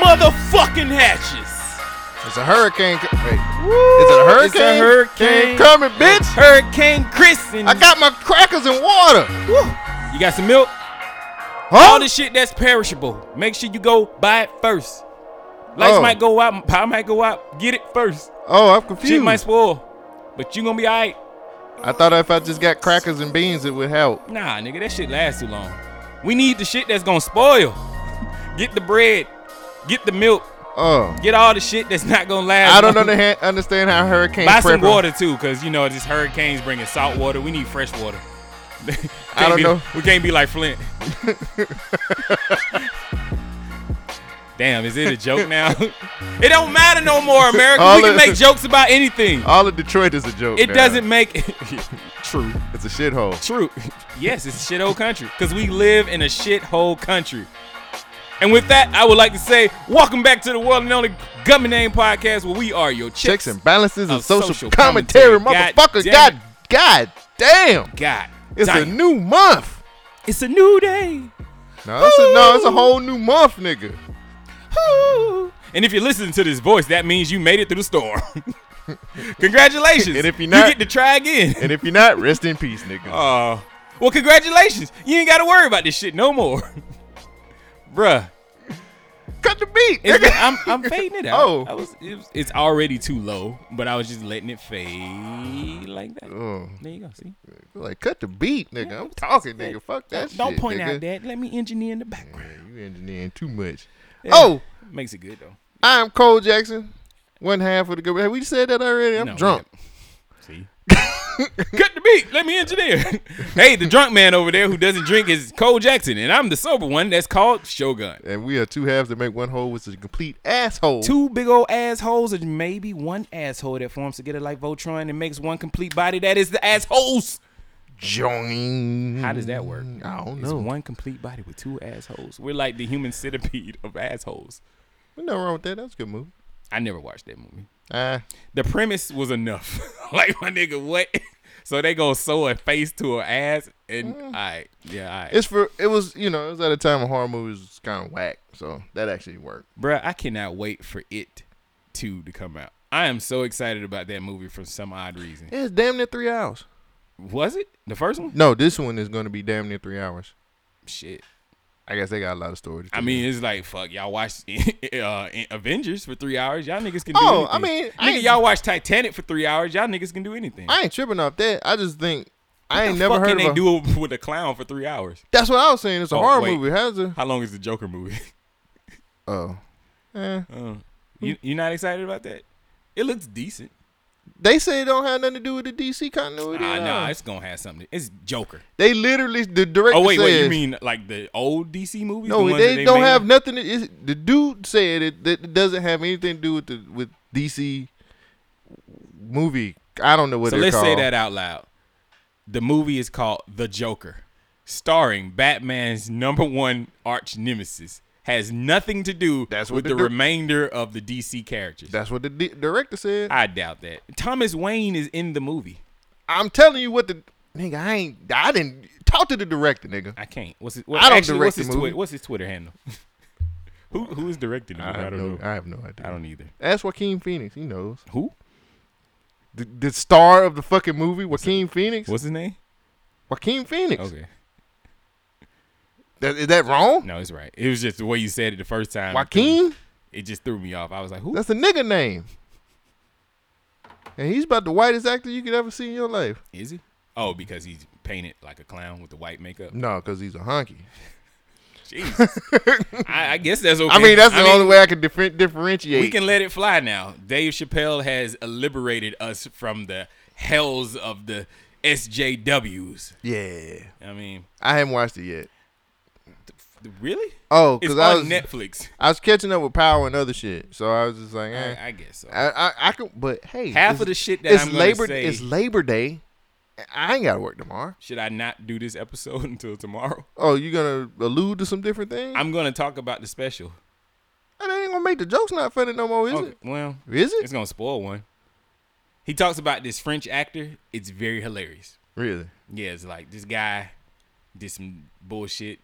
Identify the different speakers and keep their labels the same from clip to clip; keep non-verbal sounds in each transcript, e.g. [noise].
Speaker 1: motherfucking hatches.
Speaker 2: It's a hurricane. co- Wait. Is it a hurricane?
Speaker 1: It's a hurricane.
Speaker 2: Coming, bitch.
Speaker 1: Hurricane Kristen.
Speaker 2: I got my crackers and water.
Speaker 1: You got some milk?
Speaker 2: Oh!
Speaker 1: All the shit that's perishable. Make sure you go buy it first. Lights
Speaker 2: Oh.
Speaker 1: might go out, power might go out. Get it first.
Speaker 2: Oh, I'm
Speaker 1: Shit
Speaker 2: confused.
Speaker 1: might spoil, but you gonna be alright.
Speaker 2: I thought if I just got crackers and beans, it would help.
Speaker 1: Nah, nigga, that shit lasts too long. We need the shit that's gonna spoil. get the bread, get the milk,
Speaker 2: Oh.
Speaker 1: get all the shit that's not gonna last.
Speaker 2: I don't
Speaker 1: [laughs] long.
Speaker 2: underha- understand how hurricanes.
Speaker 1: Buy some
Speaker 2: prep 'em.
Speaker 1: water too, cause you know this hurricane's bringing salt water. We need fresh water. [laughs] Can't
Speaker 2: don't
Speaker 1: be-
Speaker 2: know.
Speaker 1: We can't be like
Speaker 2: [laughs]
Speaker 1: Flint. Damn, is it a joke now? [laughs] it don't matter no more, America.
Speaker 2: All Oh,
Speaker 1: we can
Speaker 2: it-
Speaker 1: make jokes about anything.
Speaker 2: All of Detroit is a joke.
Speaker 1: It
Speaker 2: now.
Speaker 1: doesn't make [laughs] true.
Speaker 2: It's a shithole.
Speaker 1: True. Yes, it's a shithole country. Because we live in a shithole country. And with that, I would like to say, welcome back to the world and only Gummy Name Podcast, where we are your chicks.
Speaker 2: Checks and balances and
Speaker 1: Of
Speaker 2: social,
Speaker 1: social
Speaker 2: commentary,
Speaker 1: commentary. God
Speaker 2: motherfucker.
Speaker 1: damn
Speaker 2: God, God damn.
Speaker 1: God.
Speaker 2: It's a
Speaker 1: damn.
Speaker 2: new month.
Speaker 1: it's a new day.
Speaker 2: No, it's a, no, it's a whole new month, nigga.
Speaker 1: Woo. And if you're listening to this voice, that means you made it through the storm. [laughs] congratulations.
Speaker 2: [laughs] And if you're not-
Speaker 1: you get to try again.
Speaker 2: [laughs] And if you're not, rest in peace, nigga.
Speaker 1: Uh, well, congratulations. You ain't got to worry about this shit no more. [laughs] Bruh.
Speaker 2: Cut the beat,
Speaker 1: It's
Speaker 2: nigga.
Speaker 1: been- I'm, I'm fading
Speaker 2: [laughs]
Speaker 1: it out.
Speaker 2: Oh.
Speaker 1: I was, it was- it's already too low, but I was just letting it fade like that.
Speaker 2: Oh,
Speaker 1: There you go. See?
Speaker 2: like cut the beat, nigga. I'm talking, nigga. Fuck that shit.
Speaker 1: Don't point
Speaker 2: nigga.
Speaker 1: out that. Let me engineer in the background.
Speaker 2: Man, You engineering too much. Oh,
Speaker 1: Makes it good, though.
Speaker 2: I am Cole Jackson. One half of the good. Have we said that already? I'm
Speaker 1: No, we
Speaker 2: drunk.
Speaker 1: See? Cut the beat. Let me engineer. [laughs] hey, the drunk man over there who doesn't drink is Cole Jackson, and I'm the sober one that's called Shogun.
Speaker 2: And we are two halves that make one whole, which is a complete asshole.
Speaker 1: Two big old assholes, or maybe one asshole that forms together like Voltron and makes one complete body that is the assholes.
Speaker 2: join.
Speaker 1: How does that work?
Speaker 2: I don't
Speaker 1: It's
Speaker 2: know.
Speaker 1: one complete body with two assholes. We're like the human centipede of assholes.
Speaker 2: There's nothing wrong with that. That's a good movie.
Speaker 1: I never watched that movie.
Speaker 2: Uh,
Speaker 1: The premise was enough. [laughs] like my nigga, what? [laughs] So they go sew a face to her ass, and I yeah, I
Speaker 2: it's for it was you know it was at a time when horror movies was kind of whack, so that actually worked.
Speaker 1: bruh, I cannot wait for it two to come out. I am so excited about that movie for some odd reason.
Speaker 2: It's damn near three hours.
Speaker 1: Was it the first one?
Speaker 2: No, this one is going to be damn near three hours.
Speaker 1: Shit.
Speaker 2: I guess they got a lot of stories.
Speaker 1: I mean, it's like fuck. Y'all watched [laughs] uh, Avengers for three hours. Y'all niggas can do
Speaker 2: Oh,
Speaker 1: anything.
Speaker 2: I mean, I
Speaker 1: nigga,
Speaker 2: ain't-
Speaker 1: y'all watched Titanic for three hours. Y'all niggas can do anything.
Speaker 2: I ain't tripping off that. I just think I ain't
Speaker 1: the
Speaker 2: never
Speaker 1: fuck
Speaker 2: heard
Speaker 1: can
Speaker 2: of.
Speaker 1: they
Speaker 2: a-
Speaker 1: do it with a clown for three hours?
Speaker 2: that's what I was saying. It's a
Speaker 1: Oh,
Speaker 2: horror
Speaker 1: wait.
Speaker 2: movie. How's it?
Speaker 1: How long is the Joker movie? [laughs]
Speaker 2: Oh, eh.
Speaker 1: Uh, you you not excited about that? It looks decent.
Speaker 2: they say it don't have nothing to do with the DC continuity.
Speaker 1: Ah,
Speaker 2: at
Speaker 1: nah,
Speaker 2: all.
Speaker 1: it's gonna have something. It's Joker.
Speaker 2: They literally the director.
Speaker 1: Oh wait,
Speaker 2: says,
Speaker 1: wait. You mean like the old DC movies? the
Speaker 2: No,
Speaker 1: ones that
Speaker 2: they, don't
Speaker 1: made?
Speaker 2: have nothing. To, it's, the dude said it that it doesn't have anything to do with the with DC movie. I don't know what
Speaker 1: So
Speaker 2: they're
Speaker 1: let's say
Speaker 2: called.
Speaker 1: that out loud. The movie is called The Joker, starring Batman's number one arch nemesis. Has nothing to do
Speaker 2: That's what
Speaker 1: with
Speaker 2: the
Speaker 1: the
Speaker 2: dir-
Speaker 1: remainder of the DC characters.
Speaker 2: That's what the di- director said. I,
Speaker 1: I doubt that. Thomas Wayne is in the movie.
Speaker 2: am telling you what the nigga. I ain't. I didn't talk to the director, nigga.
Speaker 1: I can't. What's his, what,
Speaker 2: I don't
Speaker 1: actually,
Speaker 2: direct
Speaker 1: what's
Speaker 2: the
Speaker 1: his
Speaker 2: movie.
Speaker 1: Twi- what's his Twitter handle? [laughs] who who is directing it? I,
Speaker 2: have
Speaker 1: don't
Speaker 2: no,
Speaker 1: know.
Speaker 2: I have no idea.
Speaker 1: I don't either.
Speaker 2: Ask Joaquin Phoenix. He knows.
Speaker 1: Who?
Speaker 2: The, the star of the fucking movie, Joaquin Phoenix.
Speaker 1: What's his name?
Speaker 2: Joaquin Phoenix.
Speaker 1: Okay.
Speaker 2: That, is that wrong?
Speaker 1: No, it's right. It was just the way you said it the first time.
Speaker 2: Joaquin.
Speaker 1: It just threw me off. I was like, who?
Speaker 2: That's a nigga name. And he's about the whitest actor you could ever see in your life.
Speaker 1: Is he? Oh, because he's painted like a clown with the white makeup.
Speaker 2: No, because he's a honky.
Speaker 1: Jesus. I, I guess that's okay.
Speaker 2: [laughs] I mean, that's the
Speaker 1: mean,
Speaker 2: only way I can different, differentiate.
Speaker 1: We can let it fly now. Dave Chappelle has liberated us from the hells of the SJWs.
Speaker 2: yeah,
Speaker 1: I mean,
Speaker 2: I haven't watched it yet.
Speaker 1: th- really?
Speaker 2: Oh,
Speaker 1: It's
Speaker 2: because
Speaker 1: on
Speaker 2: I was
Speaker 1: Netflix.
Speaker 2: I was catching up with Power and other shit, so I was just like, eh.
Speaker 1: I, I guess so.
Speaker 2: I, I I can, but hey,
Speaker 1: Half
Speaker 2: it's-
Speaker 1: of the shit that
Speaker 2: it's
Speaker 1: I'm gonna
Speaker 2: Labor
Speaker 1: say-
Speaker 2: it's Labor Day. I ain't gotta work tomorrow.
Speaker 1: Should I not do this episode [laughs] until tomorrow?
Speaker 2: Oh, you gonna allude to some different things?
Speaker 1: I'm gonna talk about the special.
Speaker 2: I ain't gonna make the jokes not funny no more, is
Speaker 1: Okay, Well,
Speaker 2: it? Is
Speaker 1: it's
Speaker 2: it
Speaker 1: gonna spoil one. He talks about this French actor. It's very hilarious.
Speaker 2: really?
Speaker 1: Yeah, it's like this guy did some bullshit.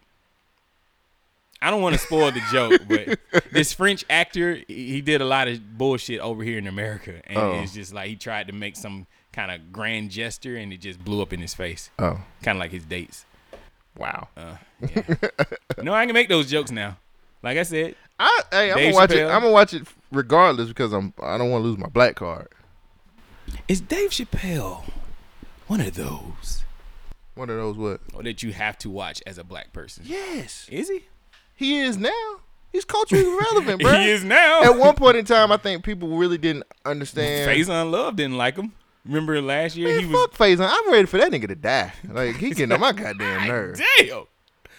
Speaker 1: I don't want to spoil the joke, but this French actor, he he did a lot of bullshit over here in America, and
Speaker 2: Oh.
Speaker 1: it's just like he tried to make some kind of grand gesture, and it just blew up in his face,
Speaker 2: Oh,
Speaker 1: kind of like his dates.
Speaker 2: wow.
Speaker 1: Uh, yeah. no, I can make those jokes now. Like I said,
Speaker 2: I, hey, I'm
Speaker 1: Dave
Speaker 2: gonna watch it.
Speaker 1: Chappelle.
Speaker 2: I'm gonna watch it regardless because I'm. I don't want to lose my black card.
Speaker 1: is Dave Chappelle one of those
Speaker 2: One of those what?
Speaker 1: Oh, that you have to watch as a black person?
Speaker 2: Yes,
Speaker 1: Is he?
Speaker 2: he is now. He's
Speaker 1: [laughs]
Speaker 2: culturally relevant, bro.
Speaker 1: He is now.
Speaker 2: At one point in time, I think people really didn't understand.
Speaker 1: Faison Love didn't like him. Remember last year
Speaker 2: Man,
Speaker 1: he was
Speaker 2: fuck Faison. I'm ready for that nigga to die. Like he getting
Speaker 1: [laughs]
Speaker 2: on my goddamn nerve.
Speaker 1: damn.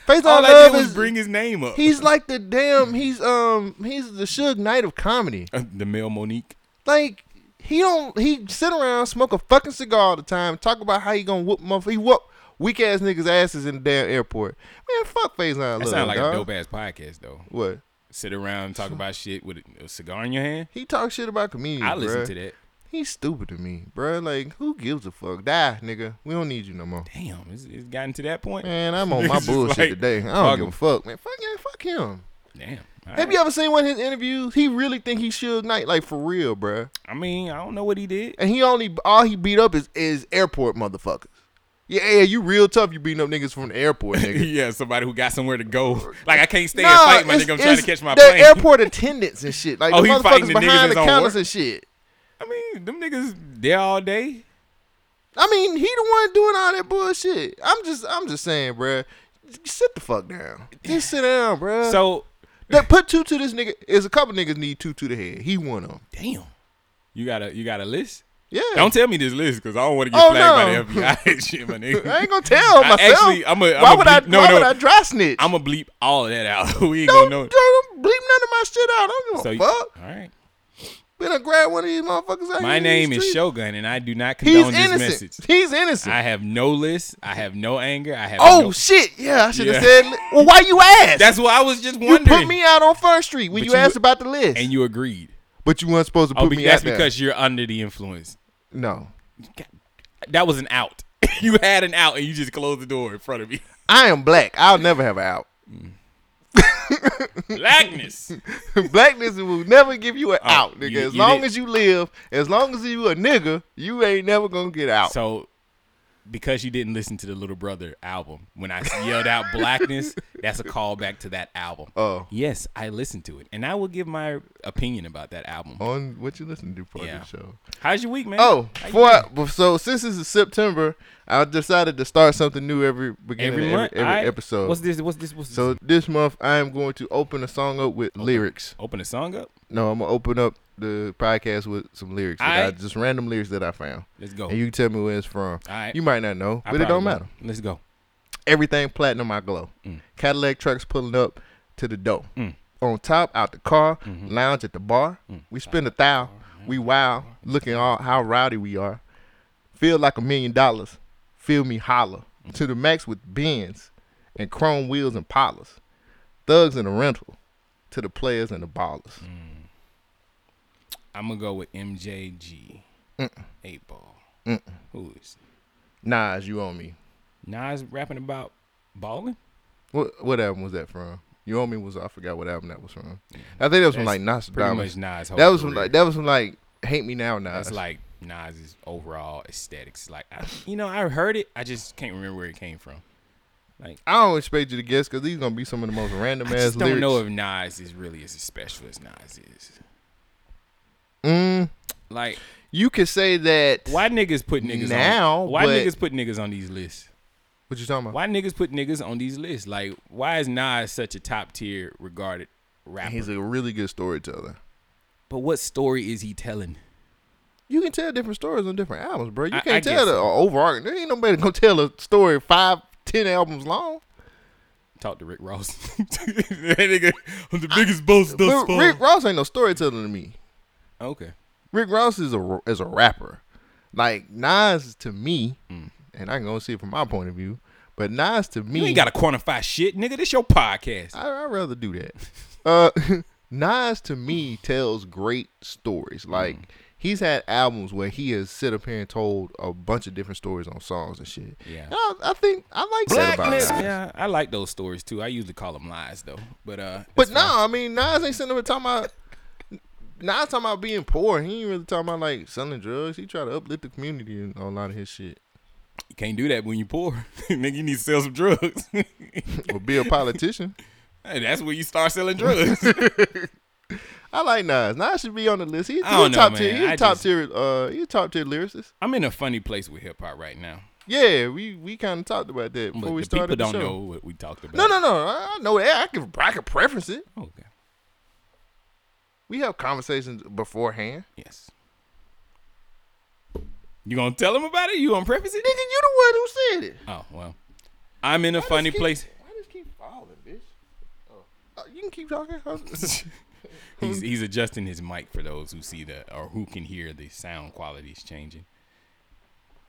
Speaker 2: Faison
Speaker 1: All I did
Speaker 2: Love
Speaker 1: was
Speaker 2: is
Speaker 1: bring his name up.
Speaker 2: he's like the damn he's um he's the Suge Knight of comedy.
Speaker 1: Uh, [laughs] the male Monique.
Speaker 2: Like he don't he sit around smoke a fucking cigar all the time talk about how he gonna whoop motherfucker he whoop weak ass niggas asses in the damn airport. Man, fuck Faison Love.
Speaker 1: That sounds like
Speaker 2: dog.
Speaker 1: a dope ass podcast though.
Speaker 2: What
Speaker 1: Sit around and talk about shit with a, a cigar in your hand.
Speaker 2: he talk shit about comedians.
Speaker 1: I listen
Speaker 2: bruh.
Speaker 1: to that.
Speaker 2: He's stupid to me, bruh. Like who gives a fuck? Die, nigga. We don't need you no more.
Speaker 1: Damn, it's, it's gotten to that point.
Speaker 2: Man,
Speaker 1: [laughs]
Speaker 2: I'm on my
Speaker 1: It's just
Speaker 2: bullshit
Speaker 1: like,
Speaker 2: today. I
Speaker 1: fuck
Speaker 2: don't give
Speaker 1: him.
Speaker 2: a fuck, man. Fuck yeah, fuck him.
Speaker 1: Damn. All
Speaker 2: Have
Speaker 1: right.
Speaker 2: you ever seen one of his interviews? He really think he should Knight, like for real, bruh.
Speaker 1: I mean, I don't know what he did.
Speaker 2: And he only all he beat up is is airport motherfuckers. Yeah, yeah, you real tough. You beating up niggas from
Speaker 1: [laughs]
Speaker 2: the airport, nigga.
Speaker 1: yeah, somebody who got somewhere to go. [laughs] Like I can't stay and
Speaker 2: Nah,
Speaker 1: fight, my
Speaker 2: it's-
Speaker 1: nigga. I'm trying to
Speaker 2: it's
Speaker 1: catch my
Speaker 2: the
Speaker 1: plane.
Speaker 2: airport attendants and shit. Like
Speaker 1: [laughs] Oh,
Speaker 2: the
Speaker 1: he fighting
Speaker 2: motherfuckers
Speaker 1: the niggas
Speaker 2: behind the
Speaker 1: that's on
Speaker 2: counters
Speaker 1: work?
Speaker 2: and shit.
Speaker 1: I mean, them niggas there all day.
Speaker 2: I mean, he the one doing all that bullshit. I'm just, I'm just saying, bruh. Sit the fuck down. Just sit down, bruh. So
Speaker 1: So
Speaker 2: that put two to this nigga is a couple niggas need two to the head. He one of them.
Speaker 1: damn. You got a you got a list?
Speaker 2: Yeah.
Speaker 1: Don't tell me this list because I don't want to get
Speaker 2: Oh,
Speaker 1: flagged
Speaker 2: no.
Speaker 1: by the FBI. Shit,
Speaker 2: [laughs]
Speaker 1: my nigga.
Speaker 2: I ain't gonna
Speaker 1: [laughs]
Speaker 2: tell
Speaker 1: I
Speaker 2: myself.
Speaker 1: actually- I'ma-
Speaker 2: why
Speaker 1: I'ma
Speaker 2: would I?
Speaker 1: bleep- no,
Speaker 2: why would
Speaker 1: no.
Speaker 2: I dry snitch?
Speaker 1: I'm gonna bleep all of that out. [laughs] we ain't
Speaker 2: don't,
Speaker 1: gonna know.
Speaker 2: don't bleep none of my shit out. I don't give
Speaker 1: So
Speaker 2: a
Speaker 1: you-
Speaker 2: Oh, fuck.
Speaker 1: all right.
Speaker 2: Been a grab one of these motherfuckers out
Speaker 1: My
Speaker 2: here in these
Speaker 1: name is
Speaker 2: streets.
Speaker 1: Shogun, and I do not
Speaker 2: He's
Speaker 1: condone this
Speaker 2: innocent.
Speaker 1: message.
Speaker 2: He's innocent.
Speaker 1: I have no list. I have no anger. I have.
Speaker 2: oh
Speaker 1: no,
Speaker 2: shit! Yeah, I should
Speaker 1: Yeah.
Speaker 2: have said. li- Well, why you asked?
Speaker 1: that's what I was just
Speaker 2: you
Speaker 1: wondering.
Speaker 2: put me out on First Street when
Speaker 1: But
Speaker 2: you,
Speaker 1: you-
Speaker 2: asked about the list,
Speaker 1: and you agreed.
Speaker 2: but you weren't supposed to
Speaker 1: Oh,
Speaker 2: put
Speaker 1: be,
Speaker 2: me
Speaker 1: that's
Speaker 2: out
Speaker 1: because you're under the influence.
Speaker 2: there. No,
Speaker 1: That was an out. [laughs] you had an out, and you just closed the door in front of me. [laughs]
Speaker 2: I am black. I'll never have an out. [laughs]
Speaker 1: Blackness.
Speaker 2: Blackness will never give you an out, nigga.
Speaker 1: Oh, you-
Speaker 2: as
Speaker 1: you
Speaker 2: long
Speaker 1: did-
Speaker 2: as you live, as long as you a nigga, you ain't never gonna get out.
Speaker 1: So, because you didn't listen to the Little Brother album, when I yelled out blackness, that's a callback to that album.
Speaker 2: Oh.
Speaker 1: Yes, I listened to it. And I will give my opinion about that album.
Speaker 2: On what you listen to part
Speaker 1: Yeah.
Speaker 2: of the show.
Speaker 1: How's your week, man?
Speaker 2: Oh,
Speaker 1: How you
Speaker 2: for
Speaker 1: doing?
Speaker 2: well, so since this is September, I decided to start something new every beginning
Speaker 1: every
Speaker 2: of
Speaker 1: month.
Speaker 2: every, every
Speaker 1: All right.
Speaker 2: episode.
Speaker 1: What's this? What's this? What's this?
Speaker 2: so this month I am going to open a song up with lyrics.
Speaker 1: open the song up.
Speaker 2: No, I'm gonna open up the podcast with some lyrics. that
Speaker 1: All
Speaker 2: I,
Speaker 1: right.
Speaker 2: just random lyrics that I found.
Speaker 1: Let's go.
Speaker 2: And you can tell me where it's from.
Speaker 1: All right.
Speaker 2: You might not know,
Speaker 1: Oh. I
Speaker 2: but
Speaker 1: probably
Speaker 2: it don't
Speaker 1: will.
Speaker 2: matter.
Speaker 1: Let's go.
Speaker 2: Everything platinum I glow. Cadillac trucks pulling up to the door.
Speaker 1: Mm. Mm-hmm.
Speaker 2: On top, out the car, lounge at the bar. We spend a thou. We wow, looking all how rowdy we are. Feel like a million dollars. Feel me holler.
Speaker 1: Mm.
Speaker 2: To the max with Benz and chrome wheels and polars. Thugs in the rental. To the players and the ballers.
Speaker 1: Mm. I'm gonna go with MJG. Eight ball. Who is
Speaker 2: Nas, you owe me.
Speaker 1: Nas rapping about balling?
Speaker 2: What what album was that from? You owe me was I forgot what album that was from. I think that was from
Speaker 1: That's
Speaker 2: like
Speaker 1: Pretty
Speaker 2: Nostradamus.
Speaker 1: much Nas. Whole
Speaker 2: That was from
Speaker 1: career.
Speaker 2: like that was from like Hate Me Now Nas.
Speaker 1: That's like Nas's overall aesthetics. Like, I, you know, I heard it. I just can't remember where it came from.
Speaker 2: I don't expect you to guess because these gonna be some of the most random
Speaker 1: I
Speaker 2: ass
Speaker 1: just don't
Speaker 2: lyrics.
Speaker 1: know if Nas is really as special as Nas is.
Speaker 2: mm,
Speaker 1: Like,
Speaker 2: you could say that.
Speaker 1: why niggas put niggas
Speaker 2: Now,
Speaker 1: on? Why
Speaker 2: but-
Speaker 1: niggas put niggas on these lists?
Speaker 2: What you talking about?
Speaker 1: Why niggas put niggas on these lists? Like, why is Nas such a top tier regarded rapper?
Speaker 2: He's a really good storyteller.
Speaker 1: but what story is he telling?
Speaker 2: You can tell different stories on different albums, bro. You
Speaker 1: I-
Speaker 2: can't
Speaker 1: I guess
Speaker 2: tell the overarching. There ain't nobody gonna tell a story five, ten albums long.
Speaker 1: Talk to Rick Ross. [laughs]
Speaker 2: [laughs]
Speaker 1: that nigga, I'm the biggest boss thus
Speaker 2: But
Speaker 1: far.
Speaker 2: Rick Ross ain't no storyteller to me.
Speaker 1: okay.
Speaker 2: Rick Ross is a is a rapper. Like Nas to me,
Speaker 1: Mm.
Speaker 2: and I can go see it from my point of view. But Nas to me,
Speaker 1: You ain't gotta quantify shit, nigga. This your podcast. [laughs]
Speaker 2: I, I'd rather do that. Uh, [laughs] Nas to me tells great stories. Like
Speaker 1: Mm.
Speaker 2: he's had albums where he has sit up here and told a bunch of different stories on songs and shit.
Speaker 1: Yeah.
Speaker 2: And I, I think I like that about
Speaker 1: Blackness.
Speaker 2: Nas.
Speaker 1: Yeah, I like those stories too. I usually call them lies though. But uh
Speaker 2: But no, I mean Nas ain't sitting up here talking about. Nas talking about being poor. He ain't really talking about like selling drugs. He try to uplift the community and a lot of
Speaker 1: [laughs]
Speaker 2: his shit.
Speaker 1: you can't do that when you're poor. [laughs] Nigga, you need to sell some drugs. [laughs] Hey,
Speaker 2: Or be a politician.
Speaker 1: That's where you start selling
Speaker 2: [laughs]
Speaker 1: drugs.
Speaker 2: I like Nas. Nas should be on the list. He, he
Speaker 1: I don't
Speaker 2: a
Speaker 1: know,
Speaker 2: top
Speaker 1: man.
Speaker 2: tier. He's
Speaker 1: I
Speaker 2: a top
Speaker 1: just-
Speaker 2: tier. Uh, he's a top tier lyricist.
Speaker 1: I'm in a funny place with hip hop right now.
Speaker 2: Yeah, we we kind of talked about that
Speaker 1: But
Speaker 2: before we
Speaker 1: the people
Speaker 2: started the
Speaker 1: don't
Speaker 2: show.
Speaker 1: know what we talked about.
Speaker 2: No, no, no. I I know that. I can I can preference it.
Speaker 1: Okay.
Speaker 2: We have conversations beforehand.
Speaker 1: Yes. You gonna tell them about it? You gonna preface it?
Speaker 2: Nigga, you the one who said it.
Speaker 1: [laughs] Oh well. I'm in a funny
Speaker 2: Just keep-
Speaker 1: [laughs] place.
Speaker 2: Why just keep falling, bitch? Oh. Uh, you can keep talking.
Speaker 1: [laughs]
Speaker 2: I was-
Speaker 1: he's he's adjusting his mic for those who see the or who can hear the sound qualities changing.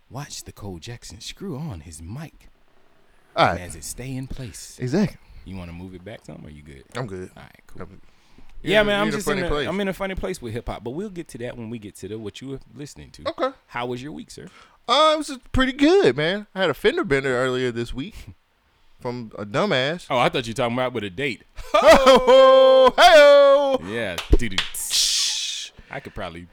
Speaker 1: Watch the Cole Jackson screw on his mic
Speaker 2: All right.
Speaker 1: as it stay in place.
Speaker 2: Exactly.
Speaker 1: You want to move it back some? Or you good?
Speaker 2: I'm good.
Speaker 1: All right, cool.
Speaker 2: I'm-
Speaker 1: Yeah, man,
Speaker 2: you're
Speaker 1: I'm
Speaker 2: in a
Speaker 1: just
Speaker 2: funny
Speaker 1: in a,
Speaker 2: place.
Speaker 1: I'm in a funny place with hip hop, but we'll get to that when we get to the what you were listening to.
Speaker 2: Okay.
Speaker 1: How was your week, sir?
Speaker 2: Uh, it was pretty good, man. I had a fender bender earlier this week from a
Speaker 1: [laughs]
Speaker 2: dumbass.
Speaker 1: Oh, I thought you were talking about with a date.
Speaker 2: Oh, [laughs] hey
Speaker 1: yeah, dude. I could probably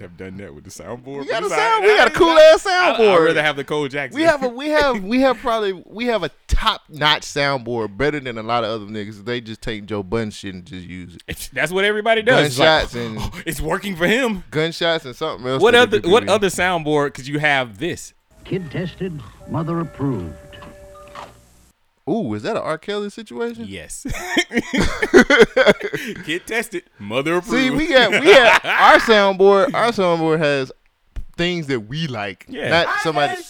Speaker 1: have done that with the soundboard.
Speaker 2: We got
Speaker 1: but it's
Speaker 2: a
Speaker 1: all
Speaker 2: sound.
Speaker 1: right.
Speaker 2: We got a
Speaker 1: It's
Speaker 2: cool
Speaker 1: all-
Speaker 2: ass
Speaker 1: I, would
Speaker 2: soundboard.
Speaker 1: rather have the Cole Jackson.
Speaker 2: we have a we have we have probably we have a top notch soundboard better than a lot of other niggas. They just take Joe Budden shit and just use it.
Speaker 1: It's- [laughs] That's what everybody does. It's like,
Speaker 2: Gunshots and-
Speaker 1: "Oh, [laughs] it's working for him.
Speaker 2: Gunshots and something else.
Speaker 1: What
Speaker 2: that
Speaker 1: other
Speaker 2: they do
Speaker 1: what
Speaker 2: to
Speaker 1: other soundboard could you have this?
Speaker 3: Kid tested, mother approved.
Speaker 2: it. Ooh, is that an R. Kelly situation? [laughs]
Speaker 1: Yes. [laughs] Get tested. Mother approved.
Speaker 2: See, we got we got our soundboard. Our soundboard has things that we like,
Speaker 1: Yeah.
Speaker 2: not somebody,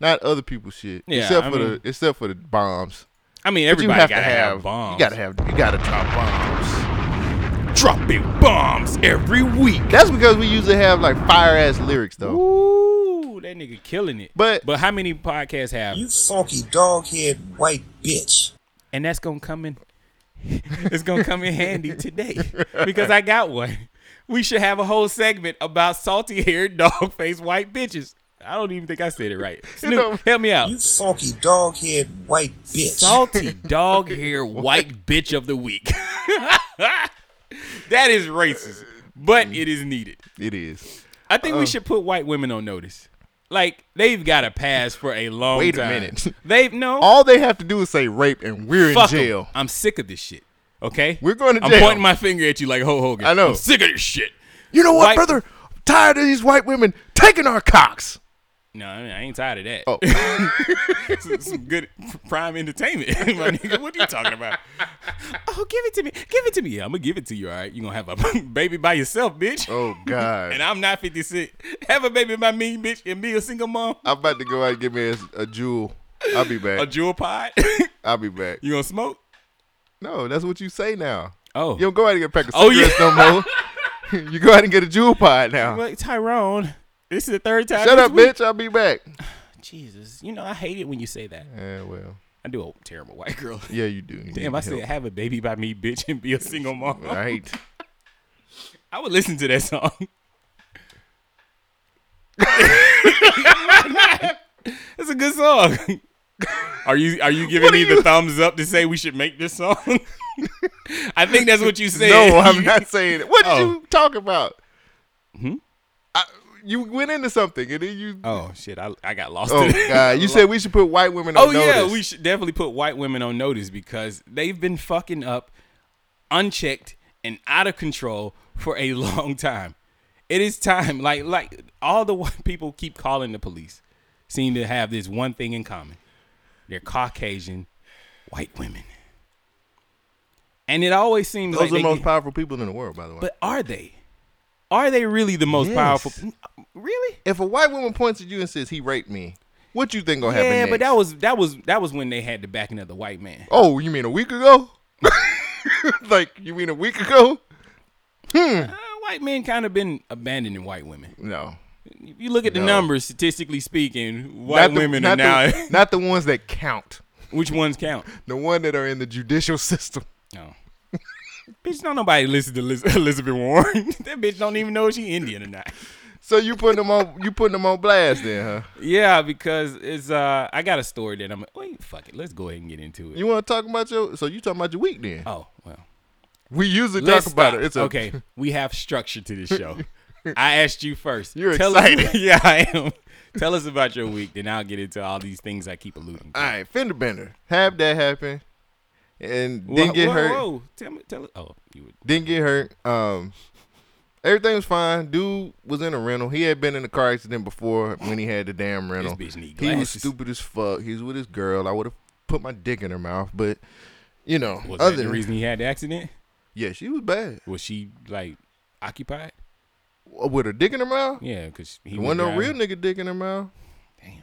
Speaker 2: not other people's shit.
Speaker 1: Yeah,
Speaker 2: except
Speaker 1: I
Speaker 2: for
Speaker 1: mean-
Speaker 2: the except for the bombs.
Speaker 1: I mean
Speaker 2: But you
Speaker 1: everybody
Speaker 2: have to
Speaker 1: gotta
Speaker 2: have,
Speaker 1: have, bombs.
Speaker 2: You gotta have. You gotta drop bombs.
Speaker 1: dropping bombs every week.
Speaker 2: That's because we usually have like fire ass lyrics though.
Speaker 1: Ooh, that nigga killing it.
Speaker 2: But-
Speaker 1: but how many podcasts have?
Speaker 4: You funky dog head white bitch.
Speaker 1: and that's gonna come in. [laughs] it's gonna come in handy today because I got one. We should have a whole segment about salty-haired, [laughs] dog-faced white bitches. I don't even think I said it
Speaker 2: [laughs]
Speaker 1: right. Snoop,
Speaker 2: know-
Speaker 1: help me out.
Speaker 4: You funky dog head white bitch.
Speaker 2: [laughs]
Speaker 1: Salty dog-haired white bitch of the week. [laughs] that is racist,
Speaker 2: Mm.
Speaker 1: but it is needed.
Speaker 2: It is.
Speaker 1: I think
Speaker 2: Uh.
Speaker 1: we should put white women on notice. Like they've got a pass for a long
Speaker 2: Wait a
Speaker 1: time.
Speaker 2: minute.
Speaker 1: They've no
Speaker 2: All they have to do is say rape, and we're
Speaker 1: fuck
Speaker 2: in
Speaker 1: 'em.
Speaker 2: jail.
Speaker 1: I'm sick of this shit. Okay,
Speaker 2: We're going to
Speaker 1: I'm
Speaker 2: jail.
Speaker 1: pointing my finger at you like Ho Hogan.
Speaker 2: I know.
Speaker 1: I'm sick of this shit.
Speaker 2: You know what,
Speaker 1: White-
Speaker 2: brother? I'm tired of these white women taking our cocks.
Speaker 1: No, I mean, I ain't tired of that.
Speaker 2: Oh.
Speaker 1: [laughs] some, some good prime entertainment, [laughs] my nigga. What are you talking about? oh, give it to me. Give it to me. Yeah, I'm gonna give it to you. All right, you gonna have a [laughs] baby by yourself, bitch.
Speaker 2: Oh God.
Speaker 1: And I'm not 56. Have a baby by me, bitch, and be a single mom.
Speaker 2: I'm about to go out and get me a, a jewel. I'll be
Speaker 1: A
Speaker 2: back.
Speaker 1: jewel pod. [laughs]
Speaker 2: I'll be back.
Speaker 1: you gonna smoke?
Speaker 2: No, that's what you say now.
Speaker 1: Oh,
Speaker 2: You don't go out and get a pack of
Speaker 1: Oh, yeah.
Speaker 2: cigarettes
Speaker 1: [laughs]
Speaker 2: no more. you go out and get a jewel pod now.
Speaker 1: Well, Tyrone, this is the third time.
Speaker 2: Shut
Speaker 1: this
Speaker 2: up,
Speaker 1: week.
Speaker 2: bitch. I'll be back.
Speaker 1: Jesus, you know I hate it when you say that.
Speaker 2: Yeah, well,
Speaker 1: I do a terrible white girl.
Speaker 2: yeah, you do. You
Speaker 1: Damn,
Speaker 2: need
Speaker 1: I said oh.
Speaker 2: help.
Speaker 1: have a baby by me, bitch, and [laughs] be a single mom. [laughs]
Speaker 2: Right.
Speaker 1: I would listen to that [laughs] song. That's a good song. Are you are you giving
Speaker 2: What are
Speaker 1: me the
Speaker 2: you-
Speaker 1: thumbs up to say we should make this song? [laughs] I think that's what you said. [laughs]
Speaker 2: No, I'm not saying it. What did
Speaker 1: Oh.
Speaker 2: you talk about? Hmm. I, you went into something and then you.
Speaker 1: Oh shit, I, I got lost.
Speaker 2: Oh
Speaker 1: in [laughs] it.
Speaker 2: God! You said we should put white women on
Speaker 1: Oh
Speaker 2: notice.
Speaker 1: yeah, we should definitely put white women on notice because they've been fucking up, unchecked and out of control for a [laughs] long time. It is time. Like like all the white people keep calling the police seem to have this one thing in common: they're Caucasian white women. And it always seems like
Speaker 2: Those are the
Speaker 1: they
Speaker 2: most
Speaker 1: get-
Speaker 2: powerful people in the world, by the way.
Speaker 1: but are they? Are they really the most
Speaker 2: Yes.
Speaker 1: powerful? uh, Really?
Speaker 2: if a white woman points at you and says he raped me, what you think gonna happen?
Speaker 1: Yeah, but
Speaker 2: next?
Speaker 1: that was that was that was when they had the backing of the white man.
Speaker 2: Oh, you mean a week ago? [laughs] like you mean a week ago?
Speaker 1: Uh, white men kind of been abandoning white women.
Speaker 2: No.
Speaker 1: If you look at the
Speaker 2: No.
Speaker 1: numbers, statistically speaking, white women are now. [laughs]
Speaker 2: the, [laughs] not the ones that count.
Speaker 1: which ones count?
Speaker 2: [laughs] The one that are in the judicial system.
Speaker 1: No. Bitch, don't nobody listen to Liz- Elizabeth Warren. [laughs] that bitch don't even know if she Indian or not.
Speaker 2: So you putting them on you putting them on blast then, huh?
Speaker 1: Yeah, because it's uh, I got a story that I'm. Wait, fuck it. Let's go ahead and get into it.
Speaker 2: You want to talk about your? So you talking about your week then?
Speaker 1: Oh well,
Speaker 2: We usually
Speaker 1: let's
Speaker 2: talk about
Speaker 1: stop.
Speaker 2: it. It's a,
Speaker 1: okay. We have structure to this
Speaker 2: [laughs]
Speaker 1: show. I asked you first.
Speaker 2: You're
Speaker 1: Tell Us, [laughs]
Speaker 2: excited.
Speaker 1: yeah, I am. Tell us about your week, then I'll get into all these things I keep alluding. to.
Speaker 2: [laughs] All right, fender bender. Have that happen, and
Speaker 1: Whoa,
Speaker 2: didn't get
Speaker 1: whoa,
Speaker 2: hurt.
Speaker 1: Whoa, tell me, tell us. Oh, you would.
Speaker 2: Didn't get hurt. Um, everything was fine. Dude was in a rental. He had been in a car accident before when he had the damn rental.
Speaker 1: bitch need
Speaker 2: he was
Speaker 1: glasses.
Speaker 2: stupid as fuck. He was with his girl. I would have put my dick in her mouth, but you know,
Speaker 1: Was
Speaker 2: other
Speaker 1: that the
Speaker 2: than-
Speaker 1: reason he had the accident?
Speaker 2: yeah, she was bad Uh,
Speaker 1: Was she like occupied?
Speaker 2: with her dick in her mouth.
Speaker 1: Yeah, because he
Speaker 2: There wasn't no
Speaker 1: driving.
Speaker 2: real nigga dick in her mouth.
Speaker 1: Damn.
Speaker 2: Yeah,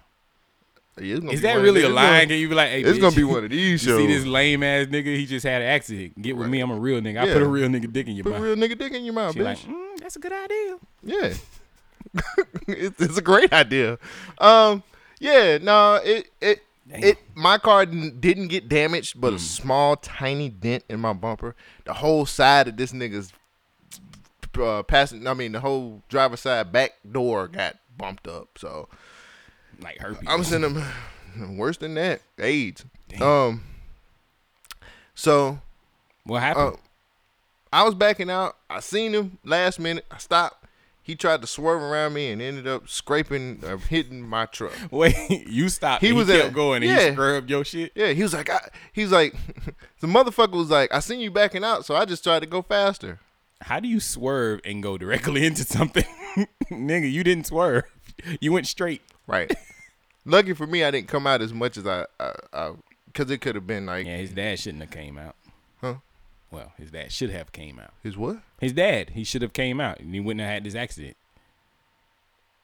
Speaker 2: it's gonna
Speaker 1: Is
Speaker 2: be
Speaker 1: that
Speaker 2: one of
Speaker 1: really
Speaker 2: these-
Speaker 1: a
Speaker 2: it's gonna-
Speaker 1: line? Can you be like, hey,
Speaker 2: it's
Speaker 1: bitch,
Speaker 2: gonna be one of these
Speaker 1: [laughs] you see
Speaker 2: shows.
Speaker 1: this lame ass nigga? He just had an accident. Get with me. I'm a real nigga. I
Speaker 2: Yeah.
Speaker 1: put a real nigga dick in your
Speaker 2: Put
Speaker 1: mouth.
Speaker 2: real nigga dick in your mouth,
Speaker 1: She
Speaker 2: bitch.
Speaker 1: like, mm, that's a good idea.
Speaker 2: Yeah. [laughs] it's, it's a great idea. Um, yeah, no, it it it my car didn't didn't get damaged, but a small tiny dent in my bumper. The whole side of this nigga's uh, passing, I mean, the whole driver's side back door got bumped up. So
Speaker 1: Like herpes.
Speaker 2: I'm sending them [sighs] worse than that. AIDS. Um. So
Speaker 1: what happened?
Speaker 2: uh, I was backing out. I seen him last minute. I stopped. He tried to swerve around me and ended up scraping, uh, hitting my truck.
Speaker 1: Wait, [laughs] you stopped.
Speaker 2: he
Speaker 1: He
Speaker 2: was
Speaker 1: was
Speaker 2: at-
Speaker 1: kept going and
Speaker 2: yeah.
Speaker 1: he scrubbed your shit.
Speaker 2: Yeah, he was like, I, he's like, [laughs] the motherfucker was like, I seen you backing out, so I just tried to go faster.
Speaker 1: How do you swerve and go directly [laughs] into something, nigga? You didn't swerve. You went straight. [laughs]
Speaker 2: Right. Lucky for me, I didn't come out as much as I, I, I cause it could have been like
Speaker 1: Yeah, his dad shouldn't have came out.
Speaker 2: Huh?
Speaker 1: Well, his dad should have came out.
Speaker 2: his what?
Speaker 1: His dad, he should have came out and he wouldn't have had this accident.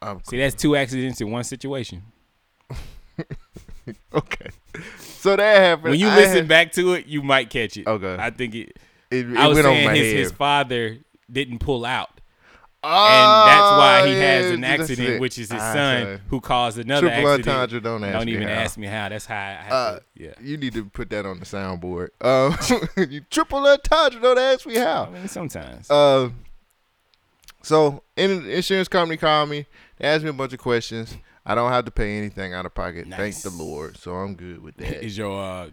Speaker 2: Um,
Speaker 1: See, that's two accidents in one situation.
Speaker 2: [laughs] okay. So that happened.
Speaker 1: When you
Speaker 2: I
Speaker 1: listen
Speaker 2: had-
Speaker 1: back to it, you might catch it.
Speaker 2: Okay.
Speaker 1: I think it.
Speaker 2: it, it
Speaker 1: I was
Speaker 2: went
Speaker 1: saying
Speaker 2: over my
Speaker 1: his,
Speaker 2: head.
Speaker 1: his father didn't pull out,
Speaker 2: Ah,
Speaker 1: and that's why he
Speaker 2: Oh, yeah,
Speaker 1: has an
Speaker 2: that's
Speaker 1: accident,
Speaker 2: it.
Speaker 1: which is his
Speaker 2: Ah,
Speaker 1: son
Speaker 2: sorry.
Speaker 1: who caused another
Speaker 2: Triple
Speaker 1: accident.
Speaker 2: entendre, don't ask me
Speaker 1: even
Speaker 2: how.
Speaker 1: ask me how. That's how. I have
Speaker 2: Uh,
Speaker 1: to, yeah.
Speaker 2: You need to put that on the soundboard. Um, [laughs] you triple entendre. Don't ask me
Speaker 1: I
Speaker 2: how.
Speaker 1: mean, sometimes.
Speaker 2: Uh, so, in, insurance company called me. They asked me a bunch of questions. I don't have to pay anything out of pocket. Thank
Speaker 1: Nice.
Speaker 2: the Lord. So I'm good
Speaker 1: [laughs]
Speaker 2: with that.
Speaker 1: is your uh,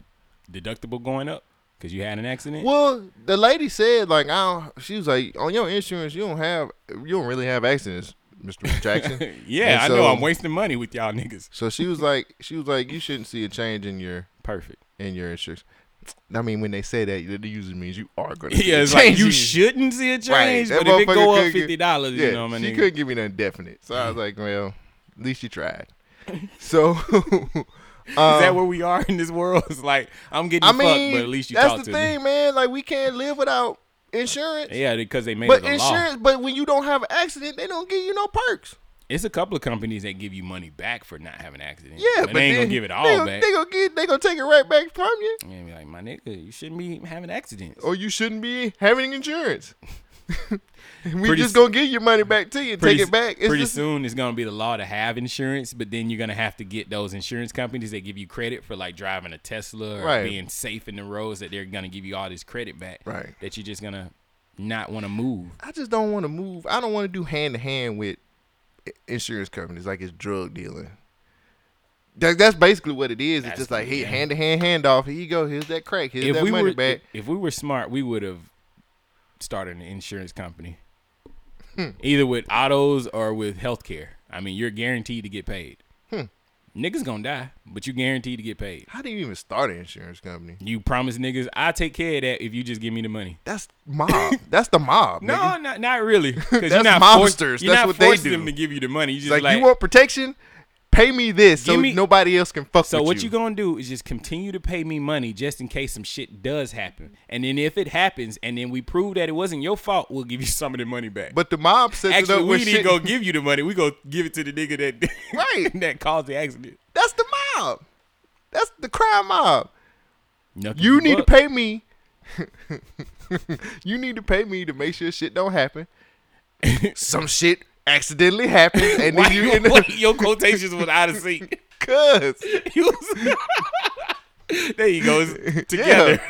Speaker 1: deductible going up because you had an accident?
Speaker 2: well, the lady said like I don't. She was like, on your insurance, you don't have, you don't really have accidents, Mister
Speaker 1: [laughs]
Speaker 2: Jackson.
Speaker 1: yeah,
Speaker 2: And
Speaker 1: I know.
Speaker 2: so-
Speaker 1: I'm wasting money with y'all niggas.
Speaker 2: So she was like, she was like, you shouldn't see a change in your
Speaker 1: Perfect.
Speaker 2: in your insurance. I mean, when they say that, it usually means you are going
Speaker 1: [laughs] [laughs]
Speaker 2: to.
Speaker 1: Yeah, it's like you shouldn't see a change,
Speaker 2: That
Speaker 1: but if it
Speaker 2: motherfucker
Speaker 1: go up
Speaker 2: couldn't get-
Speaker 1: fifty dollars,
Speaker 2: yeah,
Speaker 1: you know, my
Speaker 2: she
Speaker 1: nigga.
Speaker 2: couldn't give me nothing definite, so
Speaker 1: Mm.
Speaker 2: I was like, well, at least she tried.
Speaker 1: [laughs]
Speaker 2: So, [laughs]
Speaker 1: Is that
Speaker 2: um,
Speaker 1: where we are in this world? [laughs] It's like I'm getting
Speaker 2: I
Speaker 1: fucked,
Speaker 2: mean,
Speaker 1: but at least you
Speaker 2: that's
Speaker 1: talk
Speaker 2: the
Speaker 1: to
Speaker 2: thing, man. Like we can't live without insurance.
Speaker 1: me. [laughs] Yeah, because they made
Speaker 2: But
Speaker 1: it a law.
Speaker 2: insurance, but when you don't have an accident, they don't give you no perks.
Speaker 1: It's a couple of companies that give you money back for not having an accident.
Speaker 2: Yeah,
Speaker 1: but,
Speaker 2: but
Speaker 1: they ain't
Speaker 2: then
Speaker 1: gonna give it
Speaker 2: they
Speaker 1: all
Speaker 2: gonna,
Speaker 1: back.
Speaker 2: They gonna get, they gonna take it right back from you,
Speaker 1: And be like, my nigga, you shouldn't be having accidents.
Speaker 2: or you shouldn't be having insurance. [laughs] we
Speaker 1: Pretty
Speaker 2: just
Speaker 1: s-
Speaker 2: gonna give your money back to you, and take
Speaker 1: Pretty
Speaker 2: it
Speaker 1: s-
Speaker 2: back. It's
Speaker 1: pretty
Speaker 2: just,
Speaker 1: soon, it's gonna be the law to have insurance, but then you're gonna have to get those insurance companies that give you credit for like driving a Tesla or
Speaker 2: Right.
Speaker 1: being safe in the roads. That they're gonna give you all this credit back.
Speaker 2: Right.
Speaker 1: That you're just gonna not want to move.
Speaker 2: I just don't want to move. I don't want to do hand to hand with i- insurance companies like it's drug dealing. That, that's basically what it is. it's
Speaker 1: That's
Speaker 2: just like
Speaker 1: what it
Speaker 2: hey,
Speaker 1: is.
Speaker 2: hand to hand handoff. Here you go. Here's that crack. Here's that money
Speaker 1: were
Speaker 2: back.
Speaker 1: if we were smart, we would have started an insurance company,
Speaker 2: Hmm.
Speaker 1: either with autos or with healthcare. I mean, you're guaranteed to get paid.
Speaker 2: Hmm.
Speaker 1: Niggas gonna die, but you guaranteed to get paid.
Speaker 2: How do you even start an insurance company?
Speaker 1: You promise niggas, I take care of that if you just give me the money.
Speaker 2: That's mob. [laughs] that's the mob.
Speaker 1: No,
Speaker 2: nigga.
Speaker 1: not not really. Because you're
Speaker 2: [laughs]
Speaker 1: not
Speaker 2: That's
Speaker 1: forced,
Speaker 2: mobsters.
Speaker 1: You're
Speaker 2: That's
Speaker 1: not
Speaker 2: what they
Speaker 1: forcing
Speaker 2: do.
Speaker 1: them to give you the money. You just
Speaker 2: like,
Speaker 1: like,
Speaker 2: you want protection? Pay me this so
Speaker 1: Give me-
Speaker 2: nobody else can fuck
Speaker 1: So
Speaker 2: with
Speaker 1: what
Speaker 2: you.
Speaker 1: you gonna do is just continue to pay me money just in case some shit does happen, and then if it happens, and then we prove that it wasn't your fault, we'll give you [laughs] some of the money back.
Speaker 2: but the mob sets it
Speaker 1: Actually,
Speaker 2: up
Speaker 1: we
Speaker 2: with
Speaker 1: didn't
Speaker 2: shit.
Speaker 1: go give you the money. We go give it to the nigga that [laughs]
Speaker 2: Right.
Speaker 1: that caused the accident.
Speaker 2: that's the mob. That's the crime mob.
Speaker 1: Nothing
Speaker 2: You
Speaker 1: but
Speaker 2: need to
Speaker 1: buck.
Speaker 2: pay me. [laughs] you need to pay me to make sure shit don't happen. [laughs] Some shit accidentally happens, and
Speaker 1: Why
Speaker 2: then [laughs] you
Speaker 1: you,
Speaker 2: end up
Speaker 1: why your quotations was out of sync. [laughs]
Speaker 2: cuz.
Speaker 1: You [laughs] was- there you go. It's together.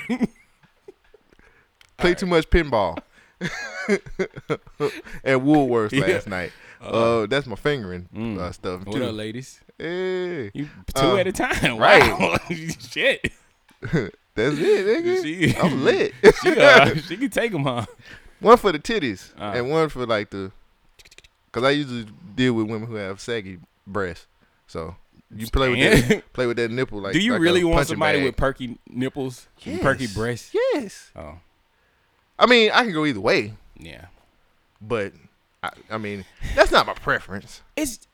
Speaker 2: Play too much pinball. [laughs] At Woolworths
Speaker 1: Yeah.
Speaker 2: last night. Uh, that's my fingering uh, stuff
Speaker 1: What up,
Speaker 2: too.
Speaker 1: ladies?
Speaker 2: Hey,
Speaker 1: You two
Speaker 2: Uh,
Speaker 1: at a time,
Speaker 2: right.
Speaker 1: [laughs] Wow. Shit,
Speaker 2: that's it, nigga.
Speaker 1: She- [laughs]
Speaker 2: [laughs] I'm lit.
Speaker 1: she, uh, she can take them, huh?
Speaker 2: one for the titties
Speaker 1: Uh.
Speaker 2: and one for like the, cause I usually deal with women who have saggy breasts. So you play with
Speaker 1: And-
Speaker 2: that, play with that nipple like.
Speaker 1: Do you
Speaker 2: like a
Speaker 1: really want
Speaker 2: punching
Speaker 1: somebody
Speaker 2: bag.
Speaker 1: with perky nipples, and perky
Speaker 2: Yes.
Speaker 1: breasts?
Speaker 2: Yes.
Speaker 1: Oh,
Speaker 2: I mean, I can go either way,
Speaker 1: yeah.
Speaker 2: but I, I mean, that's not my preference.
Speaker 1: It's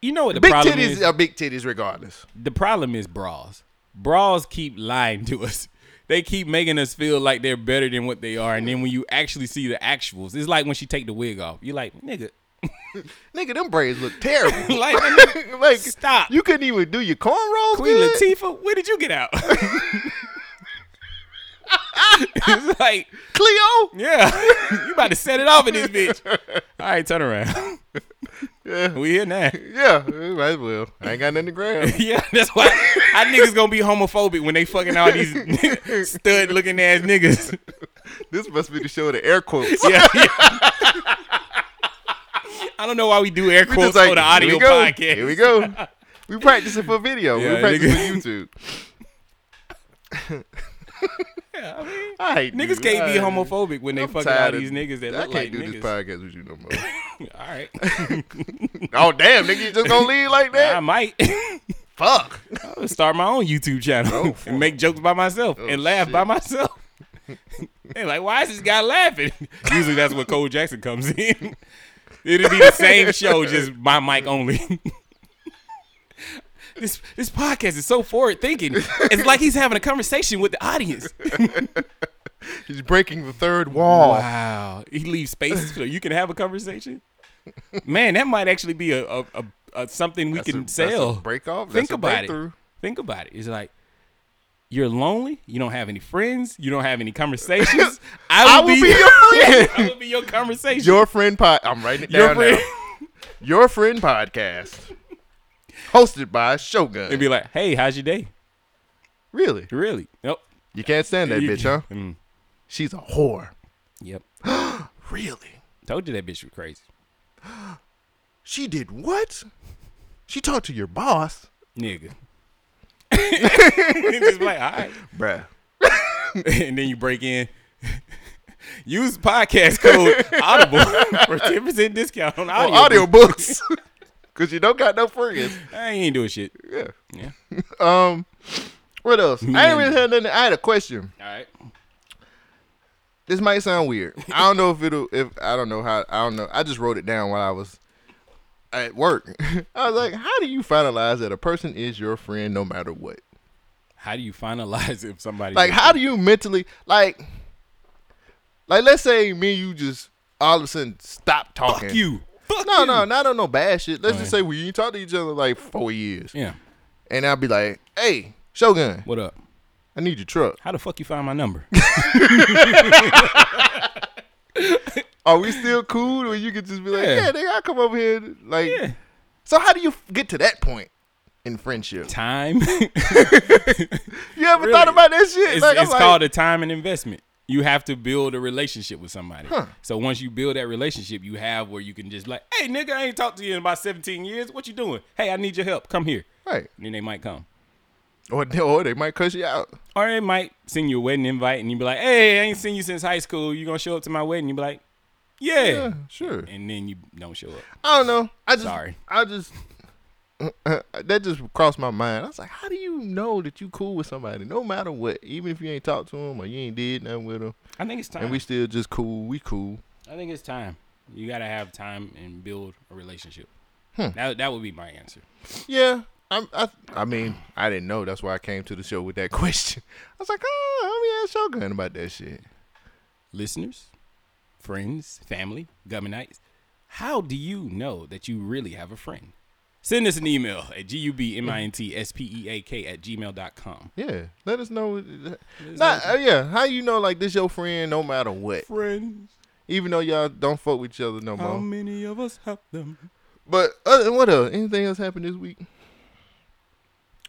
Speaker 1: you know what the
Speaker 2: big
Speaker 1: problem
Speaker 2: titties
Speaker 1: is.
Speaker 2: are big titties, regardless.
Speaker 1: the problem is bras. Bras keep lying to us. [laughs] They keep making us feel like they're better than what they are, and then when you actually see the actuals, it's like when she take the wig off. You're like,
Speaker 2: [laughs]
Speaker 1: nigga,
Speaker 2: Nigga, them braids look
Speaker 1: [laughs]
Speaker 2: terrible.
Speaker 1: like, nigga,
Speaker 2: [laughs] like,
Speaker 1: Stop.
Speaker 2: You couldn't even do your cornrows.
Speaker 1: Queen
Speaker 2: good?
Speaker 1: Latifah, where did you get out? [laughs] it's like,
Speaker 2: Cleo.
Speaker 1: yeah, [laughs] you about to set it off in this bitch. All right, turn around. We here now. [laughs]
Speaker 2: Yeah, eh, might as well. I ain't got nothing to grab.
Speaker 1: Yeah, that's why I niggas gonna be homophobic when they fucking all these [laughs] stud looking ass niggas. [laughs]
Speaker 2: this must be the show of the air quotes.
Speaker 1: Yeah. yeah. I don't know why we do air
Speaker 2: We just
Speaker 1: quotes on the
Speaker 2: here
Speaker 1: audio
Speaker 2: we go.
Speaker 1: podcast.
Speaker 2: Here we go. We practicing for video.
Speaker 1: Yeah,
Speaker 2: we practicing for
Speaker 1: nigga.
Speaker 2: YouTube.
Speaker 1: [laughs]
Speaker 2: I hate
Speaker 1: Niggas
Speaker 2: you.
Speaker 1: can't be
Speaker 2: I-
Speaker 1: homophobic when they
Speaker 2: I'm
Speaker 1: fucking all
Speaker 2: tired of-
Speaker 1: these niggas that
Speaker 2: I
Speaker 1: look
Speaker 2: can't
Speaker 1: like
Speaker 2: do
Speaker 1: niggas.
Speaker 2: this podcast with you no more. [laughs]
Speaker 1: All right,
Speaker 2: oh damn, nigga, you just gonna leave like
Speaker 1: I
Speaker 2: that?
Speaker 1: might
Speaker 2: [laughs] Fuck. [laughs]
Speaker 1: I'll start my own YouTube channel [laughs] and make jokes by myself and laugh
Speaker 2: Oh, shit.
Speaker 1: by myself. [laughs] they like, why is this guy laughing? [laughs] Usually that's where Cole Jackson comes in. [laughs] It'll be the same show, just my mic only. [laughs] this this podcast is so forward thinking. It's like he's having a conversation with the audience.
Speaker 2: He's breaking the third wall.
Speaker 1: Wow. He leaves space so you can have a conversation? Man, that might actually be a, a, a, a something we
Speaker 2: That's a-
Speaker 1: can
Speaker 2: that's a
Speaker 1: sell.
Speaker 2: break off.
Speaker 1: Think
Speaker 2: That's a
Speaker 1: about it.
Speaker 2: breakthrough.
Speaker 1: Think about it. It's like you're lonely. You don't have any friends. You don't have any
Speaker 2: [laughs]
Speaker 1: conversations. I will,
Speaker 2: I will
Speaker 1: [laughs]
Speaker 2: be your friend.
Speaker 1: I will be your conversation.
Speaker 2: Your friend pod. I'm writing it
Speaker 1: Your
Speaker 2: down
Speaker 1: friend.
Speaker 2: now. Your friend podcast, hosted by Shogun.
Speaker 1: and be like, hey, how's your day?
Speaker 2: really?
Speaker 1: Really? Nope.
Speaker 2: You can't stand that
Speaker 1: You-
Speaker 2: bitch, huh?
Speaker 1: Mm.
Speaker 2: She's a whore.
Speaker 1: Yep.
Speaker 2: Really?
Speaker 1: Told you that bitch was crazy.
Speaker 2: She did what? She talked to your boss, [laughs]
Speaker 1: Nigga. [laughs] And just like, all right.
Speaker 2: bruh.
Speaker 1: and then you break in. [laughs] Use podcast code
Speaker 2: [laughs]
Speaker 1: Audible for ten percent discount on
Speaker 2: On
Speaker 1: audio.
Speaker 2: Oh, [laughs] audiobooks. Cause you don't got no friends.
Speaker 1: I ain't doing shit.
Speaker 2: Yeah.
Speaker 1: Yeah.
Speaker 2: Um. What else? I ain't
Speaker 1: Man.
Speaker 2: really had nothing. I had a question.
Speaker 1: All right.
Speaker 2: This might sound weird. I don't know if it'll. If I don't know how. I don't know. I just wrote it down while I was at work. [laughs] I was like, "How do you finalize that a person is your friend no matter what?
Speaker 1: How do you finalize if somebody
Speaker 2: Like, how do you mentally like? Like, let's say me and you just all of a sudden stop talking.
Speaker 1: fuck you? Fuck
Speaker 2: No,
Speaker 1: you.
Speaker 2: no, not on no bad shit. Let's just
Speaker 1: Okay.
Speaker 2: say we ain't talked to each other like four years,
Speaker 1: Yeah.
Speaker 2: and I'll be like, "Hey, Shogun,
Speaker 1: What up?
Speaker 2: I need your truck."
Speaker 1: How the fuck you find my [laughs] number?
Speaker 2: Are we still cool? Or you could just be like,
Speaker 1: Yeah.
Speaker 2: yeah, nigga, I come over here. Like,
Speaker 1: Yeah.
Speaker 2: so how do you f- get to that point
Speaker 1: [laughs]
Speaker 2: in friendship?
Speaker 1: Time. it's
Speaker 2: You ever
Speaker 1: Really?
Speaker 2: thought about that shit? like,
Speaker 1: it's called a time and investment. You have to build a relationship with somebody. So once you build that relationship, you have where you can just like, hey nigga, I ain't talked to you in about 17 years. What you doing? Hey, I need your help. Come here.
Speaker 2: right.
Speaker 1: And then they might come.
Speaker 2: Or, they- or they might cuss you out.
Speaker 1: Or they might send you a wedding invite and you be like, hey, I ain't seen you since high school. You gonna show up to my wedding? You be like, yeah.
Speaker 2: Yeah, sure.
Speaker 1: And then you don't show up.
Speaker 2: I don't know. I just,
Speaker 1: Sorry.
Speaker 2: I just, [laughs] that just crossed my mind. I was like, how do you know that you cool with somebody no matter what? Even if you ain't talked to them or you ain't did nothing with them
Speaker 1: I think it's time.
Speaker 2: and we still just cool, we cool.
Speaker 1: I think it's time. You gotta have time and build a relationship. That that would be my answer.
Speaker 2: Yeah. I'm, I, I mean, I didn't know. That's why I came to the show with that [laughs] question. I was like, oh, let me ask Shogun about that shit.
Speaker 1: Listeners, friends, family, gummy nights. How do you know that you really have a friend? Send us an email at gubmintspea E at gmail.com.
Speaker 2: Yeah, let us know. Not, uh, yeah, how you know like this your friend no matter what,
Speaker 1: Friends,
Speaker 2: even though y'all don't fuck with each other no more.
Speaker 1: many of us have them?
Speaker 2: but other than what else? Anything else happened this week?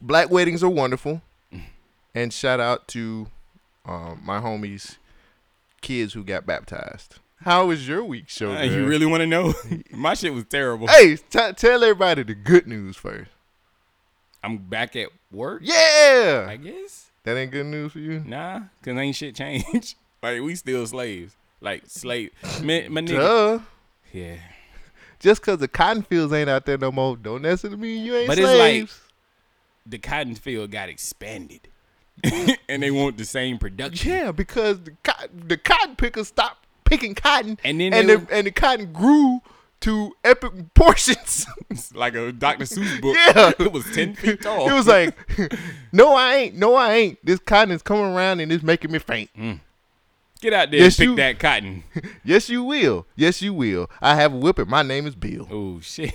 Speaker 2: Black weddings
Speaker 1: [laughs]
Speaker 2: are wonderful, and shout out to um, my homies kids who got baptized. How was your week, show?
Speaker 1: Hey, Uh, you really want to know? [laughs] My shit was terrible.
Speaker 2: Hey, t- tell everybody the good news first.
Speaker 1: I'm back at work.
Speaker 2: Yeah,
Speaker 1: I guess.
Speaker 2: that ain't good news for you.
Speaker 1: Nah, cause ain't shit changed. [laughs] like we still slaves. Like slave. My, my nigga.
Speaker 2: Duh.
Speaker 1: Yeah.
Speaker 2: Just cause the cotton fields ain't out there no more, don't necessarily mean you ain't
Speaker 1: But it's
Speaker 2: slaves.
Speaker 1: like- The cotton field got expanded, [laughs] and they want the same production.
Speaker 2: yeah, because the cotton, the cotton pickers stopped picking cotton,
Speaker 1: And then
Speaker 2: and
Speaker 1: they
Speaker 2: the,
Speaker 1: were-
Speaker 2: and the cotton grew to epic [laughs] portions.
Speaker 1: It's [laughs] like a Dr. Seuss book.
Speaker 2: [laughs] Yeah.
Speaker 1: It was ten feet tall.
Speaker 2: [laughs] It was like, no, I ain't. No, I ain't. This cotton is coming around and it's making me faint.
Speaker 1: Mm. get out there
Speaker 2: Yes,
Speaker 1: and pick
Speaker 2: you-
Speaker 1: that
Speaker 2: [laughs]
Speaker 1: cotton.
Speaker 2: Yes, you will. Yes, you will. I have a whippet. My name is Bill.
Speaker 1: Oh shit.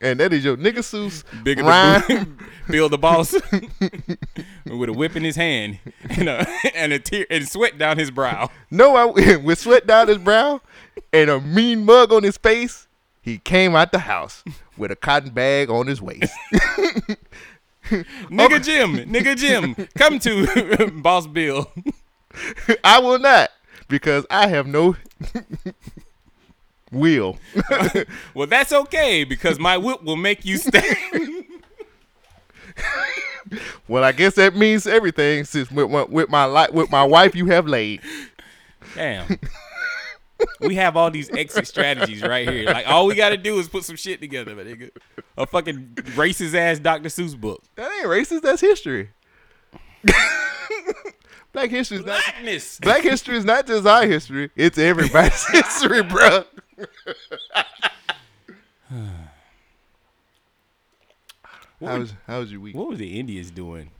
Speaker 2: And that is your nigga Seuss
Speaker 1: Bigger
Speaker 2: rhyme.
Speaker 1: the boot. [laughs] Bill the
Speaker 2: [laughs]
Speaker 1: boss with a whip in his hand [laughs] and a and a tear and sweat down his
Speaker 2: [laughs]
Speaker 1: brow.
Speaker 2: no, I with sweat down his brow and a mean mug on his face. He came out the house with a cotton bag on his waist. [laughs]
Speaker 1: Nigga Jim, nigga Jim, come to [laughs] Boss Bill.
Speaker 2: I will not because I have no [laughs] will. [laughs]
Speaker 1: Well, that's okay because my whip will make you stay.
Speaker 2: Well, I guess that means everything since with, with, with my li- with my wife you have laid.
Speaker 1: [laughs] Damn. We have all these exit strategies right here. Like all we gotta do is put some shit together, my nigga. A fucking racist ass Dr. Seuss book.
Speaker 2: That ain't racist. That's history. [laughs] black history is not.
Speaker 1: Blackness.
Speaker 2: Black history is not just our history. It's everybody's [laughs] history, bro. how was how was your [laughs] week?
Speaker 1: What was the Indians doing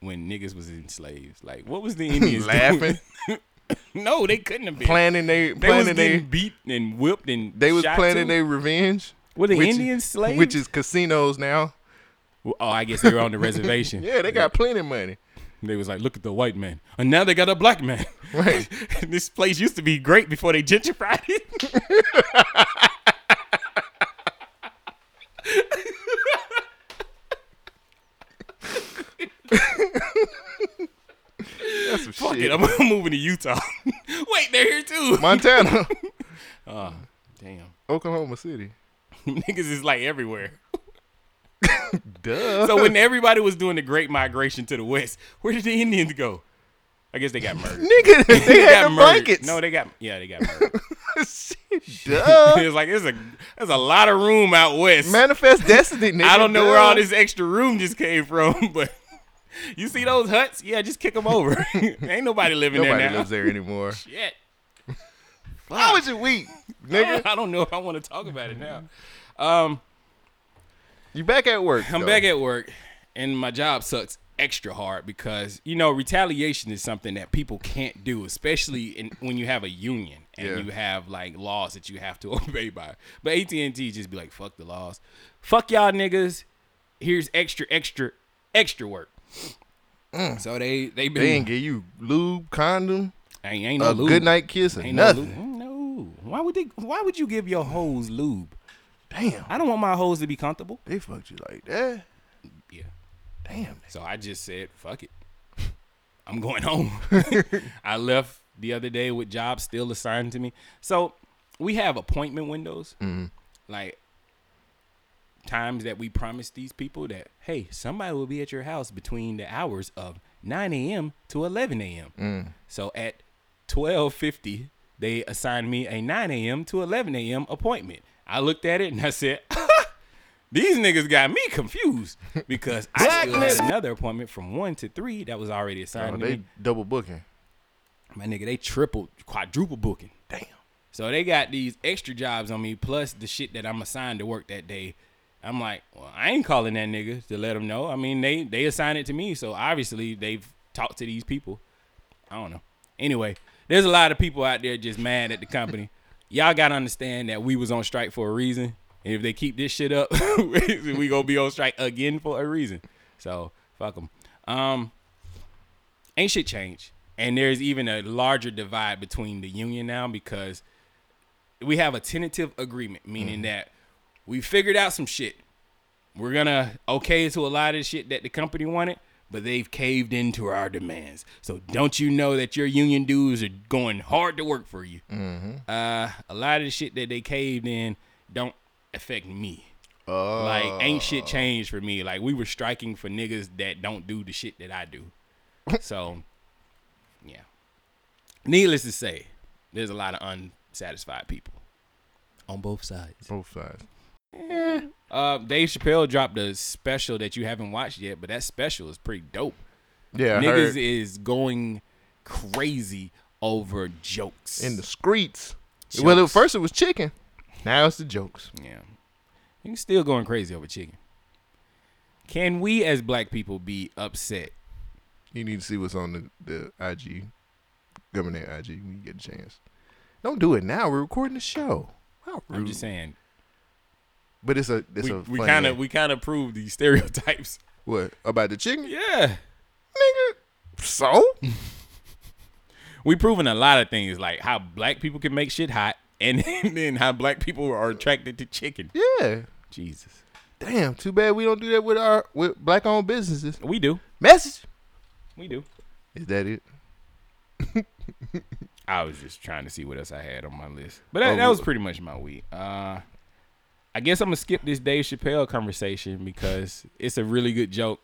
Speaker 1: when niggas was enslaved? Like what
Speaker 2: [laughs]
Speaker 1: was the Indians
Speaker 2: Laughing,
Speaker 1: Doing? [laughs] No, they couldn't have been.
Speaker 2: planning they
Speaker 1: they was
Speaker 2: planning
Speaker 1: getting
Speaker 2: they
Speaker 1: beat and whipped and
Speaker 2: they was
Speaker 1: shot
Speaker 2: planning
Speaker 1: too.
Speaker 2: their revenge.
Speaker 1: Were the
Speaker 2: which-
Speaker 1: Indians slaves?
Speaker 2: Which is casinos now.
Speaker 1: oh, I guess they were
Speaker 2: [laughs]
Speaker 1: on the reservation.
Speaker 2: Yeah, they got plenty of money.
Speaker 1: They was like, look at the white man, and now they got a black man.
Speaker 2: [laughs] Right.
Speaker 1: [laughs] this place used to be great before they gentrified it. [laughs]
Speaker 2: That's some
Speaker 1: Fuck
Speaker 2: shit.
Speaker 1: it, I'm, I'm moving to Utah. [laughs] Wait, they're here too.
Speaker 2: Montana,
Speaker 1: [laughs] Damn, [laughs]
Speaker 2: Oklahoma City.
Speaker 1: niggas is like everywhere.
Speaker 2: Duh.
Speaker 1: So when everybody was doing the Great Migration to the West, where did the Indians go? I guess they got murdered.
Speaker 2: nigga, [laughs] they, had the
Speaker 1: murdered.
Speaker 2: blankets.
Speaker 1: No, they got yeah, they got murdered. [laughs]
Speaker 2: Shit, duh.
Speaker 1: it was like there's a there's a lot of room out west.
Speaker 2: Manifest destiny, nigga.
Speaker 1: I don't know where all
Speaker 2: duh.
Speaker 1: this extra room just came from, [laughs] but you see those huts? Yeah, just kick them over. [laughs] Ain't nobody living
Speaker 2: Nobody
Speaker 1: there now.
Speaker 2: lives
Speaker 1: [laughs]
Speaker 2: there anymore.
Speaker 1: Shit.
Speaker 2: How was your week, nigga?
Speaker 1: [laughs] I don't know if I want to talk about it now. Um,
Speaker 2: [laughs] You back at work?
Speaker 1: I'm
Speaker 2: though.
Speaker 1: back at work, and my job sucks extra hard because you know retaliation is something that people can't do, especially in, when you have a union and
Speaker 2: Yeah.
Speaker 1: you have like laws that you have to [laughs] obey by. But AT and T just be like, "Fuck the laws, fuck y'all niggas." Here's extra, extra, extra work. So they they been
Speaker 2: Mm. They ain't give you lube, condom,
Speaker 1: ain't, ain't no
Speaker 2: a
Speaker 1: lube.
Speaker 2: good night kiss, or
Speaker 1: Ain't
Speaker 2: nothing.
Speaker 1: no lube. No. Why would they? Why would you give your hoes lube?
Speaker 2: Damn,
Speaker 1: I don't want my hoes to be comfortable.
Speaker 2: they fucked you like that.
Speaker 1: Yeah.
Speaker 2: Damn.
Speaker 1: So I just said, fuck it. I'm going home. I left the other day with jobs still assigned to me. So we have appointment windows. Like times that we promise these people that, hey, somebody will be at your house between the hours of 9 a.m. to 11 a.m. So at 12:50, they assigned me a 9 a.m. to 11 a.m. appointment. I looked at it and I said, [laughs] "These niggas got me confused because I still had another appointment from one to three that was already assigned
Speaker 2: Oh,
Speaker 1: to
Speaker 2: they
Speaker 1: me.
Speaker 2: double booking.
Speaker 1: My nigga, they tripled, quadruple booking.
Speaker 2: Damn.
Speaker 1: So they got these extra jobs on me plus the shit that I'm assigned to work that day. I'm like, well, I ain't calling that nigga to let them know. I mean, they they assigned it to me, so obviously they've talked to these people. I don't know. Anyway, there's a lot of people out there just mad at the company. [laughs] Y'all gotta understand that we was on strike for a reason. And if they keep this shit up, [laughs] we gonna be on strike again for a reason. So fuck them. Um, ain't shit changed. And there's even a larger divide between the union now because we have a tentative agreement, meaning that we figured out some shit. We're gonna okay to a lot of the shit that the company wanted, but they've caved into our demands. So don't you know that your union dues are going hard to work for you? Uh, a lot of the shit that they caved in don't affect me. Like
Speaker 2: Uh.
Speaker 1: ain't shit changed for me. Like we were striking for niggas that don't do the shit that I do.
Speaker 2: [laughs]
Speaker 1: so, yeah. Needless to say, there's a lot of unsatisfied people on both sides.
Speaker 2: Both sides.
Speaker 1: Uh, Dave Chappelle dropped a special that you haven't watched yet, but that special is pretty dope.
Speaker 2: Yeah, I
Speaker 1: Niggas
Speaker 2: heard
Speaker 1: is going crazy over jokes.
Speaker 2: in the streets. Well, at
Speaker 1: Jokes.
Speaker 2: first it was chicken. Now it's the jokes.
Speaker 1: yeah, you still going crazy over chicken. Can we as black people be upset?
Speaker 2: You need to see what's on the, the IG, government IG when you get a chance. Don't do it now. We're recording the show. How rude.
Speaker 1: I'm just saying
Speaker 2: But it's a it's
Speaker 1: we
Speaker 2: a
Speaker 1: we
Speaker 2: funny
Speaker 1: kind of
Speaker 2: act.
Speaker 1: we kind of prove these [laughs] stereotypes.
Speaker 2: what about the chicken
Speaker 1: [laughs] Yeah,
Speaker 2: nigga? So
Speaker 1: we proven a lot of things like how black people can make shit hot, and [laughs] then how black people are attracted to chicken.
Speaker 2: yeah.
Speaker 1: Jesus,
Speaker 2: Damn. Too bad we don't do that with our with black owned businesses.
Speaker 1: we do,
Speaker 2: Message.
Speaker 1: we do.
Speaker 2: Is that it?
Speaker 1: I was just trying to see what else I had on my list. But that,
Speaker 2: Oh,
Speaker 1: that was
Speaker 2: well.
Speaker 1: pretty much my week. Uh, I guess I'm gonna skip this Dave Chappelle conversation because it's a really good joke.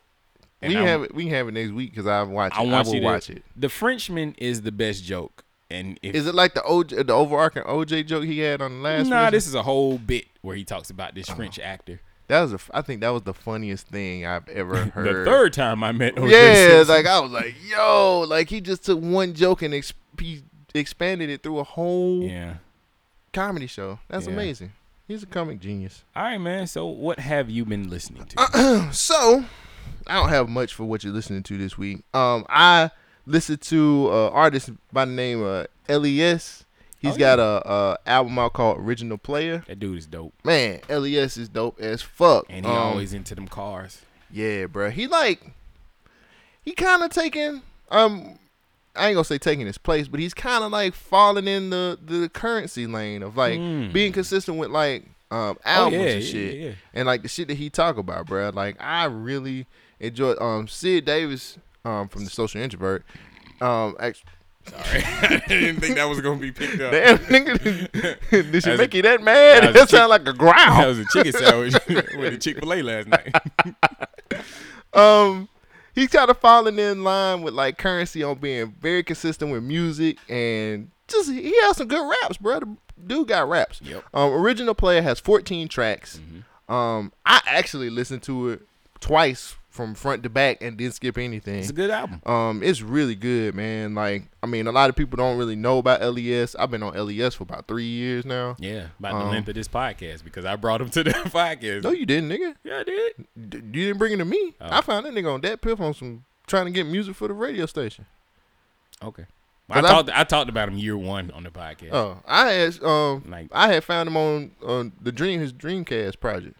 Speaker 2: we can
Speaker 1: I'm-
Speaker 2: have it. We can have it next week because I've watched.
Speaker 1: I
Speaker 2: it.
Speaker 1: want
Speaker 2: I will
Speaker 1: you to
Speaker 2: watch it.
Speaker 1: The Frenchman is the best joke, and if
Speaker 2: Is it like the OJ, the overarching OJ joke he had on the last?
Speaker 1: nah,
Speaker 2: version?
Speaker 1: this is a whole bit where he talks about this French actor.
Speaker 2: that was. A, f- I think that was the funniest thing I've ever
Speaker 1: [laughs]
Speaker 2: heard.
Speaker 1: The third time I met, O.J.
Speaker 2: Yeah,
Speaker 1: [laughs] Simpson.
Speaker 2: like I was like, yo, like he just took one joke and exp- he expanded it through a whole
Speaker 1: yeah.
Speaker 2: comedy show. That's
Speaker 1: Yeah.
Speaker 2: amazing. He's a comic genius.
Speaker 1: All right, man. So what have you been listening to?
Speaker 2: So, I don't have much for what you're listening to this week. Um, I listened to uh, artist by the name of Les. He's
Speaker 1: Oh,
Speaker 2: got a, a album out called Original Player.
Speaker 1: that dude is dope,
Speaker 2: Man, Les is dope as fuck.
Speaker 1: and he
Speaker 2: Um,
Speaker 1: always into them cars.
Speaker 2: Yeah, bruh. He like he kind of taking um I ain't gonna say taking his place, but he's kind of like falling in the the currency lane of like being consistent with like um albums
Speaker 1: Hmm. Oh, yeah,
Speaker 2: and
Speaker 1: yeah,
Speaker 2: shit,
Speaker 1: yeah, yeah.
Speaker 2: and like the shit that he talk about, bruh. Like I really enjoy um Sid Davis um from the Social Introvert. Um, act-
Speaker 1: Sorry, [laughs] I didn't think [laughs] that was gonna be picked up.
Speaker 2: [laughs] damn nigga, [laughs]
Speaker 1: That
Speaker 2: this should
Speaker 1: was
Speaker 2: make
Speaker 1: a-
Speaker 2: you that mad.
Speaker 1: that
Speaker 2: [laughs] That,
Speaker 1: was a chick-
Speaker 2: sound like a growl.
Speaker 1: That was a chicken [laughs] sandwich with a Chick Fil A last [laughs] night.
Speaker 2: um he's kind of falling in line with like currency on being very consistent with music and just he has some good raps bro the dude got raps
Speaker 1: Yep. Mm-hmm.
Speaker 2: um original player has 14 tracks um i actually listened to it twice from front to back and didn't skip anything
Speaker 1: It's a good album.
Speaker 2: um, it's really good, man. Like, I mean, a lot of people don't really know about LES. I've been on LES for about three years now.
Speaker 1: Yeah, about the
Speaker 2: Um,
Speaker 1: length of this podcast because I brought him to the [laughs] podcast.
Speaker 2: No, you didn't, nigga.
Speaker 1: yeah, I did.
Speaker 2: D- you didn't bring it to me.
Speaker 1: Oh.
Speaker 2: I found that nigga on that piff on some trying to get music for the radio station.
Speaker 1: Okay. I
Speaker 2: But I-
Speaker 1: talked. I talked about him year one on the podcast.
Speaker 2: Oh, I asked. Um,
Speaker 1: Like-
Speaker 2: I had found him on on the Dream his Dreamcast project.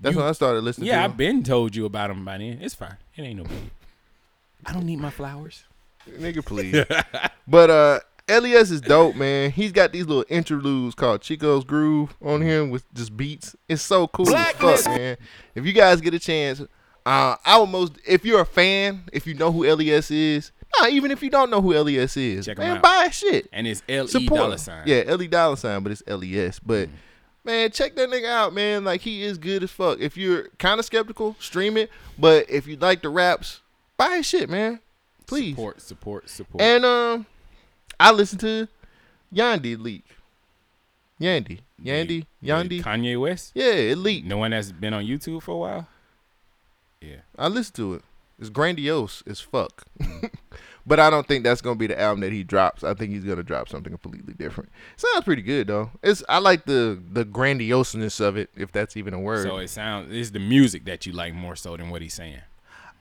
Speaker 2: That's
Speaker 1: You-
Speaker 2: when I started listening.
Speaker 1: yeah,
Speaker 2: to
Speaker 1: I've been told you about him by then. It's fine. It ain't no big. I don't need my flowers.
Speaker 2: him. nigga, please. but uh, Les is dope, man. He's got these little interludes called Chico's Groove on him with just beats. It's so cool as
Speaker 1: Blacklist.
Speaker 2: fuck, man. If you guys get a chance, uh, I would most if you're a fan, if you know who Les is, nah, even if you don't know who Les is,
Speaker 1: Check him
Speaker 2: man,
Speaker 1: out.
Speaker 2: buy his shit.
Speaker 1: And it's L E
Speaker 2: support.
Speaker 1: dollar
Speaker 2: him.
Speaker 1: sign. Mm.
Speaker 2: Yeah, Le dollar sign, but it's Les. But man, check that nigga out, man. Like he is good as fuck. If you're kind of skeptical, stream it. But if you like the raps, buy his shit, man. Please.
Speaker 1: Support. Support. Support.
Speaker 2: And um, I listen to Yandy leak. Yandy, Yandy,
Speaker 1: Is it
Speaker 2: Yandy.
Speaker 1: Kanye West.
Speaker 2: Yeah, it leaked.
Speaker 1: No one that's been on YouTube for a while. Yeah.
Speaker 2: I listened to it. It's grandiose as fuck. [laughs] but I don't think that's gonna be the album that he drops. I think he's gonna drop something completely different. Sounds pretty good though. It's I like the the grandioseness of it, if that's even a word.
Speaker 1: So it sounds. It's the music that you like more so than what he's saying.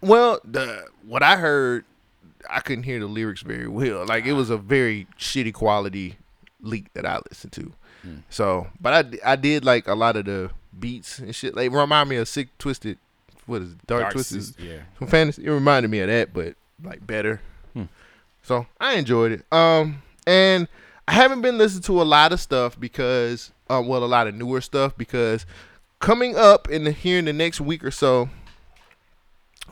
Speaker 2: well, the what I heard, I couldn't hear the lyrics very well. Like it was a very shitty quality leak that I listened to.
Speaker 1: Hmm.
Speaker 2: So, but I d- I did like a lot of the beats and shit. Like remind me of Sick Twisted. What is it? Dark,
Speaker 1: Dark
Speaker 2: Twisted?
Speaker 1: Sis- Yeah.
Speaker 2: from fantasy. It reminded me of that, but like better. So I enjoyed it. Um, and I haven't been listening to a lot of stuff because, uh, well, a lot of newer stuff because coming up in the, here in the next week or so,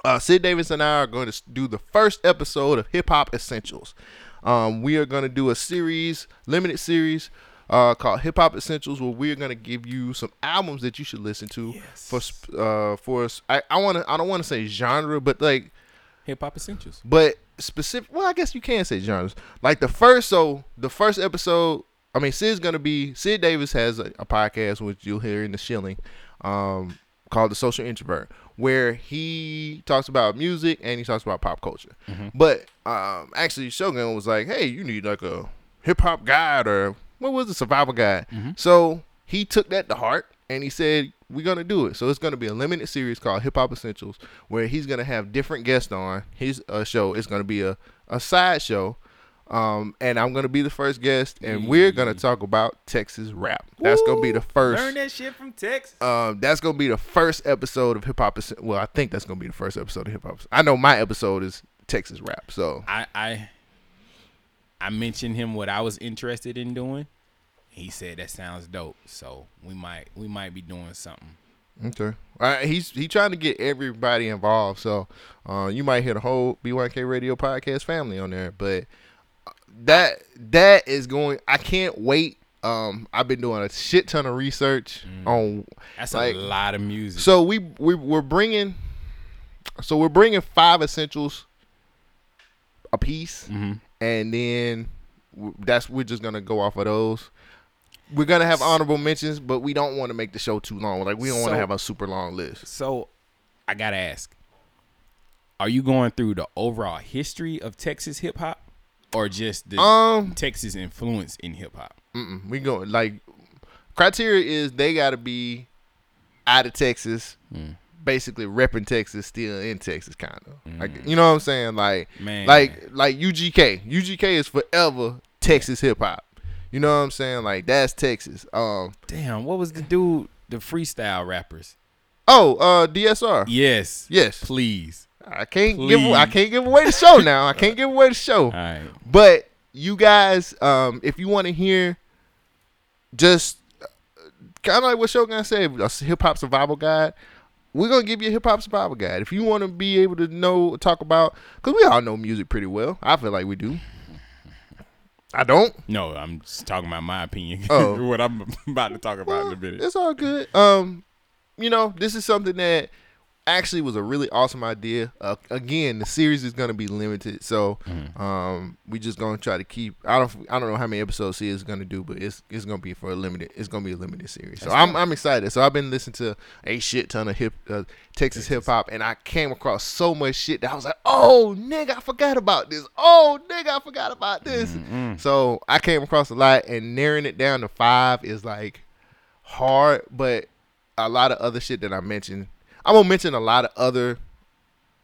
Speaker 2: uh, Sid Davis and I are going to s- do the first episode of Hip Hop Essentials. Um, we are going to do a series, limited series, uh, called Hip Hop Essentials, where we are going to give you some albums that you should listen to for sp- uh, for s- I, I want to I don't want to say genre, but like
Speaker 1: Hip hop essentials.
Speaker 2: but specific. Well, I guess you can say genres. Like the first, so the first episode. I mean, Sid's gonna be Sid Davis has a, a podcast which you'll hear in the shilling, um, called The Social Introvert, where he talks about music and he talks about pop culture. But um, actually, Shogun was like, "Hey, you need like a hip hop guide or what was it, survival guide?" So he took that to heart and he said, we're gonna do it. So it's gonna be a limited series called Hip Hop Essentials, where he's gonna have different guests on his uh, show. It's gonna be a a side show, um, and I'm gonna be the first guest, and we're gonna talk about Texas rap. That's gonna be the
Speaker 1: Mm. Learn
Speaker 2: first.
Speaker 1: that shit from Texas.
Speaker 2: Um, that's gonna be the first episode of Hip Hop. Essen- Well, I think that's gonna be the first episode of Hip Hop. I know my episode is Texas rap, so
Speaker 1: I I I mentioned him what I was interested in doing. He said that sounds dope. So we might we might be doing something.
Speaker 2: Okay. All right, he's he trying to get everybody involved, so uh, you might hear the whole BYK Radio podcast family on there. But uh, that that is going. I can't wait. Um, I've been doing a shit ton of research on.
Speaker 1: Mm. That's
Speaker 2: like,
Speaker 1: a lot of music.
Speaker 2: so we we we're bringing, so we're bringing five essentials a piece, and then w- that's we're just gonna go off of those. We're gonna have honorable mentions, but we don't want to make the show too long. Like we don't want to
Speaker 1: So-
Speaker 2: have a super long list.
Speaker 1: So I gotta ask. Are you going through the overall history of Texas hip hop? Or just the
Speaker 2: Um,
Speaker 1: Texas influence in hip hop?
Speaker 2: Mm-mm. We go like criteria is they gotta be out of Texas, basically repping Texas, still in Texas, kind of. Like you know what I'm saying? Like
Speaker 1: Man.
Speaker 2: like like UGK. UGK is forever Texas hip hop. You know what I'm saying? Like that's Texas. Um
Speaker 1: Damn, what was the dude, the freestyle rappers?
Speaker 2: oh uh DSR.
Speaker 1: Yes.
Speaker 2: Yes.
Speaker 1: Please.
Speaker 2: I can't give I can't give away the show now. I can't give away
Speaker 1: [laughs]
Speaker 2: the show.
Speaker 1: All right.
Speaker 2: But you guys, um, if you want to hear, just kind of like what Shogun said, a hip hop survival guide. We're gonna give you a hip hop survival guide. If you want to be able to know, talk about, because we all know music pretty well. I feel like we do. I don't.
Speaker 1: No, I'm just talking about my opinion.
Speaker 2: Oh.
Speaker 1: [laughs] what I'm about to talk about in a minute.
Speaker 2: It's all good. Um, you know, this is something that actually was a really awesome idea. Uh, again, the series is gonna be limited, so
Speaker 1: Mm-hmm.
Speaker 2: um, we just gonna try to keep. I don't, I don't know how many episodes she is gonna do, but it's it's gonna be for a limited. It's gonna be a limited series. so I'm I'm excited. So I've been listening to a shit ton of hip uh, Texas hip hop, and I came across so much shit that I was like, oh nigga, I forgot about this. Oh nigga, I forgot about this.
Speaker 1: Mm-hmm.
Speaker 2: So I came across a lot, and narrowing it down to five is like hard, but a lot of other shit that I mentioned. I'm gonna mention a lot of other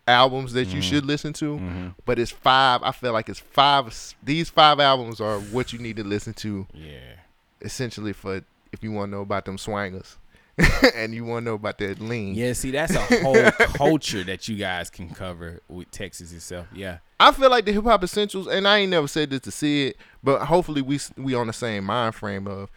Speaker 2: albums that you should listen to, but it's five. I feel like it's five. These five albums are what you need to listen to,
Speaker 1: Yeah.
Speaker 2: essentially, for if you want to know about them swangers [laughs] and you want to know about that lean.
Speaker 1: Yeah, see, that's a
Speaker 2: [laughs]
Speaker 1: whole culture that you guys can cover with Texas itself. Yeah.
Speaker 2: I feel like the hip hop essentials, and I ain't never said this to see it, but hopefully we s- we on the same mind frame of.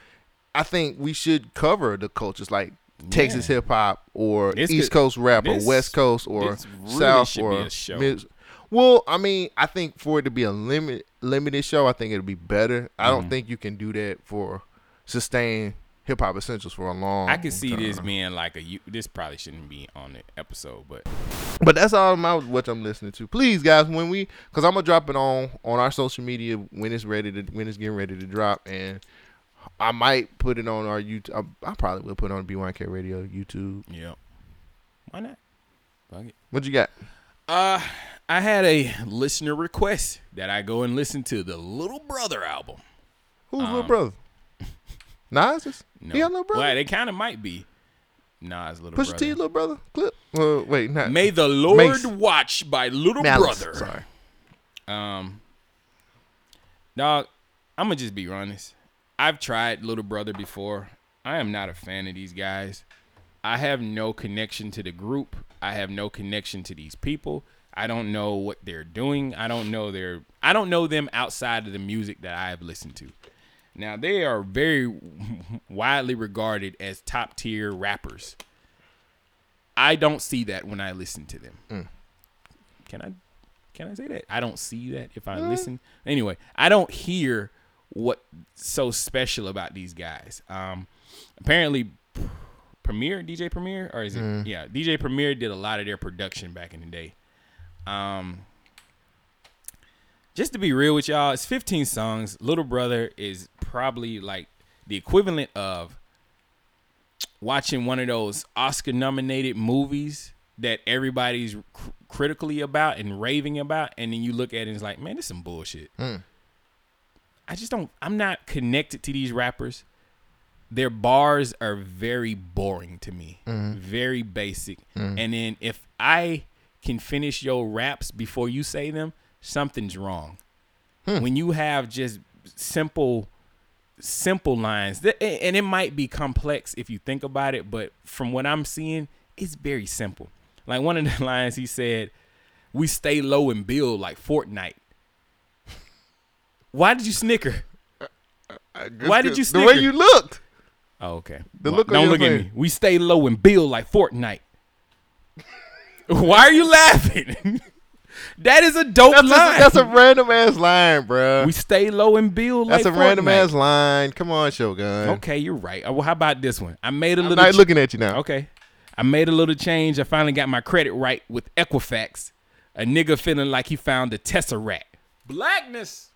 Speaker 2: I think we should cover the cultures like Texas hip hop or
Speaker 1: This
Speaker 2: East
Speaker 1: could-
Speaker 2: Coast rap
Speaker 1: this-
Speaker 2: or West Coast or
Speaker 1: this really
Speaker 2: South
Speaker 1: should be
Speaker 2: or
Speaker 1: a show.
Speaker 2: Mid- well, I mean, I think for it to be a limit limited show, I think it'll be better. I don't
Speaker 1: Mm-hmm.
Speaker 2: think you can do that for sustain hip hop essentials for a long.
Speaker 1: I can see this
Speaker 2: time.
Speaker 1: being like a. you- This probably shouldn't be on the episode, but
Speaker 2: But that's all my what I'm listening to. Please, guys, when we, cause I'm gonna drop it on on our social media when it's ready to when it's getting ready to drop, and I might put it on our YouTube. I, I probably will put it on BYK Radio YouTube.
Speaker 1: yeah. Why not? Fuck it.
Speaker 2: What you got?
Speaker 1: Uh, I had a listener request that I go and listen to the Little Brother album.
Speaker 2: Who's
Speaker 1: [laughs]
Speaker 2: little brother? Nas is
Speaker 1: Um, No.
Speaker 2: he got little brother?
Speaker 1: Well, they kind of might be. Nas Little
Speaker 2: Push
Speaker 1: Brother.
Speaker 2: T little brother clip. Well, wait, not
Speaker 1: May the Lord
Speaker 2: Mace.
Speaker 1: watch by Little
Speaker 2: Malice.
Speaker 1: Brother.
Speaker 2: Sorry,
Speaker 1: Um, dog, I'm gonna just be honest. I've tried Little Brother before. I am not a fan of these guys. I have no connection to the group. I have no connection to these people. I don't know what they're doing. I don't know their. I don't know them outside of the music that I have listened to. Now they are very [laughs] widely regarded as top tier rappers. I don't see that when I listen to them. can I can I say that? I don't see that if I listen. Anyway, I don't hear what's so special about these guys. Um, apparently, Premier DJ Premier or is it yeah DJ Premier did a lot of their production back in the day. Um, just to be real with y'all, it's 15 songs. Little Brother is probably like the equivalent of watching one of those Oscar nominated movies that everybody's cr- critically about and raving about, and then you look at it and it's like, man, this is some bullshit. I just don't, I'm not connected to these rappers. Their bars are very boring to me, very basic. And then if I can finish your raps before you say them, something's wrong. When you have just simple simple lines Th- a- and it might be complex if you think about it but from what i'm seeing it's very simple like one of the [laughs] lines he said we stay low and build like fortnite why did you snicker Why did you
Speaker 2: The way
Speaker 1: snicker?
Speaker 2: you looked.
Speaker 1: oh, okay
Speaker 2: The
Speaker 1: Why-
Speaker 2: look on
Speaker 1: don't
Speaker 2: your
Speaker 1: look at
Speaker 2: face.
Speaker 1: me we stay low and build like fortnite [laughs] why are you laughing [laughs] that is a dope
Speaker 2: That's a,
Speaker 1: line
Speaker 2: that's a random ass line, bruh.
Speaker 1: we stay low and build
Speaker 2: That's
Speaker 1: like
Speaker 2: a random
Speaker 1: Fortnite.
Speaker 2: ass line. Come on, Shogun.
Speaker 1: okay you're right Uh, well how about this one i made a
Speaker 2: I'm
Speaker 1: little
Speaker 2: not
Speaker 1: ch-
Speaker 2: looking at you now.
Speaker 1: Okay. I made a little change. I finally got my credit right with Equifax. A nigga feeling like he found a tesseract. Blackness.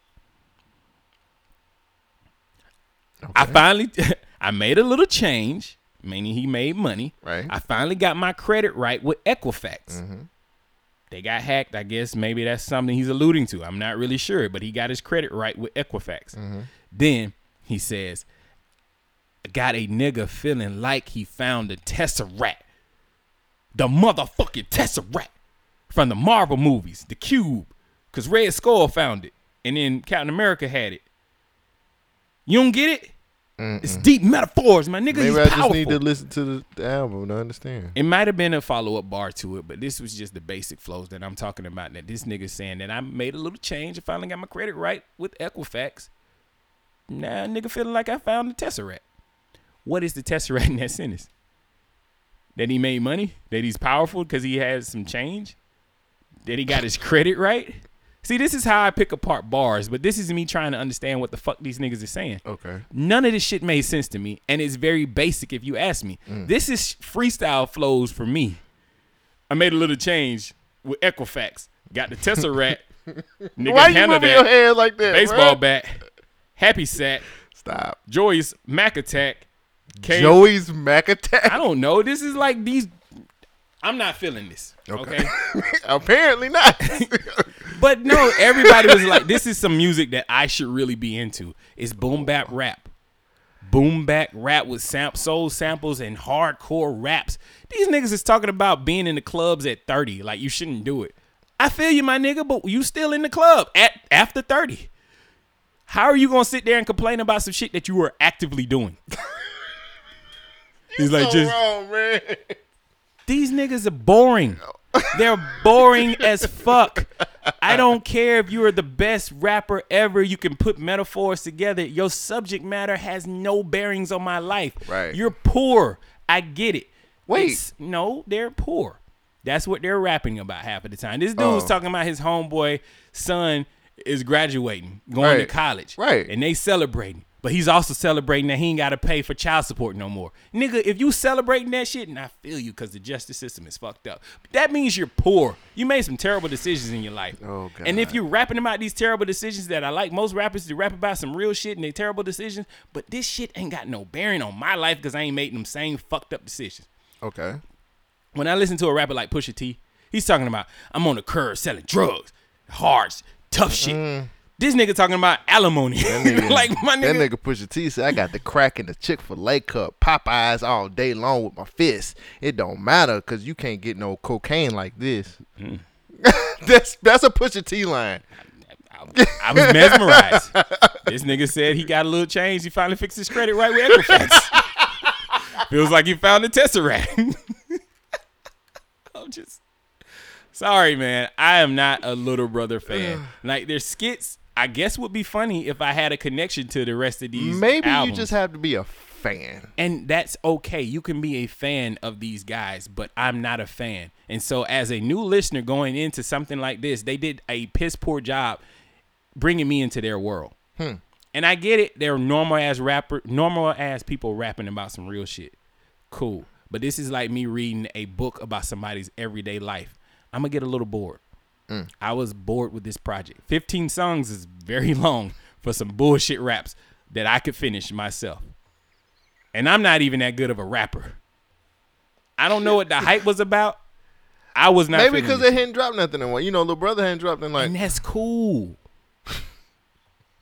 Speaker 1: I finally [laughs] I made a little change, meaning he made money.
Speaker 2: Right.
Speaker 1: I finally got my credit right with Equifax. They got hacked, I guess. Maybe that's something he's alluding to. I'm not really sure, but he got his credit right with Equifax. Then he says, got a nigga feeling like he found the Tesseract. The motherfucking Tesseract from the Marvel movies, the Cube, because Red Skull found it. And then Captain America had it. You don't get it? It's deep metaphors, my nigga.
Speaker 2: Maybe
Speaker 1: He's
Speaker 2: I just
Speaker 1: powerful.
Speaker 2: need to listen to the, the album to understand.
Speaker 1: It might have been a follow up bar to it, but this was just the basic flows that I'm talking about. That this nigga saying that I made a little change and finally got my credit right with Equifax. Now nigga feeling like I found the Tesseract. What is the Tesseract in that sentence? That he made money? That he's powerful because he has some change? That he got his credit right? See, this is how I pick apart bars, but this is me trying to understand what the fuck these niggas are saying.
Speaker 2: Okay.
Speaker 1: None of this shit made sense to me, and it's very basic if you ask me.
Speaker 2: Mm.
Speaker 1: This is freestyle flows for me. I made a little change with Equifax. Got the
Speaker 2: [laughs]
Speaker 1: Tesseract. nigga
Speaker 2: Why you
Speaker 1: handle
Speaker 2: moving your
Speaker 1: that.
Speaker 2: hand like that?
Speaker 1: Baseball
Speaker 2: bruh?
Speaker 1: bat. Happy sack.
Speaker 2: Stop.
Speaker 1: Joy's Mac attack. K-
Speaker 2: Joey's Mac Attack. [laughs]
Speaker 1: I don't know. This is like these. I'm not feeling this.
Speaker 2: Okay.
Speaker 1: okay? [laughs]
Speaker 2: Apparently not.
Speaker 1: But no, everybody was like, "This is some music that I should really be into." It's boom bap rap, boom bap rap with sam- soul samples and hardcore raps. These niggas is talking about being in the clubs at thirty. Like you shouldn't do it. I feel you, my nigga, but you still in the club at after thirty. How are you gonna sit there and complain about some shit that you were actively doing? [laughs] He's like,
Speaker 2: so
Speaker 1: just
Speaker 2: wrong, man.
Speaker 1: these niggas are boring. They're boring as fuck. I don't care if you are the best rapper ever. You can put metaphors together. Your subject matter has no bearings on my life.
Speaker 2: Right.
Speaker 1: You're poor. I get it.
Speaker 2: Wait.
Speaker 1: no, they're poor. That's what they're rapping about half of the time. This dude was
Speaker 2: Oh.
Speaker 1: talking about his homeboy son is graduating, going to
Speaker 2: Right.
Speaker 1: college.
Speaker 2: Right.
Speaker 1: And they celebrating. But he's also celebrating that he ain't got to pay for child support no more. Nigga, if you celebrating that shit, and I feel you because the justice system is fucked up. But that means you're poor. You made some terrible decisions in your life.
Speaker 2: Oh, God.
Speaker 1: And if you're rapping about these terrible decisions that I like most rappers to rap about some real shit and they terrible decisions, but this shit ain't got no bearing on my life because I ain't making them same fucked up decisions
Speaker 2: Okay.
Speaker 1: when I listen to a rapper like Pusha T, he's talking about I'm on the curb selling drugs, hards, tough shit. This nigga talking about alimony. [laughs] [laughs] like my
Speaker 2: Mm. That
Speaker 1: nigga,
Speaker 2: nigga push a T said, I got the crack in the Chick fil A cup, Popeyes all day long with my fist. It don't matter because you can't get no cocaine like this.
Speaker 1: Mm-hmm.
Speaker 2: [laughs] that's that's a push a T line.
Speaker 1: I, I was
Speaker 2: [laughs]
Speaker 1: mesmerized. this nigga said he got a little change. He finally fixed his credit right with Equifax. [laughs] Feels like he found the Tesseract. [laughs] I'm just sorry, man. I am not a Little Brother
Speaker 2: [sighs]
Speaker 1: fan. like their skits, I guess would be funny if I had a connection to the rest of these.
Speaker 2: Maybe you
Speaker 1: albums.
Speaker 2: just have to be a fan.
Speaker 1: And that's okay. You can be a fan of these guys, but I'm not a fan. And so, as a new listener going into something like this, they did a piss poor job bringing me into their world.
Speaker 2: Hmm.
Speaker 1: And I get it. They're normal ass rapper, normal ass people rapping about some real shit. Cool. But this is like me reading a book about somebody's everyday life. I'm gonna get a little bored.
Speaker 2: Mm.
Speaker 1: I was bored with this project. 15 songs is very long for some bullshit raps that I could finish myself. And I'm not even that good of a rapper. I don't know what
Speaker 2: [laughs]
Speaker 1: the hype was about. I was not.
Speaker 2: Maybe
Speaker 1: feeling
Speaker 2: because
Speaker 1: it.
Speaker 2: they hadn't dropped nothing in a while. You know, little brother hadn't dropped in like
Speaker 1: And that's cool.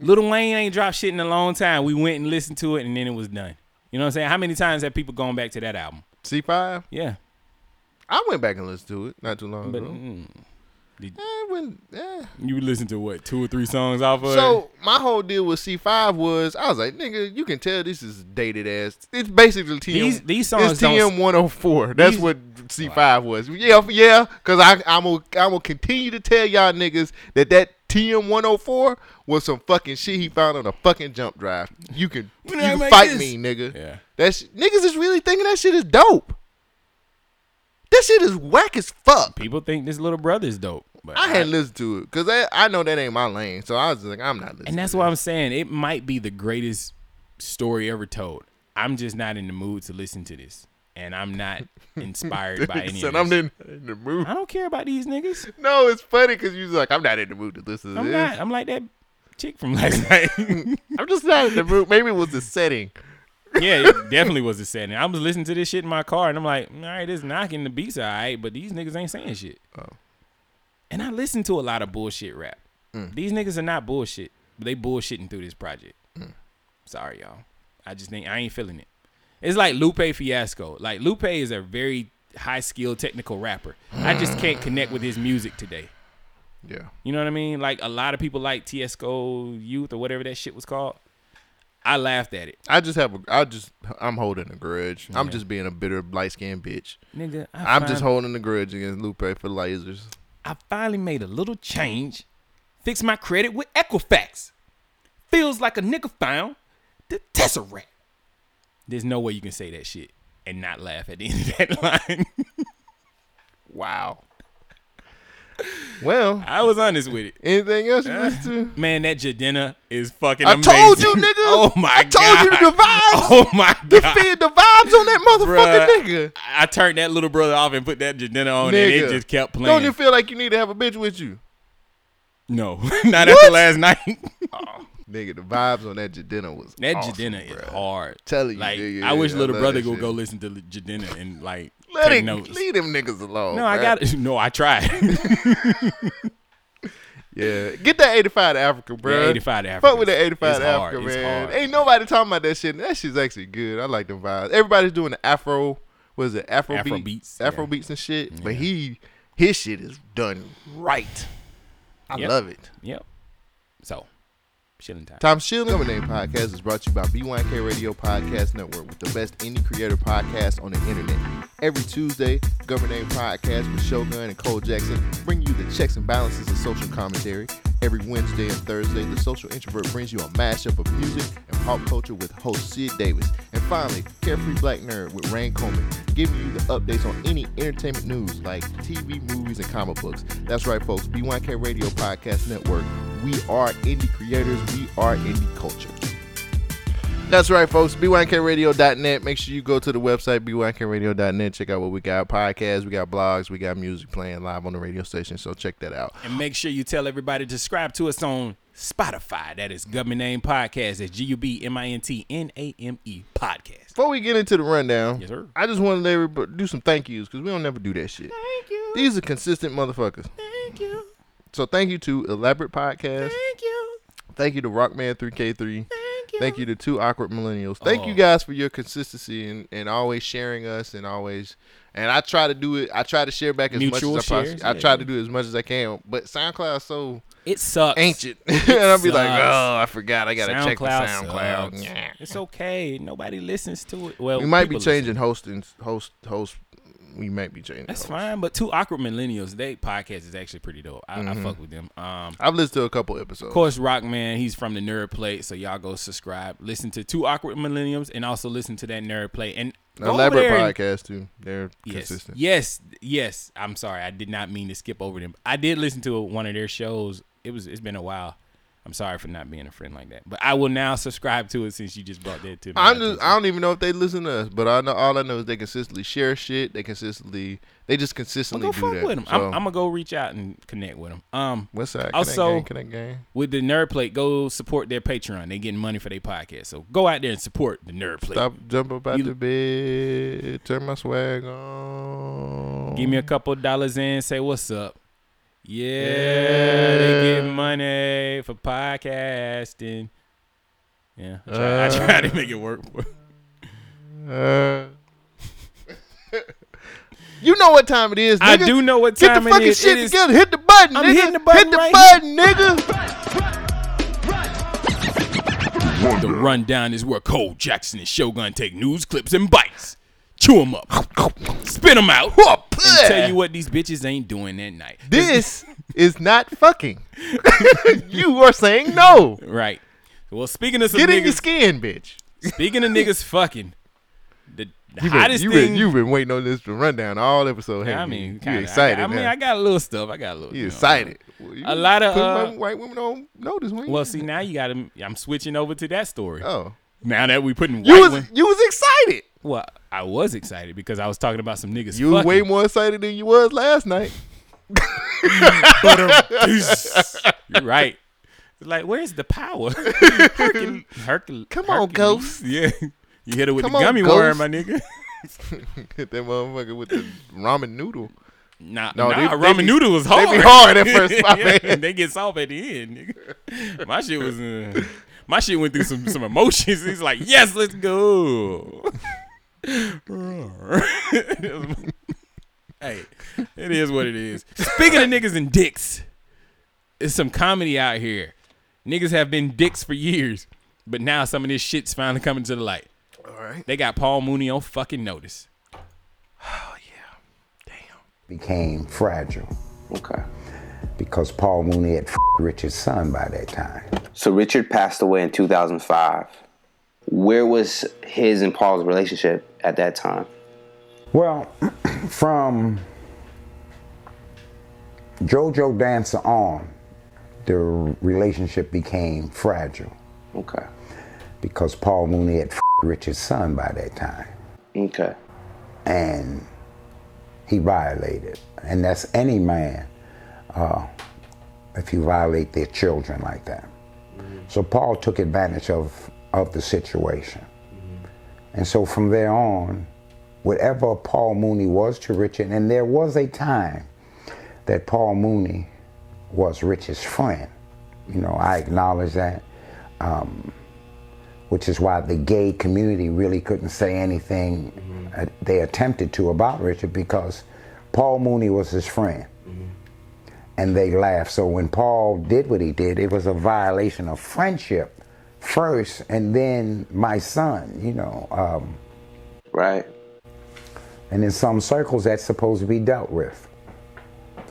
Speaker 1: Little Wayne ain't dropped shit in a long time. We went and listened to it, and then it was done. You know what I'm saying? How many times have people gone back to that album?
Speaker 2: C five.
Speaker 1: Yeah,
Speaker 2: I went back and listened to it not too long
Speaker 1: but
Speaker 2: ago.
Speaker 1: mm,
Speaker 2: Eh, when, eh.
Speaker 1: you listen to what two or three songs off of it?
Speaker 2: So my whole deal with C five was I was like, nigga, you can tell this is dated ass. It's basically TM.
Speaker 1: These- these songs
Speaker 2: It's
Speaker 1: don't-
Speaker 2: TM one hundred four. That's
Speaker 1: These-
Speaker 2: what C five was. Yeah, yeah. Cause I I'm gonna I'm gonna continue to tell y'all niggas that that TM one hundred four was some fucking shit he found on a fucking jump drive. You can
Speaker 1: [laughs]
Speaker 2: you
Speaker 1: When I
Speaker 2: can
Speaker 1: make
Speaker 2: fight
Speaker 1: this-
Speaker 2: me, nigga.
Speaker 1: Yeah.
Speaker 2: That's niggas is really thinking that shit is dope. That shit is whack as fuck.
Speaker 1: People think this little brother's dope, but
Speaker 2: I hadn't listened to it because I, I know that ain't my lane, so I was just like, I'm not listening.
Speaker 1: and that's
Speaker 2: to
Speaker 1: why I'm saying it might be the greatest story ever told. I'm just not in the mood to listen to this, and I'm [laughs] not inspired by
Speaker 2: He [laughs]
Speaker 1: any
Speaker 2: said,
Speaker 1: of
Speaker 2: I'm
Speaker 1: this.
Speaker 2: in, in the mood.
Speaker 1: I don't care about these niggas.
Speaker 2: No, it's funny because you was like, I'm not in the mood to listen to
Speaker 1: I'm
Speaker 2: this.
Speaker 1: not. [laughs] I'm like that chick from [laughs] last night.
Speaker 2: [laughs] I'm just not in the mood. Maybe it was the setting.
Speaker 1: yeah, it definitely was a setting. I was listening to this shit in my car, and I'm like, all right, it's knocking the beats, all right, but these niggas ain't saying shit. Oh. And I listen to a lot of bullshit rap.
Speaker 2: Mm.
Speaker 1: These niggas are not bullshit, but they bullshitting through this project.
Speaker 2: Mm.
Speaker 1: Sorry, y'all. I just think I ain't feeling it. It's like Lupe Fiasco. Like Lupe is a very high skilled technical rapper. I just can't connect with his music today.
Speaker 2: Yeah.
Speaker 1: You know what I mean? Like a lot of people like TSCO Youth or whatever that shit was called. I laughed at it.
Speaker 2: I just have a, I just, I'm holding a grudge. I'm just being a bitter, light skinned bitch.
Speaker 1: Nigga, I
Speaker 2: I'm just
Speaker 1: find-
Speaker 2: holding a grudge against Lupe for lasers.
Speaker 1: I finally made a little change, fixed my credit with Equifax. Feels like a nigga found the Tesseract. There's no way you can say that shit and not laugh at the end of that [laughs] line.
Speaker 2: Wow.
Speaker 1: [laughs]
Speaker 2: Well,
Speaker 1: I was honest with it.
Speaker 2: anything else you listen to?
Speaker 1: Man, that Jadena is fucking
Speaker 2: I
Speaker 1: amazing.
Speaker 2: told you, nigga.
Speaker 1: [laughs] Oh my
Speaker 2: I
Speaker 1: god.
Speaker 2: told you the vibes.
Speaker 1: [laughs] Oh my god.
Speaker 2: The, feel the vibes on that motherfucking
Speaker 1: Bruh,
Speaker 2: nigga.
Speaker 1: I I turned that little brother off and put that Jadena on and
Speaker 2: nigga.
Speaker 1: it just kept playing.
Speaker 2: Don't you feel like you need to have a bitch with you?
Speaker 1: no, [laughs] not after last night.
Speaker 2: Nigga, the vibes on that Jadena was
Speaker 1: That
Speaker 2: awesome,
Speaker 1: Jadena is
Speaker 2: Oh, bruh.
Speaker 1: hard.
Speaker 2: Telling you,
Speaker 1: like,
Speaker 2: nigga,
Speaker 1: I wish
Speaker 2: yeah, I
Speaker 1: little
Speaker 2: love
Speaker 1: brother
Speaker 2: that
Speaker 1: go
Speaker 2: shit.
Speaker 1: go listen to Jadena and like
Speaker 2: Let
Speaker 1: take
Speaker 2: it,
Speaker 1: notes.
Speaker 2: leave them niggas alone.
Speaker 1: No, I
Speaker 2: bruh.
Speaker 1: got it. [laughs] No, I tried. [laughs]
Speaker 2: Yeah, get that eighty-five to Africa, bro.
Speaker 1: 85 to
Speaker 2: Fuck
Speaker 1: Africa
Speaker 2: with that
Speaker 1: is-
Speaker 2: eighty-five
Speaker 1: is
Speaker 2: to
Speaker 1: hard,
Speaker 2: Africa,
Speaker 1: it's
Speaker 2: man.
Speaker 1: hard.
Speaker 2: Ain't nobody talking about that shit. That shit's actually good. I like the vibes. Everybody's doing the Afro. Was it Afro,
Speaker 1: Afro
Speaker 2: beat-
Speaker 1: beats,
Speaker 2: Afro
Speaker 1: yeah.
Speaker 2: beats and shit. But he, his shit is done right. I
Speaker 1: Yep.
Speaker 2: love it.
Speaker 1: yep. So, chilling time.
Speaker 2: Tom Shield Number Name Podcast is brought to you by BYK Radio Podcast Network with the best indie creator podcast on the internet. Every Tuesday, Governor Name Podcast with Shogun and Cole Jackson bring you the checks and balances of social commentary. Every Wednesday and Thursday, The Social Introvert brings you a mashup of music and pop culture with host Sid Davis. And finally, Carefree Black Nerd with Rain Coleman, giving you the updates on any entertainment news like TV, movies, and comic books. That's right, folks. BYK Radio Podcast Network. We are indie creators. We are indie culture. That's right, folks. BYKRadio.net. Make sure you go to the website, BYKRadio.net. Check out what we got podcasts, we got blogs, we got music playing live on the radio station. So check that out.
Speaker 1: And make sure you tell everybody to subscribe to us on Spotify. That is Government Name Podcast. That's G U B M I N T N A M E Podcast.
Speaker 2: Before we get into the rundown,
Speaker 1: Yes, sir.
Speaker 2: I just want to let everybody do some thank yous because we don't never do that shit.
Speaker 1: Thank you.
Speaker 2: These are consistent motherfuckers.
Speaker 1: Thank you.
Speaker 2: So thank you to Elaborate Podcast.
Speaker 1: Thank you.
Speaker 2: Thank you to Rockman3K3.
Speaker 1: Thank you.
Speaker 2: Thank you to two awkward millennials. Thank you
Speaker 1: Oh.
Speaker 2: guys for your consistency and, and always sharing us and always and I try to do it. I try to share back as
Speaker 1: Mutual
Speaker 2: much as I
Speaker 1: shares,
Speaker 2: possibly. I
Speaker 1: yeah.
Speaker 2: try to do as much as I can, but SoundCloud's so
Speaker 1: It sucks.
Speaker 2: ancient, [laughs] and I'll be like,
Speaker 1: sucks.
Speaker 2: oh, I forgot. I gotta check the SoundCloud.
Speaker 1: sucks.
Speaker 2: Yeah.
Speaker 1: It's okay. Nobody listens to it. Well,
Speaker 2: We might be
Speaker 1: people listen.
Speaker 2: changing hostings, host, host we might be jaded.
Speaker 1: That's fine, but two awkward millennials. They podcast is actually pretty dope. I,
Speaker 2: Mm-hmm.
Speaker 1: I fuck with them. Um,
Speaker 2: I've listened to a couple episodes.
Speaker 1: of course, Rockman. He's from the Nerd Plate, so y'all go subscribe. Listen to two awkward millenniums, and also listen to that Nerd Plate. And go over
Speaker 2: Elaborate
Speaker 1: there and-
Speaker 2: podcast too. They're
Speaker 1: Yes,
Speaker 2: consistent.
Speaker 1: yes, yes. I'm sorry, I did not mean to skip over them. I did listen to one of their shows. It was it's been a while. I'm sorry for not being a friend like that, but I will now subscribe to it since you just brought that to me.
Speaker 2: I just, I don't even know if they listen to us, but I know all I know is they consistently share shit. They consistently they just consistently
Speaker 1: go
Speaker 2: do
Speaker 1: fuck
Speaker 2: that.
Speaker 1: with them. I'm, I'm gonna go reach out and connect with them. Um,
Speaker 2: What's that?
Speaker 1: Also-
Speaker 2: connect, gang, connect gang.
Speaker 1: with the Nerd Plate, go support their Patreon. They getting money for their podcast, so go out there and support the Nerd Plate.
Speaker 2: Stop jump up out
Speaker 1: You-
Speaker 2: the bed. Turn my swag on.
Speaker 1: Give me a couple dollars in. Say what's up. Yeah, they get money for podcasting. Yeah, I try, I try to make it work.
Speaker 2: Uh, [laughs] you know what time it is, nigga.
Speaker 1: I do know what
Speaker 2: Get the
Speaker 1: time it
Speaker 2: fucking
Speaker 1: is. It
Speaker 2: shit
Speaker 1: is-
Speaker 2: together. Hit the button,
Speaker 1: I'm
Speaker 2: nigga.
Speaker 1: hitting the button
Speaker 2: Hit the
Speaker 1: right
Speaker 2: button, nigga.
Speaker 1: the rundown is where Cole Jackson and Shogun take news clips and bites, chew them up, spit them out, and tell you what these bitches ain't doing that night.
Speaker 2: Oh, This is not
Speaker 1: [laughs]
Speaker 2: fucking. you are saying no.
Speaker 1: Right. Well, speaking of some
Speaker 2: Get in your
Speaker 1: niggas,
Speaker 2: skin, bitch.
Speaker 1: speaking of niggas fucking, the, the
Speaker 2: You been,
Speaker 1: hottest
Speaker 2: you
Speaker 1: thing.
Speaker 2: been, you've been waiting on this to run down all episode.
Speaker 1: I
Speaker 2: haven't you?
Speaker 1: mean,
Speaker 2: you
Speaker 1: kinda,
Speaker 2: excited?
Speaker 1: I, I mean,
Speaker 2: now.
Speaker 1: I got a little stuff. I got a little.
Speaker 2: you
Speaker 1: know.
Speaker 2: excited? Well, you
Speaker 1: A lot of,
Speaker 2: put
Speaker 1: uh,
Speaker 2: my white women on notice. When
Speaker 1: Well, see, now you got to. I'm switching over to that story.
Speaker 2: oh,
Speaker 1: Now that we putting
Speaker 2: you
Speaker 1: white
Speaker 2: was
Speaker 1: women-
Speaker 2: you was excited.
Speaker 1: Well, I was excited because I was talking about some niggas.
Speaker 2: You was
Speaker 1: fucking.
Speaker 2: way more excited than you was last night.
Speaker 1: [laughs]
Speaker 2: [laughs]
Speaker 1: You're right. It's like, where's the
Speaker 2: [laughs]
Speaker 1: power? Hercul- Hercul-
Speaker 2: Come on,
Speaker 1: Hercules.
Speaker 2: ghost.
Speaker 1: Yeah. You hit it with
Speaker 2: Come
Speaker 1: the
Speaker 2: on,
Speaker 1: gummy
Speaker 2: ghost.
Speaker 1: worm, my nigga.
Speaker 2: Hit that motherfucker with the ramen noodle.
Speaker 1: Nah,
Speaker 2: No,
Speaker 1: nah
Speaker 2: they- they
Speaker 1: ramen
Speaker 2: be-
Speaker 1: noodle was hard.
Speaker 2: They be [laughs] hard at first, my
Speaker 1: [laughs] yeah,
Speaker 2: man.
Speaker 1: they get soft at the end, nigga. My shit was, uh, my shit went through some some emotions. He's like, yes, let's go. [laughs] hey, it is what it is. Speaking of niggas and dicks, it's some comedy out here. Niggas have been dicks for years, but now some of this shit's finally coming to the light.
Speaker 2: All right.
Speaker 1: They got Paul Mooney on fucking notice.
Speaker 5: became fragile.
Speaker 6: Okay.
Speaker 5: Because Paul Mooney had f- Richard's son by that time.
Speaker 6: So Richard passed away in 2005. Where was his and Paul's relationship at that time?
Speaker 5: Well, [clears throat] from JoJo Dancer on, the relationship became fragile
Speaker 6: Okay.
Speaker 5: because Paul Mooney had f- Richard's son by that time.
Speaker 6: Okay.
Speaker 5: And he violated. And that's any man uh, if you violate their children like that. So Paul took advantage of, of the situation. And so from there on, whatever Paul Mooney was to Richard, and there was a time that Paul Mooney was Richard's friend. You know, I acknowledge that, um, which is why the gay community really couldn't say anything uh, they attempted to about Richard because Paul Mooney was his friend and they laughed. So when Paul did what he did, it was a violation of friendship first, and then my son, you know. Um,
Speaker 6: Right.
Speaker 5: and in some circles, that's supposed to be dealt with.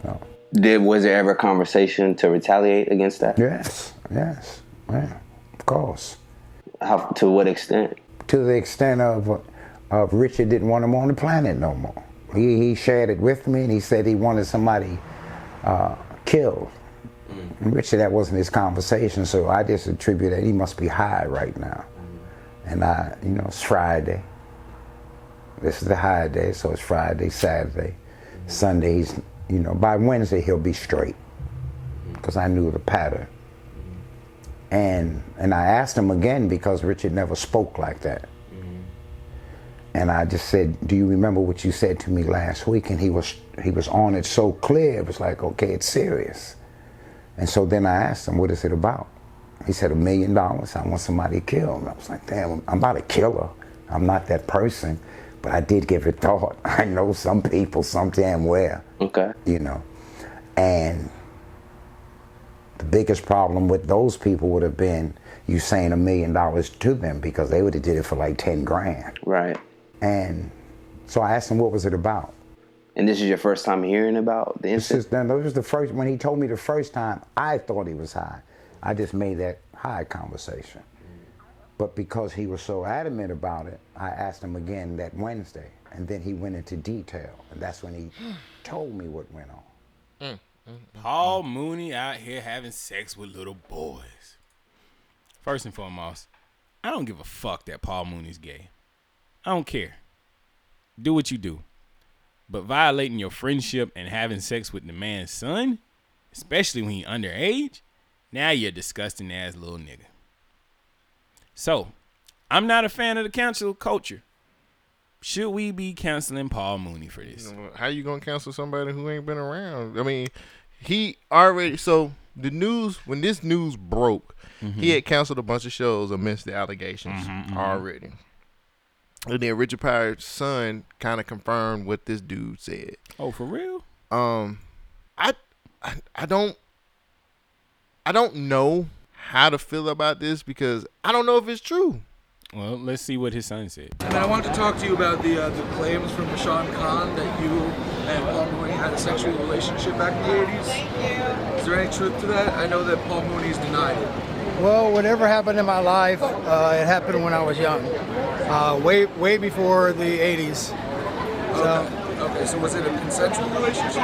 Speaker 5: So,
Speaker 6: Did was there ever a conversation to retaliate against that?
Speaker 5: yes, yes, yeah, of course.
Speaker 6: How to what extent?
Speaker 5: To the extent of, of Richard didn't want him on the planet no more. He, he shared it with me, and he said he wanted somebody uh, killed. And Richard, that wasn't his conversation, so I just attribute that he must be high right now. And I, you know, it's Friday. This is the high day, so it's Friday, Saturday, Sunday. He's, you know, by Wednesday he'll be straight, because I knew the pattern. And and I asked him again because Richard never spoke like that. And I just said, "Do you remember what you said to me last week?" And he was he was on it so clear. It was like, "Okay, it's serious." And so then I asked him, "What is it about?" He said, "A million dollars. I want somebody killed." And I was like, "Damn, I'm not a killer. I'm not that person, but I did give it thought. [laughs] I know some people, some damn well."
Speaker 6: Okay.
Speaker 5: you know. And the biggest problem with those people would have been you saying a million dollars to them because they would have did it for like ten grand.
Speaker 6: Right.
Speaker 5: And so I asked him what was it about,
Speaker 6: And this is your first time hearing about the
Speaker 5: This
Speaker 6: incident?
Speaker 5: is, no, this was the first, when he told me the first time, I thought he was high. I just made that high conversation. But because he was so adamant about it, I asked him again that Wednesday. And then he went into detail. And that's when he told me what went on.
Speaker 1: Paul Mooney out here having sex with little boys. First and foremost, I don't give a fuck that Paul Mooney's gay. I don't care. Do what you do. But violating your friendship and having sex with the man's son, especially when he underage, now you're a disgusting ass little nigga. So, I'm not a fan of the council culture. Should we be canceling Paul Mooney for this?
Speaker 2: How you gonna cancel somebody who ain't been around? I mean, he already. So the news when this news broke, he had canceled a bunch of shows amidst the allegations already. And then Richard Pryor's son kind of confirmed what this dude said.
Speaker 1: Oh, for real?
Speaker 2: Um, I, I, I don't, I don't know how to feel about this because I don't know if it's true.
Speaker 1: Well, let's see what his son said.
Speaker 7: And I wanted to talk to you about the uh, the claims from Rashawn Khan that you and Paul Mooney had a sexual relationship back in the 80s. Is there any truth to that? I know that Paul Mooney's denied it.
Speaker 8: Well, whatever happened in my life, uh, it happened when I was young, uh, way way before the '80s.
Speaker 7: Okay. Okay, so was it a consensual relationship?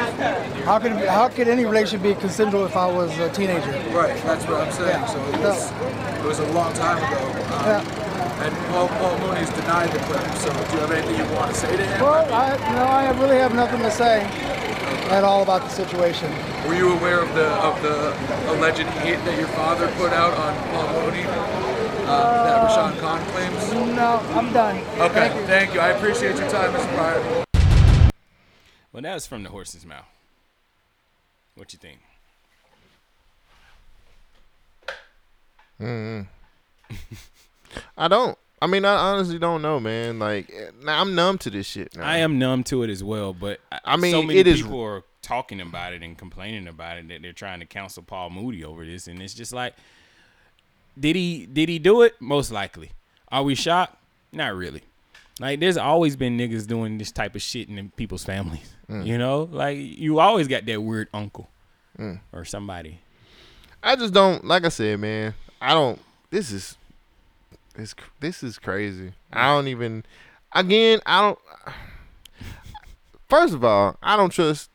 Speaker 8: How could it be, how could any relation be consensual if I was a teenager?
Speaker 7: Right, that's what I'm saying.
Speaker 8: Yeah.
Speaker 7: So it was, it was a long time ago. Um, And Paul, Paul Mooney's denied the claim, so do you have anything you want to say to him?
Speaker 8: Well, I, no, I really have nothing to say at all about the situation.
Speaker 7: Were you aware of the of the alleged hit that your father put out on Paul Mooney uh, that Rashawn Khan claims?
Speaker 8: No, I'm done.
Speaker 7: Okay, thank you. I appreciate your time, Mr. Pryor.
Speaker 1: Well, that was from the horse's mouth. What you think?
Speaker 2: I don't. I mean, I honestly don't know, man. Like, eh, nah, I'm numb to this shit. Now.
Speaker 1: I am numb to it as well, but I,
Speaker 2: Uh, I mean,
Speaker 1: so many
Speaker 2: it is-
Speaker 1: people are talking about it and complaining about it that they're trying to counsel Paul Moody over this, and it's just like, did he did he do it? Most likely. Are we shocked? Not really. Like, there's always been niggas doing this type of shit in the people's families.
Speaker 2: Mm.
Speaker 1: You know, like you always got that weird uncle
Speaker 2: Mm.
Speaker 1: or somebody.
Speaker 2: I just don't. Like I said, man. I don't. This is. This this is crazy. I don't even. Again, I don't. First of all, I don't trust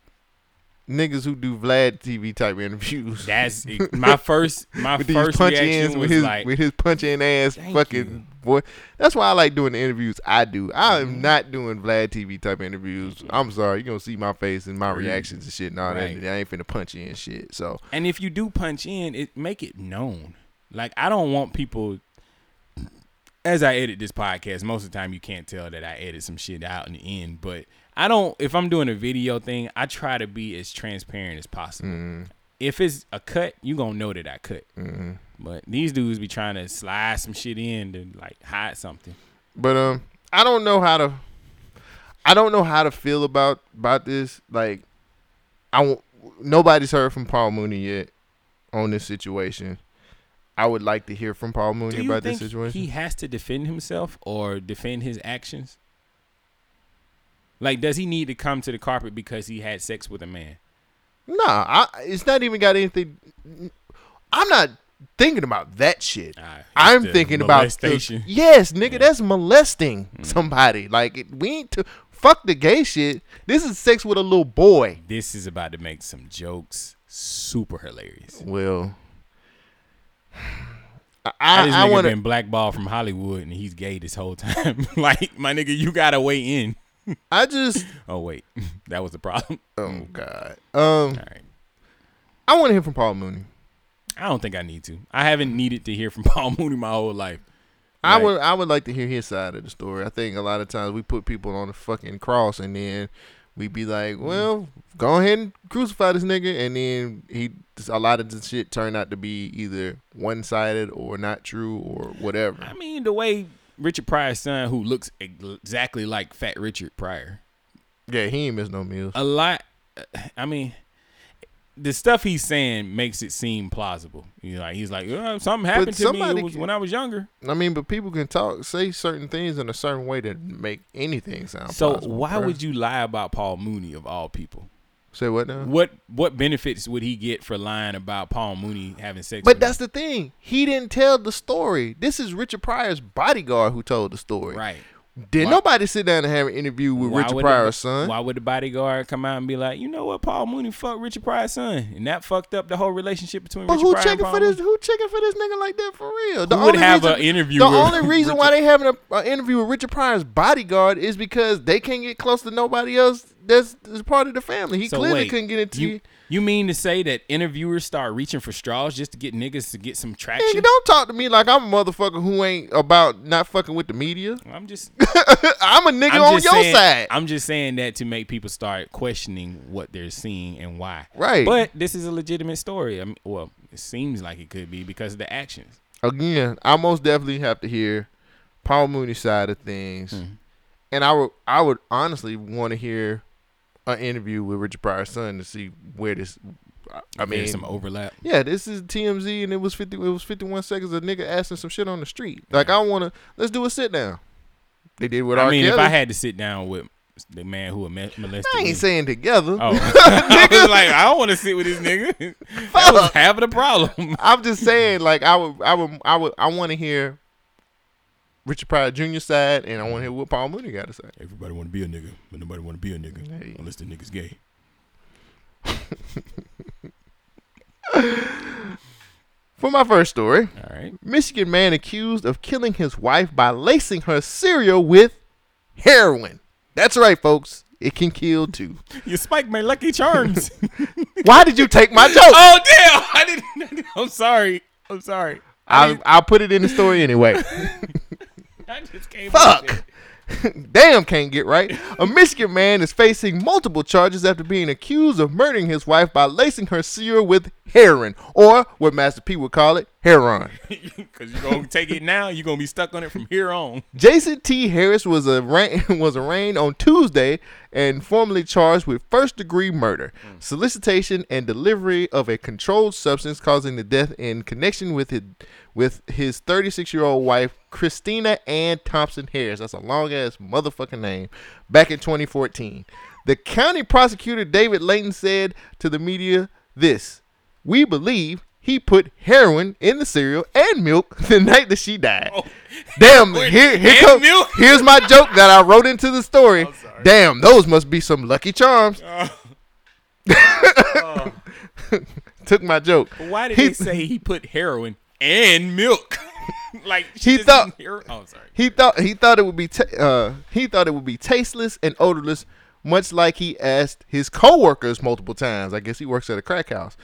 Speaker 2: niggas who do Vlad TV type interviews.
Speaker 1: That's my first my
Speaker 2: [laughs] with
Speaker 1: first reaction was
Speaker 2: with his
Speaker 1: like,
Speaker 2: with his punching ass fucking boy. That's why I like doing the interviews I do. I
Speaker 1: Mm-hmm.
Speaker 2: am not doing Vlad TV type interviews. I'm sorry, you're gonna see my face and my reactions and shit and all
Speaker 1: Right.
Speaker 2: that. I ain't finna punch you and shit. So
Speaker 1: And if you do punch in, it make it known. Like I don't want people as I edit this podcast, most of the time you can't tell that I edit some shit out in the end, but I don't if I'm doing a video thing, I try to be as transparent as possible. If it's a cut, you gonna know that I cut. But these dudes be trying to slide some shit in to like hide something.
Speaker 2: But um, I don't know how to. I don't know how to feel about about this. Like, I won't, nobody's heard from Paul Mooney yet on this situation. I would like to hear from Paul Mooney
Speaker 1: Do you
Speaker 2: about
Speaker 1: think
Speaker 2: this situation.
Speaker 1: he has to defend himself or defend his actions? Like, does he need to come to the carpet because he had sex with a man?
Speaker 2: nah, I, it's not even got anything. I'm not thinking about that shit.
Speaker 1: Ah, it's
Speaker 2: I'm
Speaker 1: the
Speaker 2: thinking about the,
Speaker 1: molestation. Mm.
Speaker 2: yes, nigga, that's molesting somebody. Like, it, we ain't to fuck the gay shit. This is sex with a little boy.
Speaker 1: this is about to make some jokes super hilarious.
Speaker 2: Well, [sighs] I,
Speaker 1: I, this
Speaker 2: I, I
Speaker 1: nigga
Speaker 2: want
Speaker 1: been
Speaker 2: to.
Speaker 1: blackballed from Hollywood and he's gay this whole time. [laughs] like my nigga, you gotta weigh in.
Speaker 2: I just.
Speaker 1: Oh wait, [laughs] that was the problem. [laughs]
Speaker 2: Oh God. Um,
Speaker 1: All right,
Speaker 2: I want to hear from Paul Mooney.
Speaker 1: I don't think I need to. I haven't needed to hear from [laughs] Paul Mooney my whole life.
Speaker 2: I
Speaker 1: Right.
Speaker 2: would. I would like to hear his side of the story. I think a lot of times we put people on the fucking cross, and then we be
Speaker 1: Mm.
Speaker 2: like, "Well, go ahead and crucify this nigga," and then he. just- A lot of this shit turned out to be either one sided or not true or whatever.
Speaker 1: I mean, the way Richard Pryor's son, who looks exactly like Fat Richard Pryor, Uh,
Speaker 2: Yeah, he ain't missed no meals.
Speaker 1: a lot. I mean, the stuff he's saying makes it seem plausible. You know, like he's like, "Uh, something happened to me
Speaker 2: somebody
Speaker 1: it was
Speaker 2: can-
Speaker 1: when I was younger.
Speaker 2: I mean, but people can talk, say certain things in a certain way that make anything sound.
Speaker 1: So
Speaker 2: plausible,
Speaker 1: why
Speaker 2: bruh.
Speaker 1: would you lie about Paul Mooney of all people?
Speaker 2: say what now?
Speaker 1: What what benefits would he get for lying about Paul Mooney having sex?
Speaker 2: But
Speaker 1: with
Speaker 2: that's the thing. He didn't tell the story. This is Richard Pryor's bodyguard who told the story.
Speaker 1: him? right?
Speaker 2: Did
Speaker 1: Why-
Speaker 2: nobody sit down and have an interview with
Speaker 1: Why
Speaker 2: Richard
Speaker 1: would the-
Speaker 2: Pryor's son?
Speaker 1: Why would the bodyguard come out and be like, you know what, Paul Mooney fucked Richard Pryor's son, and that fucked up the whole relationship between
Speaker 2: But
Speaker 1: Richard
Speaker 2: who
Speaker 1: Pryor and
Speaker 2: checking
Speaker 1: Paul
Speaker 2: for this?
Speaker 1: Mooney?
Speaker 2: Who checking for this nigga like that for real?
Speaker 1: Who would have a interview
Speaker 2: The
Speaker 1: with
Speaker 2: only reason
Speaker 1: Richard-
Speaker 2: why they having an interview with Richard Pryor's bodyguard is because they can't get close to nobody else that's, that's part of the family. He
Speaker 1: So
Speaker 2: clearly
Speaker 1: wait,
Speaker 2: couldn't get into
Speaker 1: you. You mean to say that interviewers start reaching for straws just to get niggas to get some traction?
Speaker 2: Nigga, don't talk to me like I'm a motherfucker who ain't about not fucking with the media.
Speaker 1: I'm just,
Speaker 2: I'm a nigga
Speaker 1: I'm
Speaker 2: on your
Speaker 1: just saying,
Speaker 2: side.
Speaker 1: I'm just saying that to make people start questioning what they're seeing and why.
Speaker 2: Right.
Speaker 1: But this is a legitimate story. I mean, well, it seems like it could be because of the actions.
Speaker 2: Again, I most definitely have to hear Paul Mooney's side of things,
Speaker 1: Hmm.
Speaker 2: and I would I would honestly want to hear an interview with Richard Pryor's son to see where this. I- I mean,
Speaker 1: There's some overlap.
Speaker 2: Yeah, this is TMZ, and it was fifty. It was fifty-one seconds of nigga asking some shit on the street. Like I want to. Let's do a sit down. They did what
Speaker 1: I
Speaker 2: R.
Speaker 1: mean, if
Speaker 2: Kelly.
Speaker 1: I had to sit down with the man who ame- molested
Speaker 2: I
Speaker 1: me,
Speaker 2: ain't saying together.
Speaker 1: Oh, [laughs] I was like, I don't want to sit with this nigga. [laughs] I was having a problem.
Speaker 2: I'm just saying, like I would, I would, I would, I want to hear Richard Pryor Jr. side, and I want to hear what Paul Mooney got to say.
Speaker 1: Everybody want to be a nigga, but nobody want to be a nigga unless the nigga's gay.
Speaker 2: For my first story,
Speaker 1: All right,
Speaker 2: Michigan man accused of killing his wife by lacing her cereal with heroin. That's right, folks. It can kill too.
Speaker 1: you spiked my lucky charms.
Speaker 2: Why did you take my joke?
Speaker 1: [laughs] oh damn! I didn't. [laughs] I'm sorry. I'm sorry.
Speaker 2: I'll, I'll put it in the story anyway.
Speaker 1: I just came. up with
Speaker 2: Fuck. [laughs] Damn, can't get right. A Michigan man is facing multiple charges after being accused of murdering his wife by lacing her cereal with heroin, or what Master P would call it, heroin.
Speaker 1: it. Cause you're gonna take it now. You're gonna be stuck on it from here on.
Speaker 2: Jason T. Harris was arraigned, [laughs] was arraigned on Tuesday and formally charged with first degree murder, solicitation, and delivery of a controlled substance causing the death in connection with his, with his 36 year old wife, Christina Ann Thompson Harris. That's a long ass motherfucking name. Back in 2014. The county prosecutor, David Layton, said to the media this We believe. He put heroin in the cereal and milk the [laughs] night that she died. Damn,
Speaker 1: Wait,
Speaker 2: here, here
Speaker 1: and
Speaker 2: come,
Speaker 1: milk?
Speaker 2: here's my joke that I wrote into the story. Damn, those must be some lucky charms. [laughs] Took my joke.
Speaker 1: Why did [laughs]
Speaker 2: He-
Speaker 1: they say he put heroin and milk? [laughs] like
Speaker 2: He
Speaker 1: just
Speaker 2: thought-
Speaker 1: hero- oh, I'm sorry.
Speaker 2: He thought he thought it would be ta- uh, he thought it would be tasteless and odorless, much like he asked his coworkers multiple times. I guess he works at a crack house.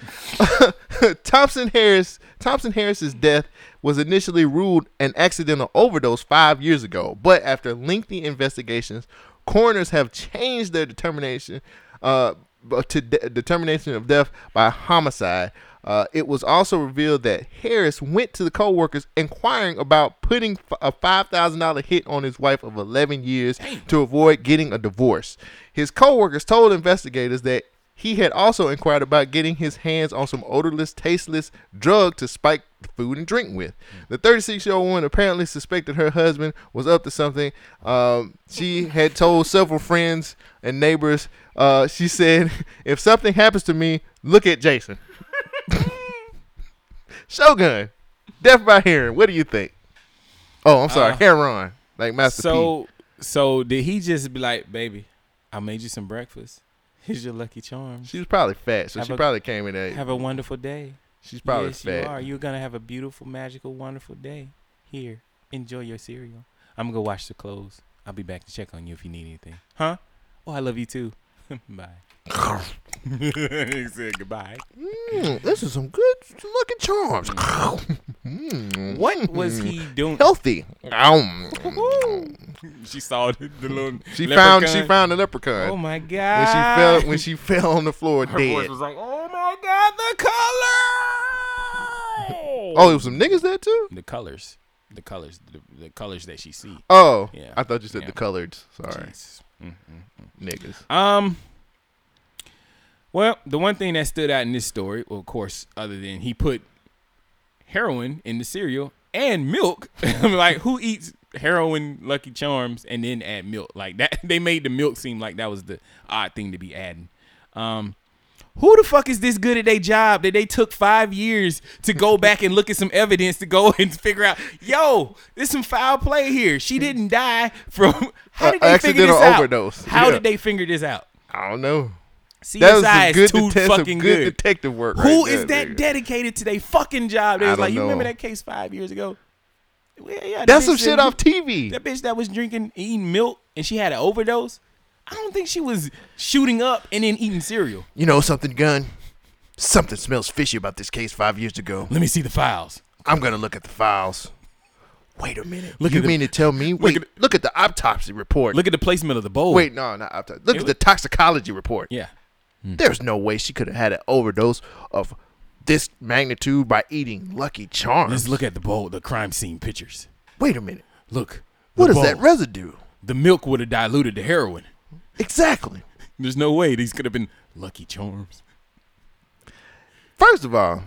Speaker 2: [laughs] Thompson Harris Thompson Harris's death was initially ruled an accidental overdose five years ago, but after lengthy investigations, coroners have changed their determination uh, b- to de- determination of death by homicide. Uh, it was also revealed that Harris went to the coworkers inquiring about putting f- a $5,000 hit on his wife of 11 years to avoid getting a divorce. His coworkers told investigators that he had also inquired about getting his hands on some odorless, tasteless drug to spike the food and drink with.
Speaker 1: Mm.
Speaker 2: The 36 year old woman apparently suspected her husband was up to something. Um, she had told several friends and neighbors, uh, she said, [laughs] If something happens to me, look at Jason. [laughs] Shogun, deaf by hearing. What do you think? Oh, I'm sorry, Heron, like Master P.
Speaker 1: Uh, So, so did he just be like, baby, I made you some breakfast. Here's your lucky charms.
Speaker 2: She was probably fat, so
Speaker 1: Have
Speaker 2: she
Speaker 1: a-
Speaker 2: probably came in there.
Speaker 1: Have a wonderful day.
Speaker 2: She's probably
Speaker 1: yes,
Speaker 2: fat.
Speaker 1: you are. You're gonna have a beautiful, magical, wonderful day. Here, enjoy your cereal. I'm gonna go wash the clothes. I'll be back to check on you if you need anything. Huh? Oh, I love you too. [laughs]
Speaker 2: [laughs]
Speaker 1: Bye. he said goodbye.
Speaker 2: Mm, this is some good lucky [laughs] charms. Mm,
Speaker 1: What was he doing?
Speaker 2: [laughs] Healthy. Um,
Speaker 1: [laughs] She saw the, the little.
Speaker 2: [laughs] she found she
Speaker 1: leprechaun.
Speaker 2: found a leprechaun
Speaker 1: Oh my
Speaker 2: when
Speaker 1: god!
Speaker 2: she fell when she [laughs] fell on the floor
Speaker 1: Her voice
Speaker 2: dead.
Speaker 1: was like, "Oh my god, the color!"
Speaker 2: Oh, there was some niggas there too.
Speaker 1: the colors, the colors, the, the colors that she see.
Speaker 2: Oh,
Speaker 1: Yeah.
Speaker 2: I thought you said
Speaker 1: Yeah.
Speaker 2: the coloreds. Sorry,
Speaker 1: Jeez.
Speaker 2: niggas.
Speaker 1: Um, Well, the one thing that stood out in this story, well, of course, other than he put heroin in the cereal and milk. [laughs] I'm like, who eats heroin, Lucky Charms, and then add milk like that? [laughs] They made the milk seem like that was the odd thing to be adding. Um, who the fuck is this good at their job that they took five years to
Speaker 2: [laughs]
Speaker 1: go back and look at some evidence to go [laughs] and figure out? Yo, there's some foul play here. She didn't die from. [laughs] How did
Speaker 2: A-
Speaker 1: they figure this
Speaker 2: accidental
Speaker 1: out?
Speaker 2: overdose.
Speaker 1: How
Speaker 2: Yeah.
Speaker 1: did they figure this out?
Speaker 2: I don't know.
Speaker 1: CSI
Speaker 2: That was some
Speaker 1: is
Speaker 2: good,
Speaker 1: too
Speaker 2: detec- some
Speaker 1: fucking
Speaker 2: good
Speaker 1: good.
Speaker 2: detective work.
Speaker 1: Who
Speaker 2: right
Speaker 1: is
Speaker 2: there,
Speaker 1: that
Speaker 2: nigga.
Speaker 1: dedicated to their fucking job? They
Speaker 2: I
Speaker 1: was like,
Speaker 2: don't
Speaker 1: you remember
Speaker 2: know.
Speaker 1: that case five years ago? Well, yeah, the
Speaker 2: That's
Speaker 1: bitch
Speaker 2: some
Speaker 1: that-
Speaker 2: shit off TV.
Speaker 1: That bitch that was drinking, eating milk, and she had an overdose. I don't think she was shooting up and then eating cereal.
Speaker 2: You know something, gun? Something smells fishy about this case five years ago.
Speaker 1: Let me see the files.
Speaker 2: I'm gonna look at the files. Wait a minute.
Speaker 1: Look
Speaker 2: you
Speaker 1: at the-
Speaker 2: mean to tell me? Wait,
Speaker 1: at
Speaker 2: look at, the autopsy report.
Speaker 1: Look at the placement of the bowl.
Speaker 2: Wait, no, not autopsy. Look
Speaker 1: It
Speaker 2: at
Speaker 1: was-
Speaker 2: the toxicology report.
Speaker 1: Yeah.
Speaker 2: There's no way she could have had an overdose of this magnitude by eating Lucky Charms.
Speaker 1: Let's look at the bowl, the crime scene pictures.
Speaker 2: Wait a minute.
Speaker 1: Look. the
Speaker 2: What is
Speaker 1: bowl.
Speaker 2: that residue?
Speaker 1: the milk would have diluted the heroin.
Speaker 2: Exactly.
Speaker 1: There's no way these could have been Lucky Charms.
Speaker 2: First of all,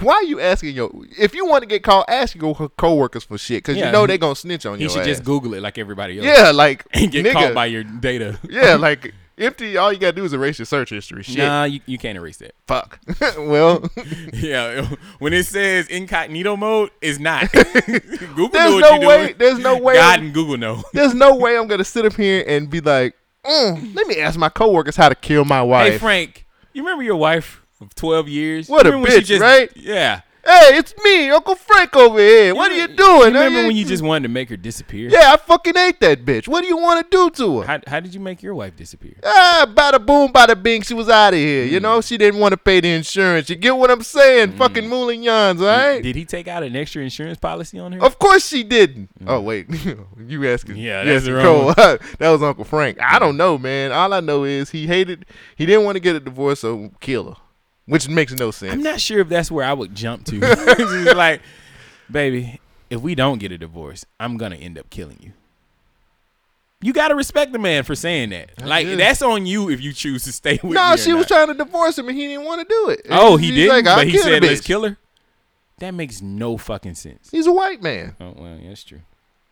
Speaker 2: why are you asking your? If you want to get called, ask your co- coworkers for shit because
Speaker 1: Yeah,
Speaker 2: you know
Speaker 1: he-
Speaker 2: they gonna snitch on you.
Speaker 1: He should just Google it like everybody else.
Speaker 2: Yeah, like
Speaker 1: And [laughs] get
Speaker 2: nigga,
Speaker 1: caught by your data. [laughs]
Speaker 2: Yeah, like empty. All you gotta do is erase your search history. Shit,
Speaker 1: Nah, you, you can't erase that.
Speaker 2: fuck.
Speaker 1: [laughs]
Speaker 2: [laughs] well,
Speaker 1: Yeah, [laughs] when it says incognito mode, it's
Speaker 2: [laughs]
Speaker 1: not. [laughs] Google
Speaker 2: There's
Speaker 1: know what
Speaker 2: no
Speaker 1: you
Speaker 2: way-
Speaker 1: doing.
Speaker 2: there's no way-
Speaker 1: God and Google know.
Speaker 2: there's no way I'm gonna sit up here and be like, "Mm, let me ask my coworkers how to kill my wife.
Speaker 1: Hey Frank, you remember your wife of twelve years?
Speaker 2: What
Speaker 1: You
Speaker 2: a
Speaker 1: remember when she
Speaker 2: bitch, right?
Speaker 1: Yeah.
Speaker 2: Hey, it's me, Uncle Frank over here. What are you doing?
Speaker 1: You remember
Speaker 2: Hey,
Speaker 1: when you just wanted to make her disappear?
Speaker 2: Yeah, I fucking ate that bitch. What do you want to do to her?
Speaker 1: How, how did you make your wife disappear?
Speaker 2: Ah, bada boom, bada bing, she was out of here. You
Speaker 1: Hmm.
Speaker 2: know, she didn't want to pay the insurance. You get what I'm saying? Fucking Moulin Yons, all right?
Speaker 1: Did he take out an extra insurance policy on her?
Speaker 2: Of course she didn't. Oh wait, [laughs] you asking?
Speaker 1: Hmm. Yeah,
Speaker 2: you
Speaker 1: that's the
Speaker 2: asking [laughs]
Speaker 1: wrong
Speaker 2: Cole. that was Uncle Frank. I don't know, man. All I know is he hated. He didn't want to get a divorce, so kill her, which makes no sense.
Speaker 1: I'm not sure if that's where I would jump to. [laughs] Just like, baby, if we don't get a divorce, I'm gonna end up killing you. You gotta respect the man for saying that. like
Speaker 2: do.
Speaker 1: that's on you if you choose to stay with.
Speaker 2: no,
Speaker 1: me or
Speaker 2: she
Speaker 1: not.
Speaker 2: was trying to divorce him, and he didn't want to do it.
Speaker 1: Oh, he
Speaker 2: He's
Speaker 1: didn't.
Speaker 2: like, "I'll
Speaker 1: but he
Speaker 2: kill the
Speaker 1: said, "Let's
Speaker 2: bitch."
Speaker 1: kill her." That makes no fucking
Speaker 2: [laughs]
Speaker 1: sense.
Speaker 2: He's a white man.
Speaker 1: Oh well, yeah, that's true.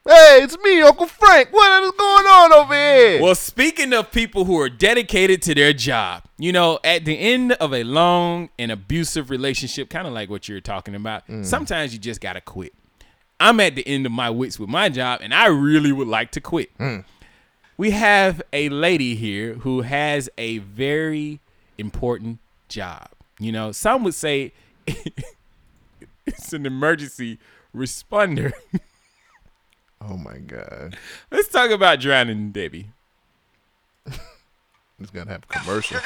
Speaker 2: Hey, it's me, Uncle Frank. What is going on over here?
Speaker 1: Well, speaking of people who are dedicated to their job, you know, at the end of a long and abusive relationship, kind of like what you're talking about, sometimes you just got to quit. I'm at the end of my wits with my job, and I really would like to quit. We have a lady here who has a very important job. You know, some would say [laughs] it's an emergency responder. [laughs]
Speaker 2: oh my god,
Speaker 1: Let's talk about drowning Debbie.
Speaker 2: it's gonna have a commercial.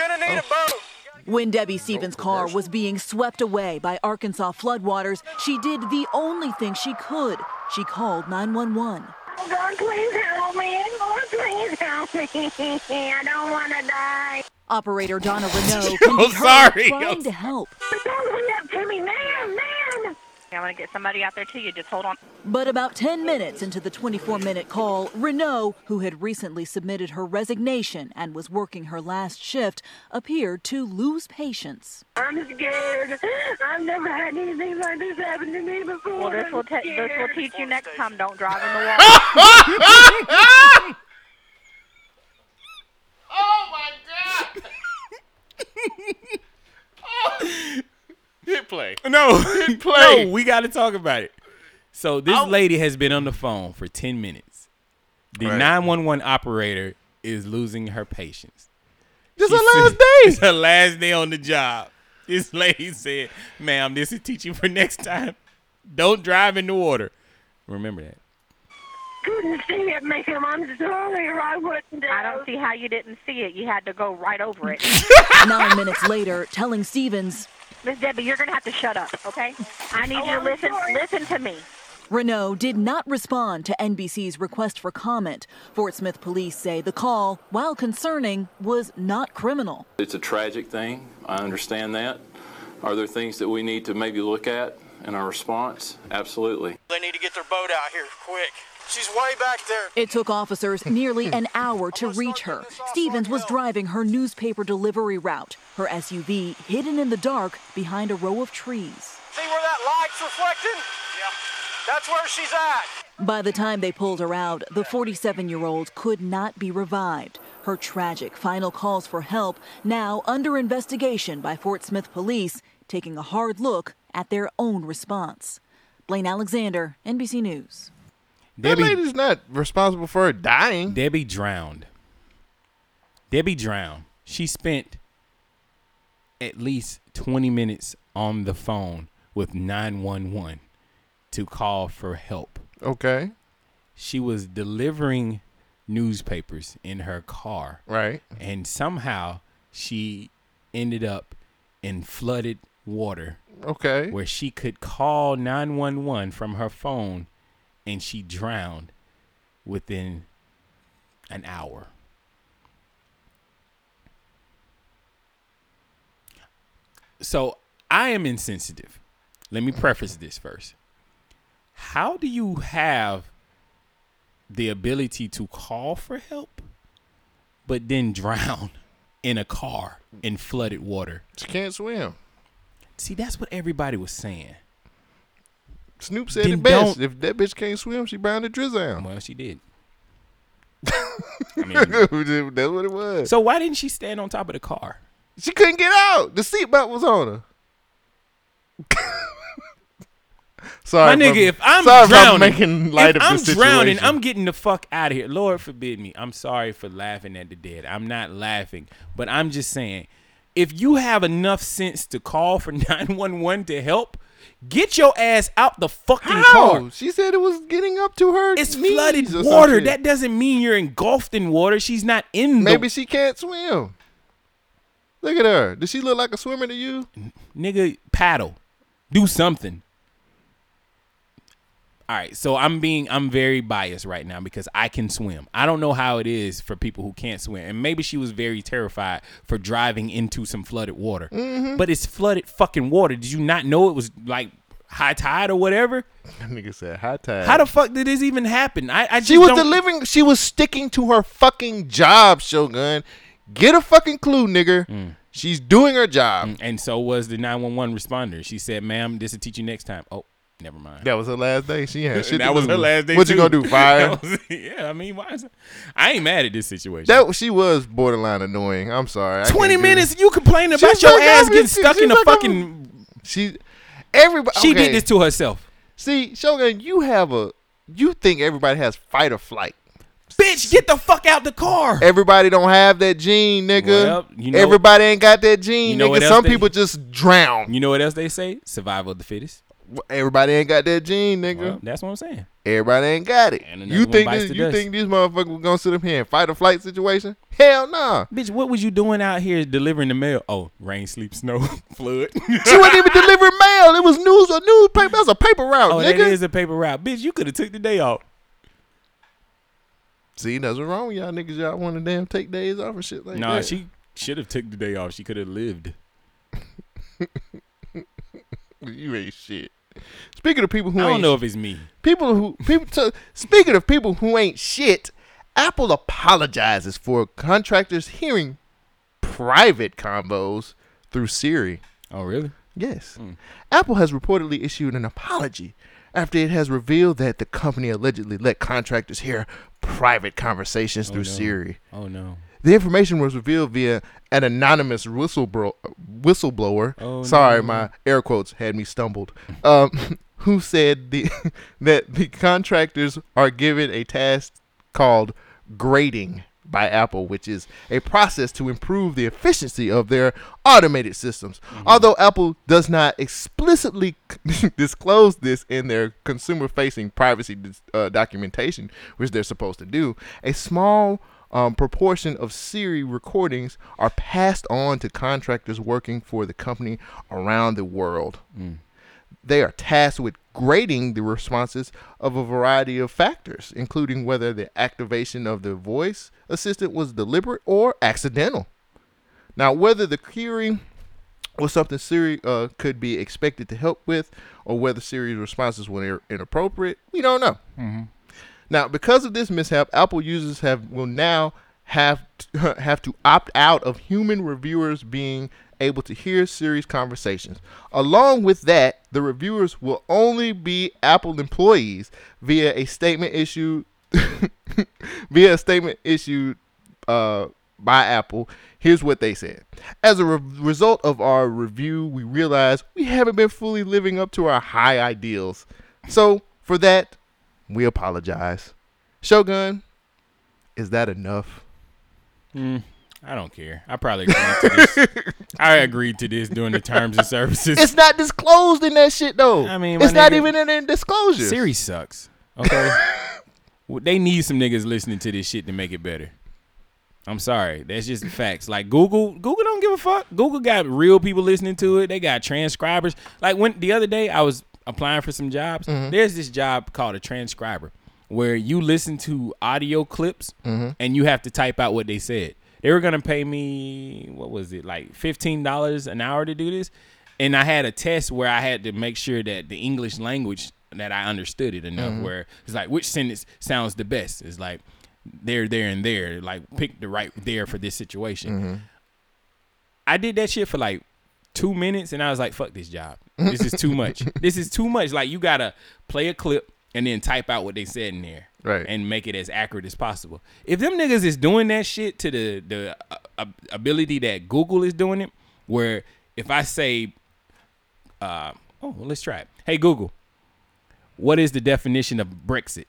Speaker 9: When Debbie Stevens' car was being swept away by Arkansas floodwaters, she did the only thing she could. She called 911.
Speaker 10: God, please help me. Lord, please help me. [laughs] I don't want to die.
Speaker 9: Operator Donna Renault can be
Speaker 1: I'm
Speaker 9: heard
Speaker 1: sorry.
Speaker 9: trying
Speaker 1: I'm
Speaker 9: to help,
Speaker 10: Don't leave that to me, man, man. I'm going to get somebody out there to you. Just hold on.
Speaker 9: but about 10 minutes into the 24-minute call, Renault, who had recently submitted her resignation and was working her last shift, appeared to lose patience.
Speaker 10: I'm scared. I've never had anything like this happen to me before. Well, this will, te- this will teach you next time. Don't drive in the water.
Speaker 2: Hit play. [laughs]
Speaker 1: [laughs] No,
Speaker 2: play.
Speaker 1: No, we got to talk about it. So this lady has been on the phone for ten minutes. The
Speaker 2: Right.
Speaker 1: nine one one operator is losing her patience.
Speaker 2: This
Speaker 1: She
Speaker 2: is her
Speaker 1: said-
Speaker 2: last day.
Speaker 1: It's [laughs] her last day on the job. This lady said, "Ma'am, this is teaching for next time. Don't drive in the water. Remember that."
Speaker 10: couldn't see it, ma'am. I'm sorry. or I wouldn't have. I don't see how you didn't see it. You had to go right over it.
Speaker 9: Nine minutes later, telling Stevens,
Speaker 10: Miss Debbie, you're going to have to shut up, okay? I need you to listen. Listen to me.
Speaker 9: Renault did not respond to NBC's request for comment. Fort Smith police say the call, while concerning, was not criminal.
Speaker 11: It's a tragic thing. I understand that. Are there things that we need to maybe look at in our response? Absolutely.
Speaker 12: They need to get their boat out here quick. She's way back there.
Speaker 9: It took officers nearly an hour to reach her. Stevens was driving her newspaper delivery route, her SUV hidden in the dark behind a row of trees.
Speaker 12: See where that light's reflecting? Yeah. That's where she's at.
Speaker 9: By the time they pulled her out, the 47 year old could not be revived. Her tragic final calls for help now under investigation by Fort Smith police, taking a hard look at their own response. Blaine Alexander, NBC News.
Speaker 1: Debbie,
Speaker 2: lady's not responsible for her dying.
Speaker 1: Debbie drowned. Debbie drowned. She spent at least 20 minutes on the phone with 911 to call for help.
Speaker 2: Okay.
Speaker 1: She was delivering newspapers in her car.
Speaker 2: Right.
Speaker 1: And somehow she ended up in flooded water.
Speaker 2: Okay.
Speaker 1: Where she could call 911 from her phone and she drowned within an hour. So I am insensitive. Let me preface this first. How do you have the ability to call for help, but then [laughs] drown in a car in flooded water?
Speaker 2: She can't swim.
Speaker 1: See, that's what everybody was saying.
Speaker 2: Snoop said
Speaker 1: Then
Speaker 2: it
Speaker 1: don't-
Speaker 2: best.
Speaker 1: Oh
Speaker 2: If that bitch can't swim, she bound to drizzle.
Speaker 1: Well, she did.
Speaker 2: [laughs] That's what it was.
Speaker 1: So why didn't she stand on top of the car?
Speaker 2: She couldn't get out. The seatbelt was on her. [laughs] sorry,
Speaker 1: My nigga,
Speaker 2: if I'm-
Speaker 1: if I'm
Speaker 2: sorry if
Speaker 1: drowning,
Speaker 2: I'm making
Speaker 1: if
Speaker 2: light of
Speaker 1: I'm
Speaker 2: the
Speaker 1: drowning,
Speaker 2: situation.
Speaker 1: I'm getting the fuck out of here. Lord forbid me. I'm sorry for laughing at the dead. I'm not laughing, but I'm just saying, if you have enough sense to call for [laughs] 911 to help, get your ass out the fucking
Speaker 2: How?
Speaker 1: car.
Speaker 2: She said it was getting up to her.
Speaker 1: It's
Speaker 2: knees
Speaker 1: flooded
Speaker 2: or some
Speaker 1: water.
Speaker 2: shit.
Speaker 1: That doesn't mean you're engulfed in water. She's not in the
Speaker 2: Maybe she can't swim. Look at her. Does she look like a swimmer to you?
Speaker 1: nigga, paddle, do something. All right, so I'm being I'm very biased right now because I can swim. I don't know how it is for people who can't swim, and maybe she was very terrified for driving into some flooded water.
Speaker 2: Mhm.
Speaker 1: But it's flooded fucking water. Did you not know it was like high tide or whatever?
Speaker 2: [laughs] That nigga said high tide.
Speaker 1: How the fuck did this even happen? I, I just
Speaker 2: she was
Speaker 1: don't-
Speaker 2: delivering. She was sticking to her fucking job, Shogun. Get a fucking clue, nigga.
Speaker 1: Mm.
Speaker 2: She's doing her job.
Speaker 1: and so was the 911 responder. She said, "Ma'am, this will teach you next time." Oh, never mind.
Speaker 2: That was her last day.
Speaker 1: [laughs]
Speaker 2: She had shit. to
Speaker 1: that was her
Speaker 2: lose.
Speaker 1: last day.
Speaker 2: What you
Speaker 1: too.
Speaker 2: gonna do? Fire?
Speaker 1: [laughs] That was- yeah, I mean, why is it? I ain't mad at this situation.
Speaker 2: That she was borderline annoying. I'm sorry. I
Speaker 1: Twenty
Speaker 2: can't do
Speaker 1: minutes, you complaining
Speaker 2: She
Speaker 1: about your
Speaker 2: fucked
Speaker 1: ass
Speaker 2: up.
Speaker 1: getting
Speaker 2: She-
Speaker 1: stuck
Speaker 2: she
Speaker 1: in a
Speaker 2: fucked up.
Speaker 1: fucking.
Speaker 2: She, everybody.
Speaker 1: She
Speaker 2: okay.
Speaker 1: did this to herself.
Speaker 2: See, Shogun, you have a. You think everybody has fight or flight?
Speaker 1: Bitch, get the fuck out the
Speaker 2: Eh.
Speaker 1: car.
Speaker 2: Everybody don't have that gene, nigga.
Speaker 1: Well, you know-
Speaker 2: everybody ain't got that gene,
Speaker 1: You know what
Speaker 2: nigga.
Speaker 1: else
Speaker 2: Some
Speaker 1: they-
Speaker 2: people just drown.
Speaker 1: You know what else they say? Survival of the fittest.
Speaker 2: Everybody ain't got that gene, nigga.
Speaker 1: Well, that's what I'm saying.
Speaker 2: Everybody ain't got it.
Speaker 1: And another
Speaker 2: You
Speaker 1: one
Speaker 2: think
Speaker 1: bites
Speaker 2: this,
Speaker 1: the
Speaker 2: you
Speaker 1: dust.
Speaker 2: think these motherfuckers was gonna sit up here and fight a flight situation? Hell no.
Speaker 1: Bitch, what was you doing out here delivering the mail? Oh, rain, sleep, snow, [laughs] flood.
Speaker 2: she wasn't even delivering mail. It was news a newspaper. That was a paper route,
Speaker 1: oh,
Speaker 2: nigga.
Speaker 1: that is a paper route. Bitch, you could have took the day off.
Speaker 2: See, nothing wrong with y'all niggas. Y'all want to damn take days off and shit like
Speaker 1: nah,
Speaker 2: that.
Speaker 1: she should have took the day off. She could have lived.
Speaker 2: you ain't shit. Speaking of people who
Speaker 1: I
Speaker 2: ain't
Speaker 1: don't know if it's me.
Speaker 2: people who people to, speaking of people who ain't shit, Apple apologizes for contractors hearing private combos through Siri.
Speaker 1: Oh, really?
Speaker 2: Yes. Apple has reportedly issued an apology after it has revealed that the company allegedly let contractors hear private conversations through Siri.
Speaker 1: Oh no.
Speaker 2: The information was revealed via an anonymous whistlebro- whistleblower.
Speaker 1: Oh,
Speaker 2: Sorry,
Speaker 1: no.
Speaker 2: my air quotes had
Speaker 1: [laughs]
Speaker 2: me stumbled. Um, [laughs] who said the [laughs] that the contractors are given a task called grading by Apple, which is a process to improve the efficiency of their automated systems.
Speaker 1: Mm-hmm.
Speaker 2: Although Apple does not explicitly [laughs] disclose this in their consumer-facing privacy dis- uh, documentation, which they're supposed to do, a small um, proportion of Siri recordings are passed on to contractors working for the company around the world. They are tasked with grading the responses of a variety of factors, including whether the activation of the voice assistant was deliberate or accidental. Now, whether the query was something Siri uh, could be expected to help with, or whether Siri's responses were inappropriate, we don't know. Now, because of this mishap, Apple users have will now have to, [laughs] have to opt out of human reviewers being able to hear Siri's conversations. Along with that, the reviewers will only be Apple employees via a statement issued [laughs] via a statement issued uh, by Apple. Here's what they said. As a re- result of our review, we realize we haven't been fully living up to our high ideals. So, for that, we apologize. Shogun, is that enough?
Speaker 1: Mm, I don't care. I probably agreed to this. I agreed to this during the terms and services.
Speaker 2: It's not disclosed in that shit though.
Speaker 1: I mean, my
Speaker 2: it's not
Speaker 1: nigga-
Speaker 2: even in the disclosure.
Speaker 1: Siri sucks. Okay. Well, they need some niggas listening to this shit to make it better. I'm sorry. That's just the facts. Like Google, Google don't give a fuck. Google got real people listening to it. They got transcribers. Like when the other day I was applying for some jobs. There's this job called a transcriber where you listen to audio clips
Speaker 2: Mhm.
Speaker 1: and you have to type out what they said. They were gonna pay me what was it like fifteen dollars an hour to do this, and I had a test where I had to make sure that the English language that I understood it enough.
Speaker 2: Mhm.
Speaker 1: Where it's like which sentence sounds the best. It's like there, there, and there. Like pick the right there for this situation. I did that shit for like two minutes and I was like, fuck this job. This is too much. this is too much. Like you gotta play a clip and then type out what they said in there.
Speaker 2: Right.
Speaker 1: And make it as accurate as possible. If them niggas is doing that shit to the the uh, uh, ability that Google is doing it, where if I say, uh, oh, well, let's try it. Hey Google, what is the definition of Brexit?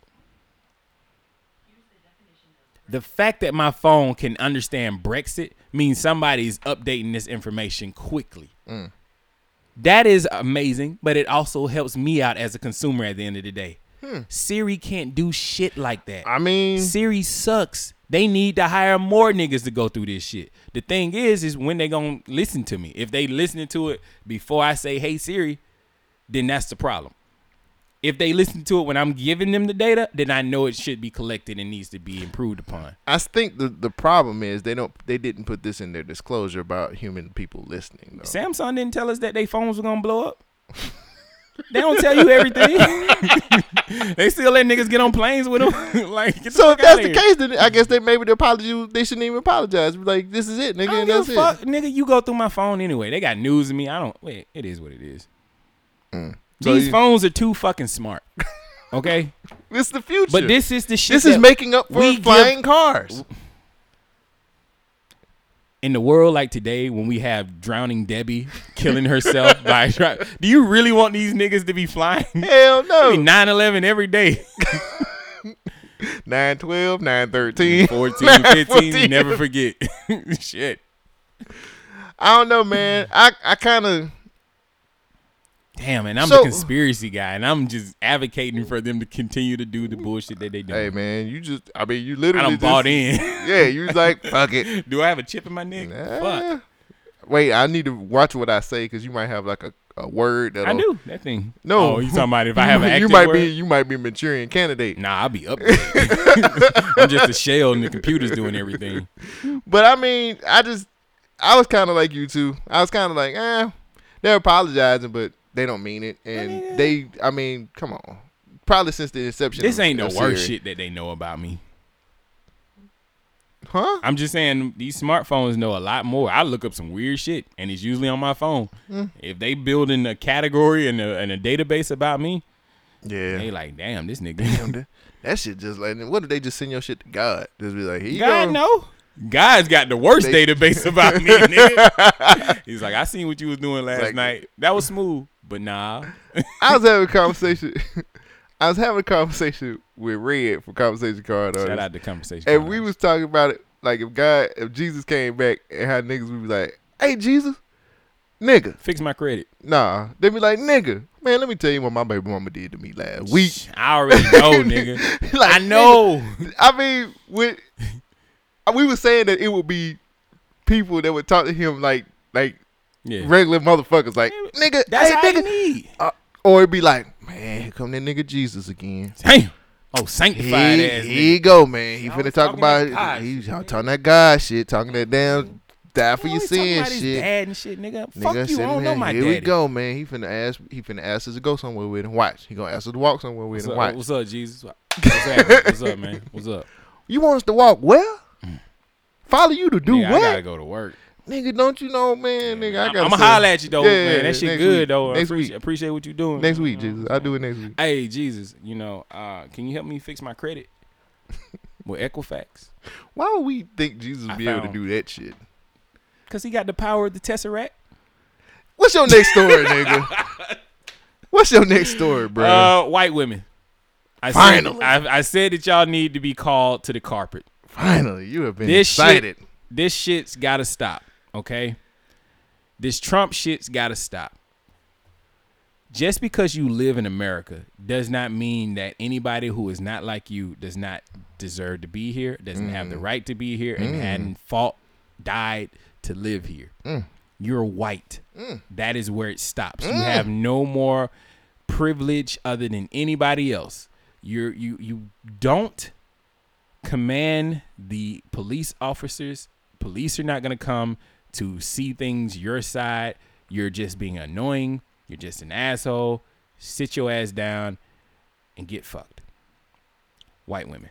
Speaker 1: The fact that my phone can understand Brexit means somebody's updating this information quickly.
Speaker 2: Mm.
Speaker 1: That is amazing, but it also helps me out as a consumer at the end of the day.
Speaker 2: Hmm.
Speaker 1: Siri can't do shit like that.
Speaker 2: I mean,
Speaker 1: Siri sucks. They need to hire more niggas to go through this shit. The thing is, is when they gonna listen to me. If they listening to it before I say, "Hey Siri," then that's the problem. If they listen to it when I'm giving them the data, then I know it should be collected and needs to be improved upon.
Speaker 2: I think the the problem is they don't they didn't put this in their disclosure about human people listening though.
Speaker 1: Samsung didn't tell us that their phones were gonna blow up. [laughs] they don't tell you everything. [laughs] they still let niggas get on planes with them. [laughs] like, get
Speaker 2: So
Speaker 1: fuck
Speaker 2: if
Speaker 1: outta
Speaker 2: that's
Speaker 1: here.
Speaker 2: the case, then I guess they maybe the apology they shouldn't even apologize. Be Like this is it, nigga.
Speaker 1: I don't
Speaker 2: and
Speaker 1: give
Speaker 2: that's
Speaker 1: a
Speaker 2: it.
Speaker 1: fuck, nigga. You go through my phone anyway. They got news in me. I don't. Wait, it is what it is.
Speaker 2: Mm. So
Speaker 1: These
Speaker 2: you-
Speaker 1: phones are too fucking
Speaker 2: [laughs]
Speaker 1: smart. Okay,
Speaker 2: This is the future.
Speaker 1: but this is the shit.
Speaker 2: This is
Speaker 1: that
Speaker 2: making up for
Speaker 1: we
Speaker 2: flying
Speaker 1: give-
Speaker 2: cars.
Speaker 1: in the world like today when we have drowning Debbie killing herself
Speaker 2: [laughs]
Speaker 1: by dri- do you really want these niggas to be flying?
Speaker 2: Hell
Speaker 1: [laughs]
Speaker 2: no.
Speaker 1: 9 11 every day.
Speaker 2: 9, 12, 9,
Speaker 1: [laughs]
Speaker 2: 13,
Speaker 1: 14, 15,
Speaker 2: 14.
Speaker 1: never
Speaker 2: [laughs]
Speaker 1: forget. Shit.
Speaker 2: I don't know, man. I I kind of
Speaker 1: Damn, and I'm
Speaker 2: So-
Speaker 1: the conspiracy guy, and I'm just advocating for them to continue to do the bullshit that they do.
Speaker 2: hey man, you just I mean you literally
Speaker 1: I done
Speaker 2: just,
Speaker 1: bought in. [laughs]
Speaker 2: Yeah, you was [laughs] like fuck it.
Speaker 1: do I have a chip in my neck?
Speaker 2: Eh.
Speaker 1: Fuck.
Speaker 2: Wait, I need to watch what I say because you might have like a, a word. That'll,
Speaker 1: I do that thing.
Speaker 2: No,
Speaker 1: oh, you talking about if
Speaker 2: [laughs]
Speaker 1: I have an
Speaker 2: you
Speaker 1: active
Speaker 2: might
Speaker 1: word?
Speaker 2: be you might be a Manchurian candidate.
Speaker 1: Nah, I'll be up. there. [laughs] I'm just a shell, and the computer's doing everything.
Speaker 2: But I mean, I just I was kind of like you too. I was kind of like, eh, they're apologizing, but they don't mean it, and they. I mean, come on. Probably since the inception.
Speaker 1: This
Speaker 2: of-
Speaker 1: ain't the
Speaker 2: of
Speaker 1: worst
Speaker 2: Siri.
Speaker 1: shit that they know about me.
Speaker 2: huh?
Speaker 1: I'm just saying these smartphones know a lot more. I look up some weird shit, and it's usually on my phone.
Speaker 2: Mm.
Speaker 1: If they building a category and a, and a database about me,
Speaker 2: Yeah.
Speaker 1: they like, damn, this nigga. [laughs]
Speaker 2: Damn, that- [laughs] that shit just like. What if they just send your shit to God? Just be like, here you
Speaker 1: God
Speaker 2: go.
Speaker 1: no. God's got the worst
Speaker 2: They- [laughs]
Speaker 1: database about me, nigga. He's like, I seen what you was doing last
Speaker 2: Like-
Speaker 1: night. That was smooth, but nah.
Speaker 2: I was having a conversation. [laughs] I was having a conversation with Red from Conversation Card.
Speaker 1: Shout
Speaker 2: Artists.
Speaker 1: out to conversation.
Speaker 2: Uh, and we was talking about it like if God, if Jesus came back and how niggas would be like, "Hey Jesus, nigga,
Speaker 1: Fix my credit.
Speaker 2: nah," they be like, "Nigga, man, let me tell you what my baby mama did to me last week."
Speaker 1: I already know, nigga.
Speaker 2: [laughs] Like,
Speaker 1: I know.
Speaker 2: nigga, [laughs] I mean, with [laughs] we were saying that it would be people that would talk to him like like
Speaker 1: Yeah.
Speaker 2: regular motherfuckers, like nigga,
Speaker 1: That's
Speaker 2: hey,
Speaker 1: how
Speaker 2: nigga,
Speaker 1: you need.
Speaker 2: Uh, or it'd be like, man, here come that nigga Jesus again.
Speaker 1: Damn. Oh,
Speaker 2: He,
Speaker 1: sanctified ass.
Speaker 2: he
Speaker 1: Nigga.
Speaker 2: go, man. He
Speaker 1: Y'all
Speaker 2: finna
Speaker 1: was
Speaker 2: talk
Speaker 1: talking
Speaker 2: about
Speaker 1: that God
Speaker 2: he
Speaker 1: shit,
Speaker 2: y'all talking that God shit, talking that damn die for
Speaker 1: He
Speaker 2: your
Speaker 1: always talking
Speaker 2: sin
Speaker 1: about his
Speaker 2: shit.
Speaker 1: Dad and shit, nigga.
Speaker 2: Nigga,
Speaker 1: Fuck you. I
Speaker 2: sitting
Speaker 1: don't know
Speaker 2: here,
Speaker 1: my
Speaker 2: Here
Speaker 1: daddy.
Speaker 2: we go, man. He finna ask. He finna ask us to go somewhere with him. Watch. He gonna ask us to walk somewhere with
Speaker 1: What's
Speaker 2: him.
Speaker 1: up,
Speaker 2: Watch.
Speaker 1: what's up, Jesus? What's, happening? What's up, man? What's up?
Speaker 2: You want us to walk where? Follow [laughs] you to do
Speaker 1: Nigga, I
Speaker 2: what?
Speaker 1: gotta go to work.
Speaker 2: Nigga, don't you know, man? Nigga, I
Speaker 1: I'm
Speaker 2: gotta.
Speaker 1: gonna
Speaker 2: say-
Speaker 1: holler at you though,
Speaker 2: Yeah,
Speaker 1: man.
Speaker 2: yeah,
Speaker 1: That shit
Speaker 2: next
Speaker 1: good
Speaker 2: week.
Speaker 1: though. I
Speaker 2: Next
Speaker 1: appreciate,
Speaker 2: week,
Speaker 1: appreciate what you doing.
Speaker 2: next week, Jesus, I'll do it next week.
Speaker 1: Hey, Jesus, you know, uh, can you help me fix my
Speaker 2: [laughs]
Speaker 1: credit with Equifax?
Speaker 2: Why would we think Jesus
Speaker 1: I
Speaker 2: be able to
Speaker 1: found-
Speaker 2: do that shit?
Speaker 1: Cause he got the power of the Tesseract.
Speaker 2: What's your next
Speaker 1: [laughs]
Speaker 2: story, nigga? What's your next story, bro?
Speaker 1: Uh, white women. I
Speaker 2: Finally.
Speaker 1: Said, I, I said that y'all need to be called to the carpet.
Speaker 2: Finally, you have been
Speaker 1: shit-
Speaker 2: excited.
Speaker 1: this shit's got to stop. Okay. This Trump shit's got to stop. Just because you live in America does not mean that anybody who is not like you does not deserve to be here, doesn't have the right to be here, and
Speaker 2: Mm.
Speaker 1: hadn't fought, died to live here.
Speaker 2: Mm.
Speaker 1: You're white. That is where it stops. You
Speaker 2: Mm.
Speaker 1: have no more privilege other than anybody else. You're you you don't command the police officers. Police are not going to come to see things your side. You're just being annoying. You're just an asshole. Sit your ass down and get fucked. White women,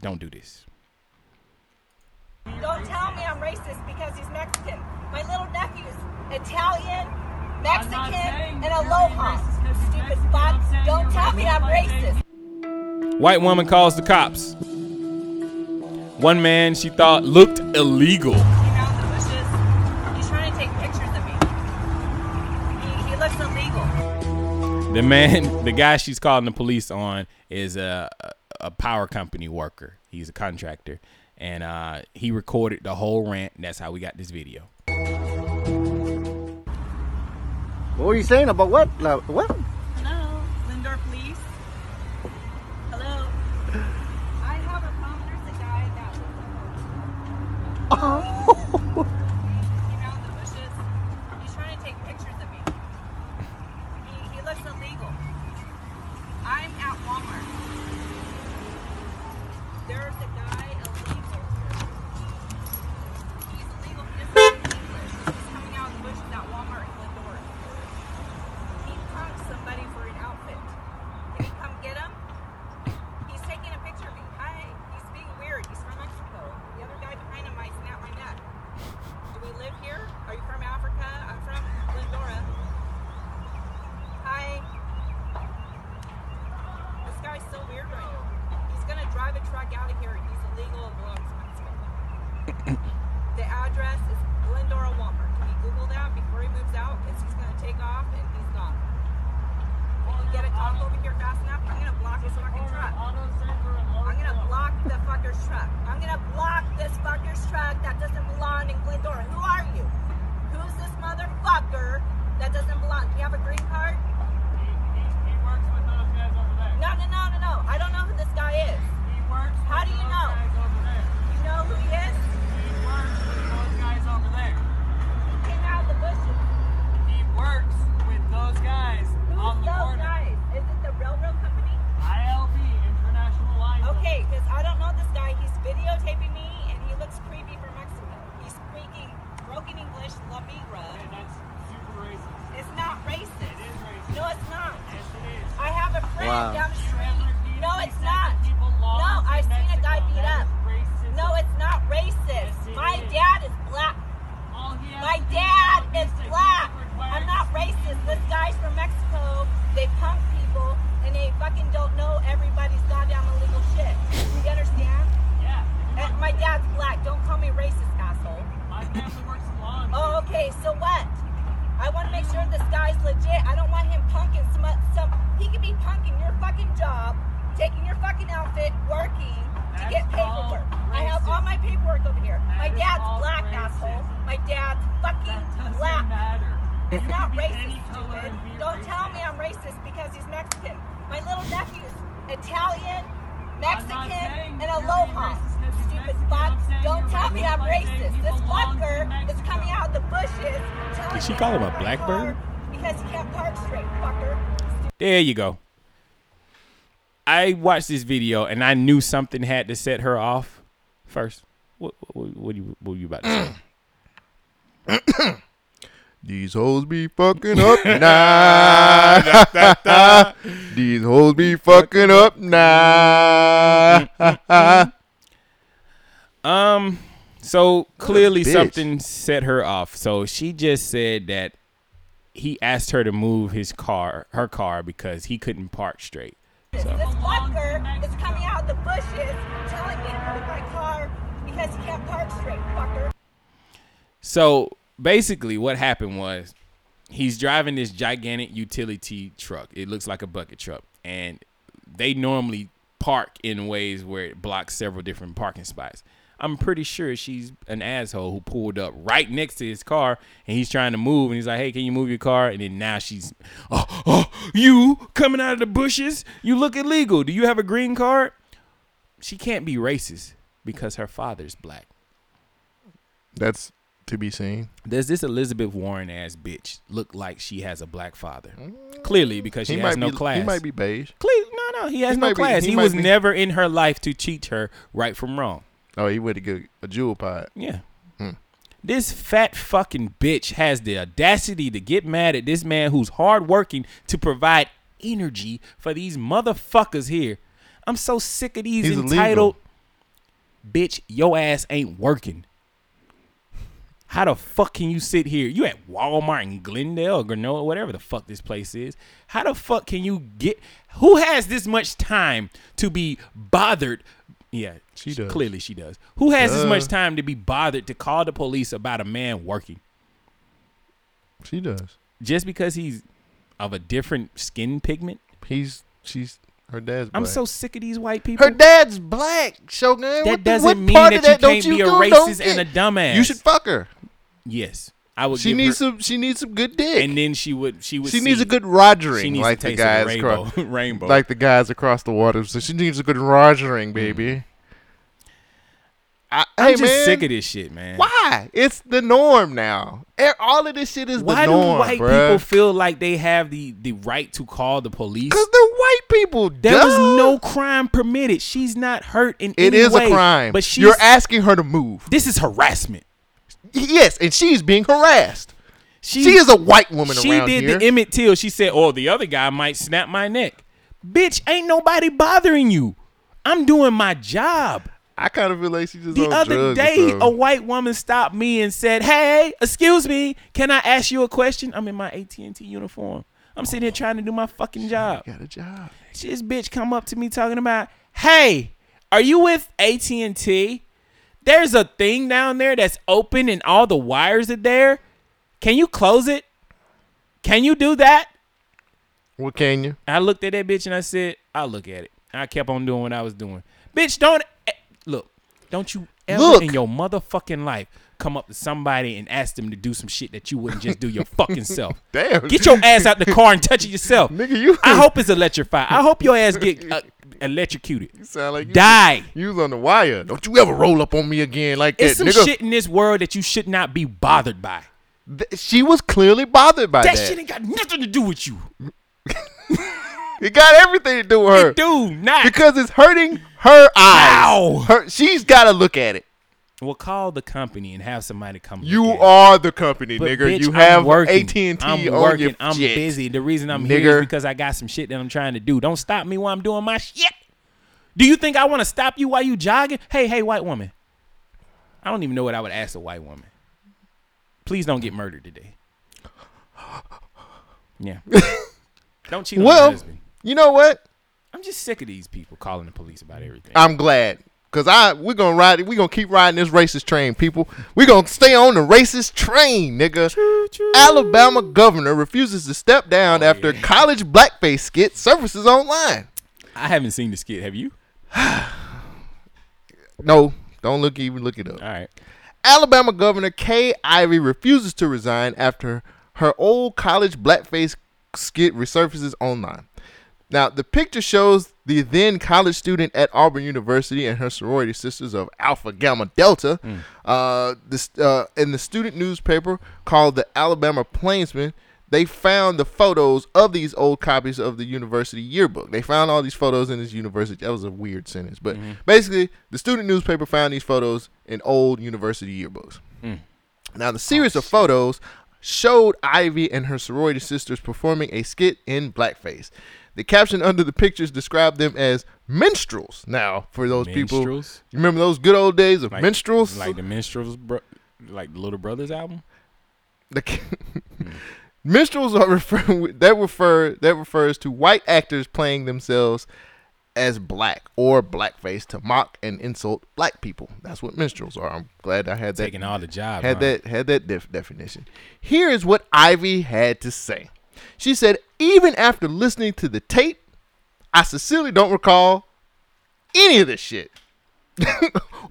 Speaker 1: don't do this.
Speaker 13: Don't tell me I'm racist because he's Mexican. My little nephew's Italian, Mexican, and Aloha. Stupid fuck. Don't tell me I'm racist.
Speaker 1: White woman calls the cops. One man she thought looked illegal.
Speaker 13: He's trying to take pictures of me. He, he looks illegal.
Speaker 1: The man, [laughs] the guy she's calling the police on is a a- a power company worker. He's a contractor, and uh, he recorded the whole rant. And that's how we got this video.
Speaker 14: What were you saying about what? Like, what?
Speaker 13: Hello, Lindor Police. Hello. I have a prominence that died that was Oh. Came out of the bushes. He's trying to take pictures of me. He, he looks illegal. I'm at Walmart. There's a guy illegal. He's illegal. He doesn't speak English. He's coming out of the bushes at Walmart in Lindor. He punked somebody for an outfit. Can you come get him? He's taking a picture of me. Hi. He's being weird. He's from Mexico. The other guy behind him might snap my neck. Do we live here? Are you from Africa? I'm from Glendora. Hi. This guy's so weird right now. He's gonna drive a truck out of here. He's illegal and belongs to Mexico. The address is Glendora Walmart. Can you Google that before he moves out? Because he's gonna take off and he's gone. Will you get a cop over here fast enough? I'm gonna block his fucking truck. I'm gonna block the fucker's truck. I'm gonna block this fucker's truck that doesn't belong in Glendora. Who are you? Who's this motherfucker that doesn't belong? Do you have a green card? No, no, no, no, no. I don't know who this guy is. He works. How do you know? You know who he is? He works with those guys over there. He came out of the bushes. He works with those guys Who's on the those Guys? Is it the railroad company? ILB International Line. Okay, because I don't know this guy. He's videotaping me, and he looks creepy from Mexico. He's speaking broken English, La Migra. And that's super racist. It's not racist. It is racist. No, it's not. Yes, it is. I have a friend
Speaker 15: Wow.
Speaker 13: down the street. No, it's not. No, I've seen a guy beat up. No, it's not racist. My dad is black. My dad is black. I'm not racist. This guy's from Mexico. They punk people and they fucking don't know everybody's goddamn illegal shit. You understand? Yeah. And my dad's black. Don't call me racist, asshole. My family works law. Oh, okay. So what? I want to make sure this guy's legit. I don't want him punking some. some he could be punking your fucking job, taking your fucking outfit, working to get paperwork. I have all my paperwork over here. my
Speaker 15: is
Speaker 13: dad's
Speaker 15: all
Speaker 13: black, asshole. My dad's fucking black. It's not racist, stupid. Don't tell me I'm racist because he's Mexican. My little nephew's Italian, Mexican, and Aloha. Stupid fuck. Don't tell me I'm racist. This fucker is coming out of the bushes. telling
Speaker 1: Did
Speaker 13: me
Speaker 1: she call him a blackbird?
Speaker 13: because he can't park straight, fucker.
Speaker 1: There you go. I watched this video and I knew something had to set her off first. What what, what, what, you, what you about to say?
Speaker 2: Do you These hoes be fucking
Speaker 1: [laughs]
Speaker 2: up now. These hoes be fucking up
Speaker 1: [laughs]
Speaker 2: now.
Speaker 1: Um. So clearly
Speaker 2: bitch.
Speaker 1: something set her off. So she just said that he asked her to move his car, her car, because he couldn't park straight. So
Speaker 13: This fucker is coming out the bushes telling me to move my car because he can't park straight, fucker.
Speaker 1: So basically, what happened was he's driving this gigantic utility truck. It looks like a bucket truck, and they normally park in ways where it blocks several different parking spots. I'm pretty sure she's an asshole who pulled up right next to his car, and he's trying to move, and he's like, "Hey, can you move your car?" And then now she's, "Oh, oh you coming out of the bushes? You look illegal. Do you have a green card?" She can't be racist because her father's black.
Speaker 2: That's to be seen.
Speaker 1: Does this Elizabeth Warren ass bitch look like she has a black father? Clearly, because she
Speaker 2: Mm. He
Speaker 1: has
Speaker 2: might
Speaker 1: no
Speaker 2: be-
Speaker 1: class.
Speaker 2: He might be beige.
Speaker 1: Cle- no, no, he has
Speaker 2: He
Speaker 1: no
Speaker 2: might be-
Speaker 1: class.
Speaker 2: he
Speaker 1: he
Speaker 2: might
Speaker 1: was
Speaker 2: be-
Speaker 1: never in her life to teach her right from wrong.
Speaker 2: Oh, he would have got a jewel pod.
Speaker 1: Yeah.
Speaker 2: Hmm.
Speaker 1: This fat fucking bitch has the audacity to get mad at this man who's hardworking to provide energy for these motherfuckers here. I'm so sick of these
Speaker 2: He's
Speaker 1: entitled bitch, your ass ain't working. How the fuck can you sit here? You at Walmart in Glendale or Granola, whatever the fuck this place is. How the fuck can you get who has this much time to be bothered? Yeah, she
Speaker 2: does.
Speaker 1: Clearly she does. Who has this
Speaker 2: Duh.
Speaker 1: much time to be bothered to call the police about a man working?
Speaker 2: She does.
Speaker 1: Just because he's of a different skin pigment?
Speaker 2: He's she's her dad's.
Speaker 1: I'm
Speaker 2: black.
Speaker 1: so sick of these white people.
Speaker 2: Her dad's black, Shogun. That
Speaker 1: that doesn't mean that you can't be a racist and a dumbass.
Speaker 2: You should fuck her.
Speaker 1: Yes, I would.
Speaker 2: She
Speaker 1: give
Speaker 2: needs
Speaker 1: her,
Speaker 2: some. She needs some good dick.
Speaker 1: and then she would. She would.
Speaker 2: she needs
Speaker 1: see-
Speaker 2: a good rogering,
Speaker 1: She needs
Speaker 2: like
Speaker 1: a
Speaker 2: the
Speaker 1: taste
Speaker 2: guys
Speaker 1: of the rainbow. [laughs]
Speaker 2: across-
Speaker 1: rainbow. Mm.
Speaker 2: like the guys across the water. So she needs a good rogering, baby. I,
Speaker 1: I'm
Speaker 2: hey,
Speaker 1: just
Speaker 2: man,
Speaker 1: sick of this shit, man.
Speaker 2: Why? It's the norm now. E- All of this shit is
Speaker 1: Why
Speaker 2: the
Speaker 1: do
Speaker 2: norm,
Speaker 1: white
Speaker 2: bruh.
Speaker 1: people feel like they have the the right to call the police?
Speaker 2: Cause they're white people.
Speaker 1: There was
Speaker 2: duh.
Speaker 1: no crime permitted. She's not hurt in
Speaker 2: It
Speaker 1: any
Speaker 2: is
Speaker 1: way,
Speaker 2: a crime.
Speaker 1: But
Speaker 2: But
Speaker 1: she's,
Speaker 2: you're asking her to move.
Speaker 1: this is harassment.
Speaker 2: Yes, and she's being harassed. She is a white woman
Speaker 1: She
Speaker 2: around
Speaker 1: did
Speaker 2: here.
Speaker 1: the Emmett Till. She said, "Oh, the other guy might snap my neck." Bitch, ain't nobody bothering you. I'm doing my job.
Speaker 2: I kind of feel like she just
Speaker 1: The
Speaker 2: on
Speaker 1: other
Speaker 2: drugs or
Speaker 1: day,
Speaker 2: something.
Speaker 1: a white woman stopped me and said, "Hey, excuse me, can I ask you a question?" I'm in my AT and T uniform. I'm sitting here trying to do my fucking job.
Speaker 2: got a job.
Speaker 1: She- This bitch come up to me talking about, "Hey, are you with AT and T? There's a thing down there that's open and all the wires are there. Can you close it? Can you do that?"
Speaker 2: What can you?
Speaker 1: I looked at that bitch and I said, "I'll look at it." I kept on doing what I was doing. Bitch, don't eh, look. Don't you ever
Speaker 2: Look.
Speaker 1: in your motherfucking life come up to somebody and ask them to do some shit that you wouldn't just do your
Speaker 2: [laughs]
Speaker 1: fucking self.
Speaker 2: Damn.
Speaker 1: Get
Speaker 2: [laughs]
Speaker 1: your ass out the car and touch it yourself. Nigga,
Speaker 2: you-
Speaker 1: I hope it's electrified. I hope your ass get
Speaker 2: [laughs]
Speaker 1: uh, electrocuted.
Speaker 2: You sound like you,
Speaker 1: Die.
Speaker 2: You was on the wire. Don't you ever roll up on me again like
Speaker 1: It's
Speaker 2: that,
Speaker 1: some
Speaker 2: nigga.
Speaker 1: shit in this world that you should not be bothered by.
Speaker 2: Th- she was clearly bothered by
Speaker 1: That,
Speaker 2: that.
Speaker 1: shit ain't got nothing to do with you.
Speaker 2: it got everything to do with her
Speaker 1: Do not.
Speaker 2: because it's hurting her eyes.
Speaker 1: Ow.
Speaker 2: Her, she's got to look at it.
Speaker 1: well, call the company and have somebody come. look
Speaker 2: You
Speaker 1: at it.
Speaker 2: are the company,
Speaker 1: But
Speaker 2: nigga.
Speaker 1: bitch,
Speaker 2: you
Speaker 1: I'm
Speaker 2: have
Speaker 1: working.
Speaker 2: AT and T
Speaker 1: I'm
Speaker 2: on
Speaker 1: working.
Speaker 2: your
Speaker 1: I'm
Speaker 2: jet.
Speaker 1: busy. The reason I'm here
Speaker 2: Nigger.
Speaker 1: is because I got some shit that I'm trying to do. Don't stop me while I'm doing my shit. Do you think I want to stop you while you jogging? Hey, hey, white woman. I don't even know what I would ask a white woman. Please don't get murdered today.
Speaker 2: [laughs]
Speaker 1: Yeah. don't cheat on your
Speaker 2: Well,
Speaker 1: husband.
Speaker 2: you know what?
Speaker 1: I'm just sick of these people calling the police about everything.
Speaker 2: I'm glad. Cause I we're gonna ride we're gonna keep riding this racist train, people. We're gonna stay on the racist train, nigga. Alabama governor refuses to step down after college blackface skit surfaces online.
Speaker 1: I haven't seen the skit. Have you?
Speaker 2: No, don't look even look it up.
Speaker 1: All right.
Speaker 2: Alabama Governor Kay Ivey refuses to resign after her old college blackface skit resurfaces online. Now, the picture shows the then college student at Auburn University and her sorority sisters of Alpha Gamma Delta. Uh, this, uh, in the student newspaper called the Alabama Plainsman, they found the photos of these old copies of the university yearbook. They found all these photos in this university. That was a weird sentence, but
Speaker 1: Mm-hmm.
Speaker 2: basically, the student newspaper
Speaker 1: Mm. Oh,
Speaker 2: found these photos in old university yearbooks. Now, the series of photos showed Ivy and her sorority sisters performing a skit in blackface. The caption under the pictures described them as minstrels. Now, for those people,
Speaker 1: Minstrels?
Speaker 2: you remember those good old days of minstrels?
Speaker 1: like the minstrels, bro- like the Little Brothers album.
Speaker 2: The [laughs] ca- minstrels are [laughs] referred that refer that refers to white actors playing themselves as black or blackface to mock and insult black people. That's what minstrels are. I'm glad I had that
Speaker 1: Taking all the jobs,
Speaker 2: Had
Speaker 1: huh?
Speaker 2: that had that def- definition. Here is what Ivy had to say. She said, even after listening to the tape, I sincerely don't recall any of this shit.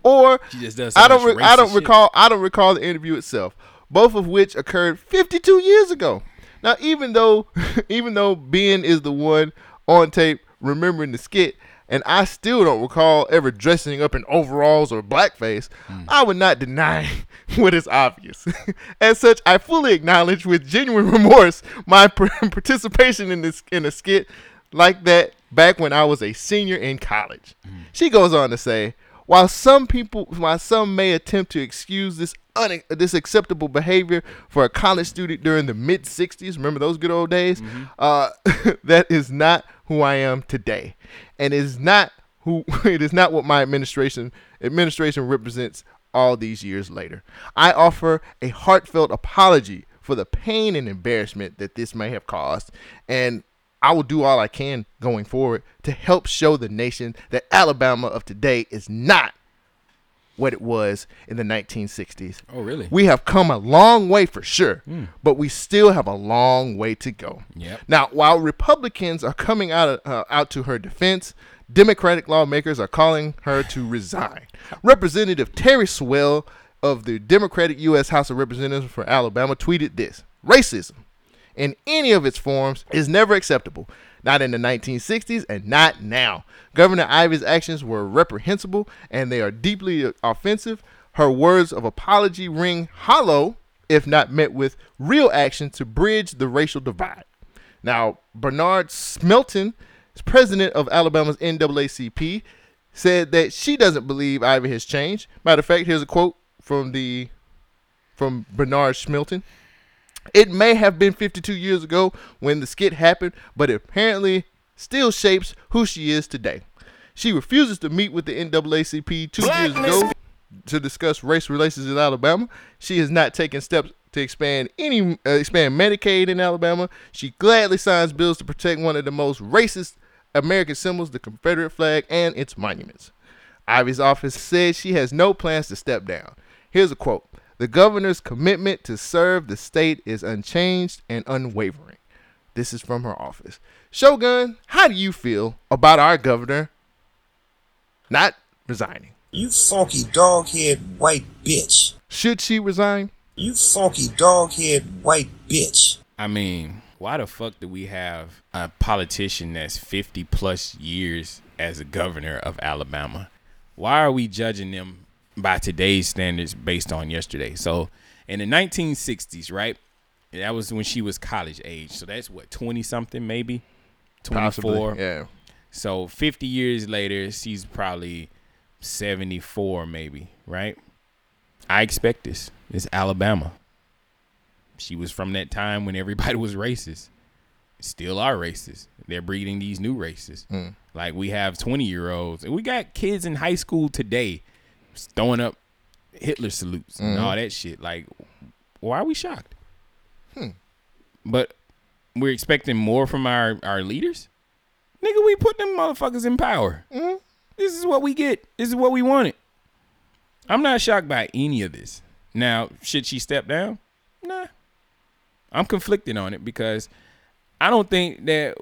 Speaker 2: or
Speaker 1: She just does so
Speaker 2: I don't
Speaker 1: much
Speaker 2: re- I don't
Speaker 1: racist shit.
Speaker 2: recall I don't recall the interview itself, both of which occurred 52 years ago. Now, even though [laughs] even though Ben is the one on tape remembering the skit, and I still don't recall ever dressing up in overalls or blackface,
Speaker 1: Hmm.
Speaker 2: I would not deny [laughs] what is obvious. [laughs] As such, I fully acknowledge with genuine [laughs] remorse my par- participation in this in a skit like that back when I was a senior in college.
Speaker 1: Hmm.
Speaker 2: She goes on to say, while some people, while some may attempt to excuse this un, this acceptable behavior for a college student during the mid '60s, remember those good old days? Uh, [laughs] that is not who I am today, and is not who [laughs] it is not what my administration administration represents all these years later. I offer a heartfelt apology for the pain and embarrassment that this may have caused, and I will do all I can going forward to help show the nation that Alabama of today is not what it was in the 1960s.
Speaker 1: Oh, really?
Speaker 2: We have come a long way for sure,
Speaker 1: Mm.
Speaker 2: but we still have a long way to go.
Speaker 1: Yep.
Speaker 2: Now, while Republicans are coming out of, uh, out to her defense, Democratic lawmakers are calling her to resign. Representative Terry Swell of the Democratic U.S. House of Representatives for Alabama tweeted this: "Racism, in any of its forms, is never acceptable. Not in the 1960s and not now. Governor Ivy's actions were reprehensible and they are deeply offensive. Her words of apology ring hollow if not met with real action to bridge the racial divide." Now, Bernard Smelton, president of Alabama's NAACP, said that she doesn't believe Ivy has changed. Matter of fact, here's a quote from the from Bernard Smelton. It may have been 52 years ago when the skit happened, but it apparently still shapes who she is today. She refuses to meet with the NAACP two years ago to discuss race relations in Alabama. She has not taken steps to expand any uh, expand Medicaid in Alabama. She gladly signs bills to protect one of the most racist American symbols, the Confederate flag and its monuments. Ivy's office said she has no plans to step down. Here's a quote. The governor's commitment to serve the state is unchanged and unwavering. This is from her office. Shogun, how do you feel about our governor not resigning?
Speaker 4: You funky dog-head white bitch.
Speaker 2: Should she resign?
Speaker 4: You funky dog-head white bitch.
Speaker 1: I mean, why the fuck do we have a politician that's 50 plus years as a governor of Alabama? Why are we judging them by today's standards based on yesterday? So, in the 1960s, right? That was when she was college age. So that's what 20 something maybe. 24.
Speaker 2: Possibly, yeah.
Speaker 1: So 50 years later, she's probably 74 maybe, right? I expect this. It's Alabama. She was from that time when everybody [laughs] was racist. Still are racist. They're breeding these new races.
Speaker 2: Mm.
Speaker 1: Like we have 20 year olds and we got kids in high school today throwing up Hitler salutes and
Speaker 2: Mhm.
Speaker 1: all that shit. Like, why are we shocked? But we're expecting more from our, our leaders? Nigga, we put them motherfuckers in power. This is what we get. This is what we wanted. I'm not shocked by any of this. Now, should she step down? Nah. I'm conflicted on it because I don't think that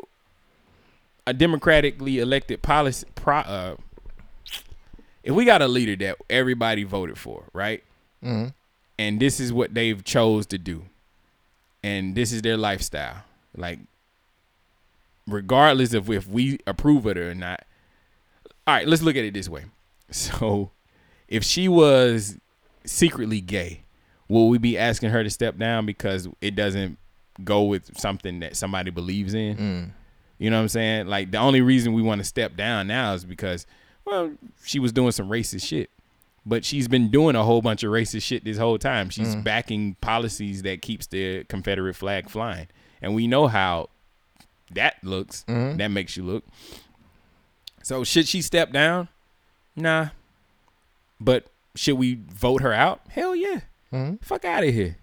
Speaker 1: a democratically elected policy pro, uh, if we got a leader that everybody voted for, right?
Speaker 2: Mhm.
Speaker 1: And this is what they've chose to do. And this is their lifestyle. Like regardless of if we approve of it or not. All right, let's look at it this way. So, if she was secretly gay, will we be asking her to step down because it doesn't go with something that somebody believes in? You know what I'm saying? Like the only reason we want to step down now is because well, she was doing some racist shit. but she's been doing a whole bunch of racist shit this whole time. She's
Speaker 15: Mm.
Speaker 1: backing policies that keeps the Confederate flag flying, and we know how that looks.
Speaker 2: Mm-hmm.
Speaker 15: Mhm.
Speaker 1: That makes you look. So should she step down? Nah. But should we vote her out? Hell yeah.
Speaker 2: Mm-hmm.
Speaker 1: Fuck out of here.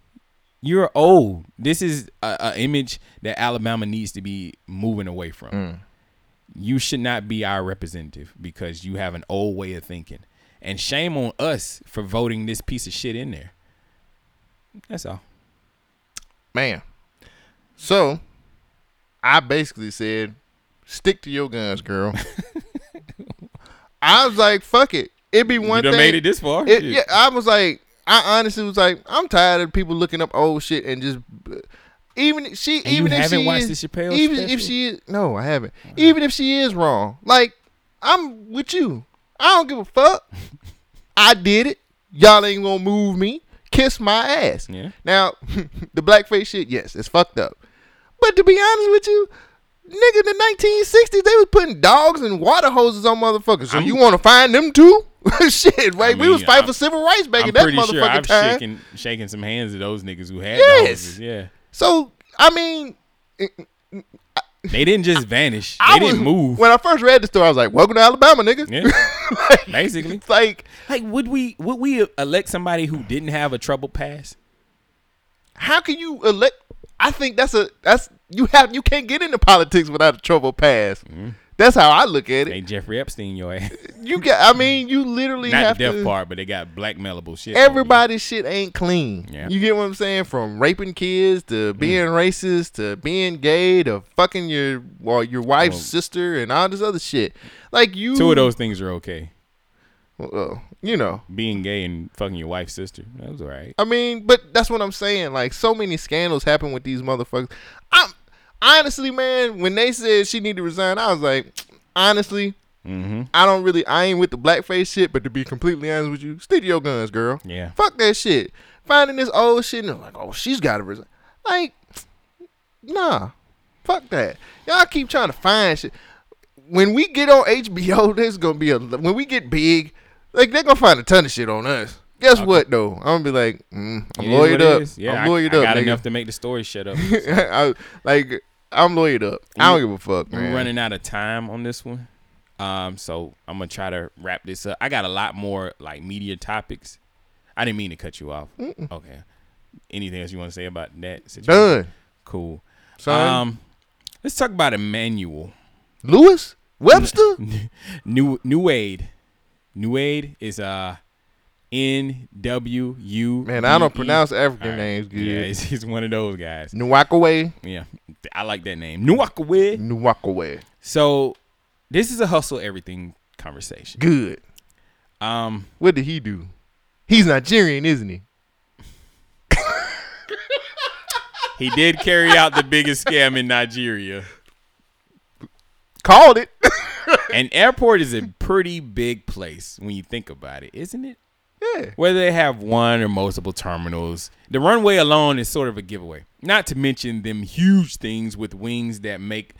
Speaker 1: You're old. This is a, a image that Alabama needs to be moving away from.
Speaker 2: Mm.
Speaker 1: You should not be our representative because you have an old way of thinking. And shame on us for voting this piece of shit in there. That's all.
Speaker 2: Man. So I basically said, stick to your
Speaker 1: [laughs]
Speaker 2: guns, girl. I was like, fuck it. It'd be one
Speaker 1: done
Speaker 2: thing.
Speaker 1: made it this far?
Speaker 2: It-
Speaker 1: Shit.
Speaker 2: yeah, I was like, I honestly was like, I'm tired of people looking up old shit and just even she
Speaker 1: you
Speaker 2: even if
Speaker 1: haven't
Speaker 2: she
Speaker 1: watched
Speaker 2: is,
Speaker 1: the Chappelle
Speaker 2: even
Speaker 1: special?
Speaker 2: if she is no, I haven't. Even if she is wrong, like I'm with you. I don't give
Speaker 1: [laughs]
Speaker 2: a fuck. I did it. Y'all ain't gonna move me. Kiss my ass.
Speaker 1: Yeah.
Speaker 2: Now, [laughs] the blackface shit, yes, it's fucked up. But to be honest with you, nigga, in the 1960s, they was putting dogs and water hoses on motherfuckers. So you want to find them too? [laughs] shit, right? we
Speaker 1: mean,
Speaker 2: was fighting
Speaker 1: I'm-
Speaker 2: for civil rights back
Speaker 1: I'm
Speaker 2: in that
Speaker 1: pretty
Speaker 2: motherfucking
Speaker 1: sure I've
Speaker 2: time.
Speaker 1: shaken shaking some hands at those niggas who had
Speaker 2: Yes.
Speaker 1: dogs. Yeah.
Speaker 2: So I mean,
Speaker 1: They didn't just vanish. They
Speaker 2: I was-
Speaker 1: didn't move.
Speaker 2: When I first read the story, I was like, "Welcome to Alabama, nigga."
Speaker 1: Basically. It's
Speaker 2: [laughs] like
Speaker 1: [laughs] like would we would we elect somebody who didn't have a troubled past?
Speaker 2: How can you elect? I think that's a that's you have you can't get into politics without a troubled past.
Speaker 1: Mm-hmm.
Speaker 2: That's how I look at it.
Speaker 1: Hey, Jeffrey Epstein, your [laughs] ass.
Speaker 2: You got. I mean, you literally
Speaker 1: Not
Speaker 2: have
Speaker 1: the death
Speaker 2: to.
Speaker 1: part, but they got blackmailable shit.
Speaker 2: Everybody's shit ain't clean.
Speaker 1: Yeah. Mm.
Speaker 2: You get what I'm saying? From raping kids to being racist to being gay to fucking your well, your wife's sister and all this other shit. Like you,
Speaker 1: Two of those things are okay.
Speaker 2: Well, you know,
Speaker 1: being gay and fucking your wife's sister. That was all right.
Speaker 2: I mean, but that's what I'm saying. Like so many scandals happen with these motherfuckers. I'm honestly, man, when they said she needed to resign, I was like, honestly,
Speaker 1: Mm-hmm.
Speaker 2: I don't really, I ain't with the blackface shit. But to be completely honest with you, stick to your guns, girl.
Speaker 1: Yeah.
Speaker 2: Fuck that shit. Finding this old shit and I'm like, oh, she's got to resign. Like, nah, fuck that. Y'all keep trying to find shit. When we get on HBO, [laughs] there's gonna be a when we get big, like they're gonna find a ton of shit on us. Guess what though? I'm gonna be like, mm, I'm
Speaker 1: It is what
Speaker 2: lawyered
Speaker 1: it
Speaker 2: up.
Speaker 1: is. Yeah,
Speaker 2: I'm
Speaker 1: I-
Speaker 2: lawyered
Speaker 1: I
Speaker 2: up,
Speaker 1: got
Speaker 2: nigga.
Speaker 1: enough to make the story shut up.
Speaker 2: [laughs] I, like I'm lawyered up. I don't give a fuck,
Speaker 1: We're
Speaker 2: man.
Speaker 1: running out of time on this one. Um, so I'm gonna try to wrap this up. I got a lot more like media topics. I didn't mean to cut you off.
Speaker 2: Mm-mm.
Speaker 1: Okay. Anything else you want to say about that situation?
Speaker 2: Done.
Speaker 1: Cool.
Speaker 2: Son.
Speaker 1: Um, let's talk about Emmanuel
Speaker 2: Lewis
Speaker 1: [laughs]
Speaker 2: Webster.
Speaker 1: New New Aid. New Aid is uh N W U. E.
Speaker 2: Man, I don't pronounce African names good.
Speaker 1: Yeah, he's, he's one of those guys.
Speaker 2: Nwakaway.
Speaker 1: Yeah, I like that name. Nwakaway.
Speaker 2: Nwakaway.
Speaker 1: So this is a hustle everything conversation.
Speaker 2: Good.
Speaker 1: Um,
Speaker 2: what did he do? He's Nigerian, isn't he?
Speaker 1: He did carry out the biggest scam in Nigeria.
Speaker 2: Called it.
Speaker 1: [laughs] An airport is a pretty big place when you think about it, isn't it?
Speaker 2: Yeah.
Speaker 1: Whether they have one or multiple terminals, the runway alone is sort of a giveaway. Not to mention them huge things with wings that make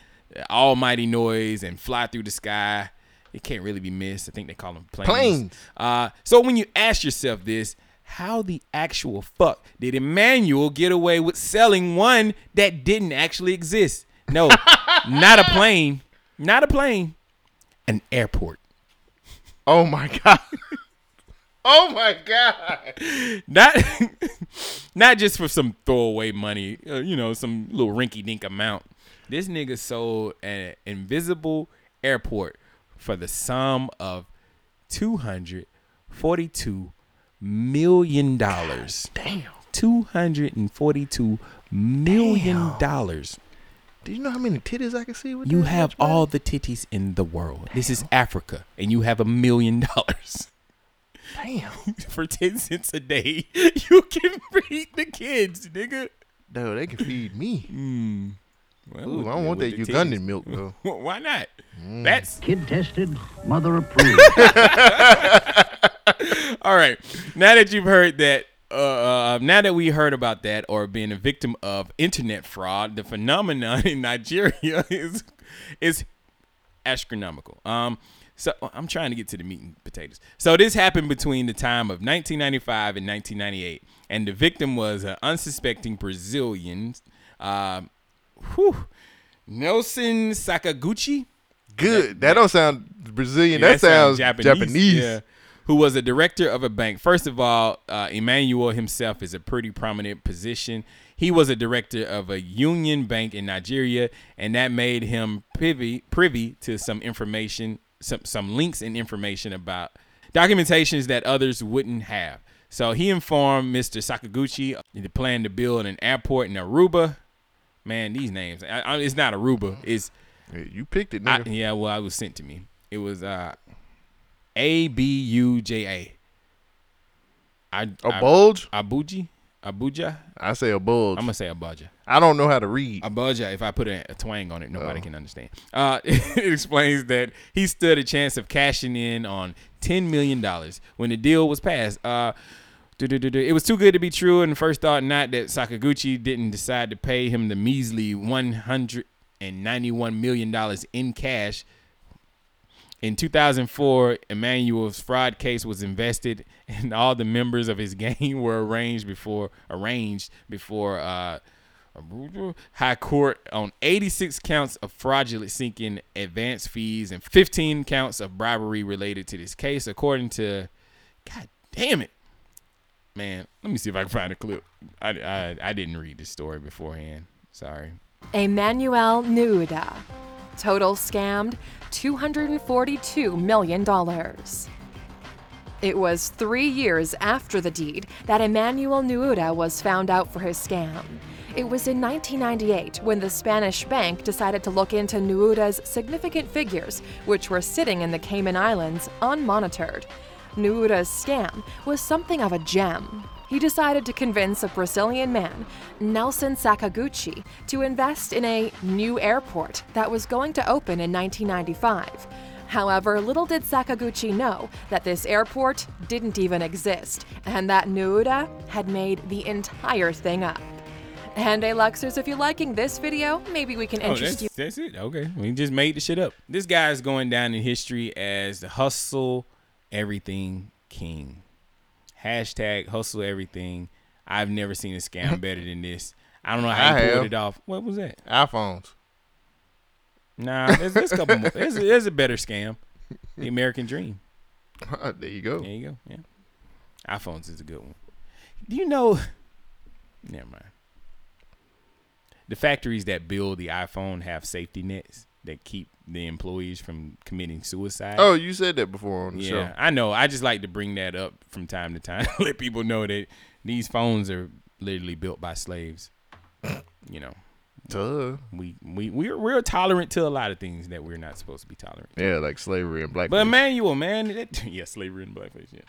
Speaker 1: almighty noise and fly through the sky. It can't really be missed. I think they call them planes.
Speaker 2: Planes.
Speaker 1: Uh, so when you ask yourself this, how the actual fuck did Emmanuel get away with selling one that didn't actually exist?
Speaker 2: [laughs]
Speaker 1: No, not a plane, not a plane, an airport.
Speaker 2: Oh my [laughs] god. Oh my god.
Speaker 1: not [laughs] not just for some throwaway money, uh, you know, some little rinky dink amount. This nigga sold an invisible airport for the sum of two hundred forty-two million dollars. Damn, two hundred and forty-two million dollars.
Speaker 2: Do you know how many titties I can see with
Speaker 1: You
Speaker 2: that?
Speaker 1: have all the titties in the world. This is Africa, and you have a million dollars.
Speaker 2: Damn.
Speaker 1: [laughs] For 10 cents a day, [laughs] you can feed the kids, nigga.
Speaker 2: No, they can feed me.
Speaker 1: Mm.
Speaker 2: Ooh, I don't want that Ugandan Mm. milk
Speaker 1: [laughs]
Speaker 2: though.
Speaker 1: Why not? That's
Speaker 3: Kid tested,
Speaker 14: [laughs]
Speaker 3: mother approved.
Speaker 1: All right. Now that you've heard that, uh, uh, now that we heard about that or being a victim of internet fraud, the [laughs] phenomenon in Nigeria is is astronomical. Um, So I'm trying to get to the meat and potatoes. So this happened between the time of 1995 and 1998, and the victim was an unsuspecting Brazilian, uh, whew, Nelson Sakaguchi.
Speaker 2: Good. That don't sound Brazilian. that, sounds Japanese.
Speaker 1: yeah, who was a director of a bank. First of all, uh, Emmanuel himself is a pretty prominent position. He was a director of a union bank in Nigeria, and that made him privy privy to some information, some some links and information about documentations that others wouldn't have. So he informed Mr. Sakaguchi of the plan to build an airport in Aruba. Man, these names. I, I, it's not Aruba. It's
Speaker 2: you picked it.
Speaker 1: I, yeah, well, it was sent to me. It was uh, A B U J A. I
Speaker 2: A bulge?
Speaker 1: Abuji, Abuja.
Speaker 2: I say a bulge.
Speaker 1: I'm gonna say Abuja.
Speaker 2: I don't know how to read.
Speaker 1: Abuja. If I put a, a twang on it, nobody can understand. Uh, [laughs] it explains that he stood a chance of cashing in on ten million dollars when the deal was passed. Uh, do, do, do, do. It was too good to be true, and first thought not that Sakaguchi didn't decide to pay him the measly one hundred and ninety-one million dollars in cash. In 2004, Emmanuel's fraud case was invested, [laughs] and all the members of his [laughs] gang were arranged before arranged before uh, high court on 86 counts of fraudulent seeking advance fees and 15 counts of bribery related to this case, according to. God damn it, man! Let me see if I can find a clip. I I, I didn't read this story beforehand. Sorry.
Speaker 13: Emmanuel Nuda. Total scammed $242 million. It was three years after the deed that Emmanuel Nuda was found out for his scam. It was in 1998 when the Spanish bank decided to look into Nuda's significant figures, which were sitting in the Cayman Islands unmonitored. Nuda's scam was something of a gem he decided to convince a Brazilian man, Nelson Sakaguchi, to invest in a new airport that was going to open in 1995. However, little did Sakaguchi know that this airport didn't even exist and that Nouda had made the entire thing up. And Aluxers, if you're liking this video, maybe we can
Speaker 1: Oh,
Speaker 13: interest
Speaker 1: that's,
Speaker 13: you.
Speaker 1: that's it. Okay. We just made the shit up. This guy's going down in history as the hustle everything king. Hashtag hustle everything. I've never seen a scam better than this. I don't know how
Speaker 2: I
Speaker 1: he
Speaker 2: have.
Speaker 1: pulled it off. What was that?
Speaker 2: iPhones. [laughs]
Speaker 1: Nah, there's, there's a couple more. There's, there's a better scam. The American Dream.
Speaker 2: there you go.
Speaker 1: There you go. Yeah. iPhones is a good one. Do you know? [laughs] Never mind. The factories that build the iPhone have safety nets that keep the employees from committing suicide.
Speaker 2: Oh, you said that before on the
Speaker 1: yeah,
Speaker 2: show.
Speaker 1: I know. I just like to bring that up from time to time, [laughs] let people know that these phones are literally built by slaves. You know,
Speaker 2: Duh.
Speaker 1: we we we're, we're tolerant to a lot of things that we're not supposed to be tolerant.
Speaker 2: Yeah, like slavery and black.
Speaker 1: But Emmanuel, man, [laughs] that, yeah, slavery and blackface, yeah.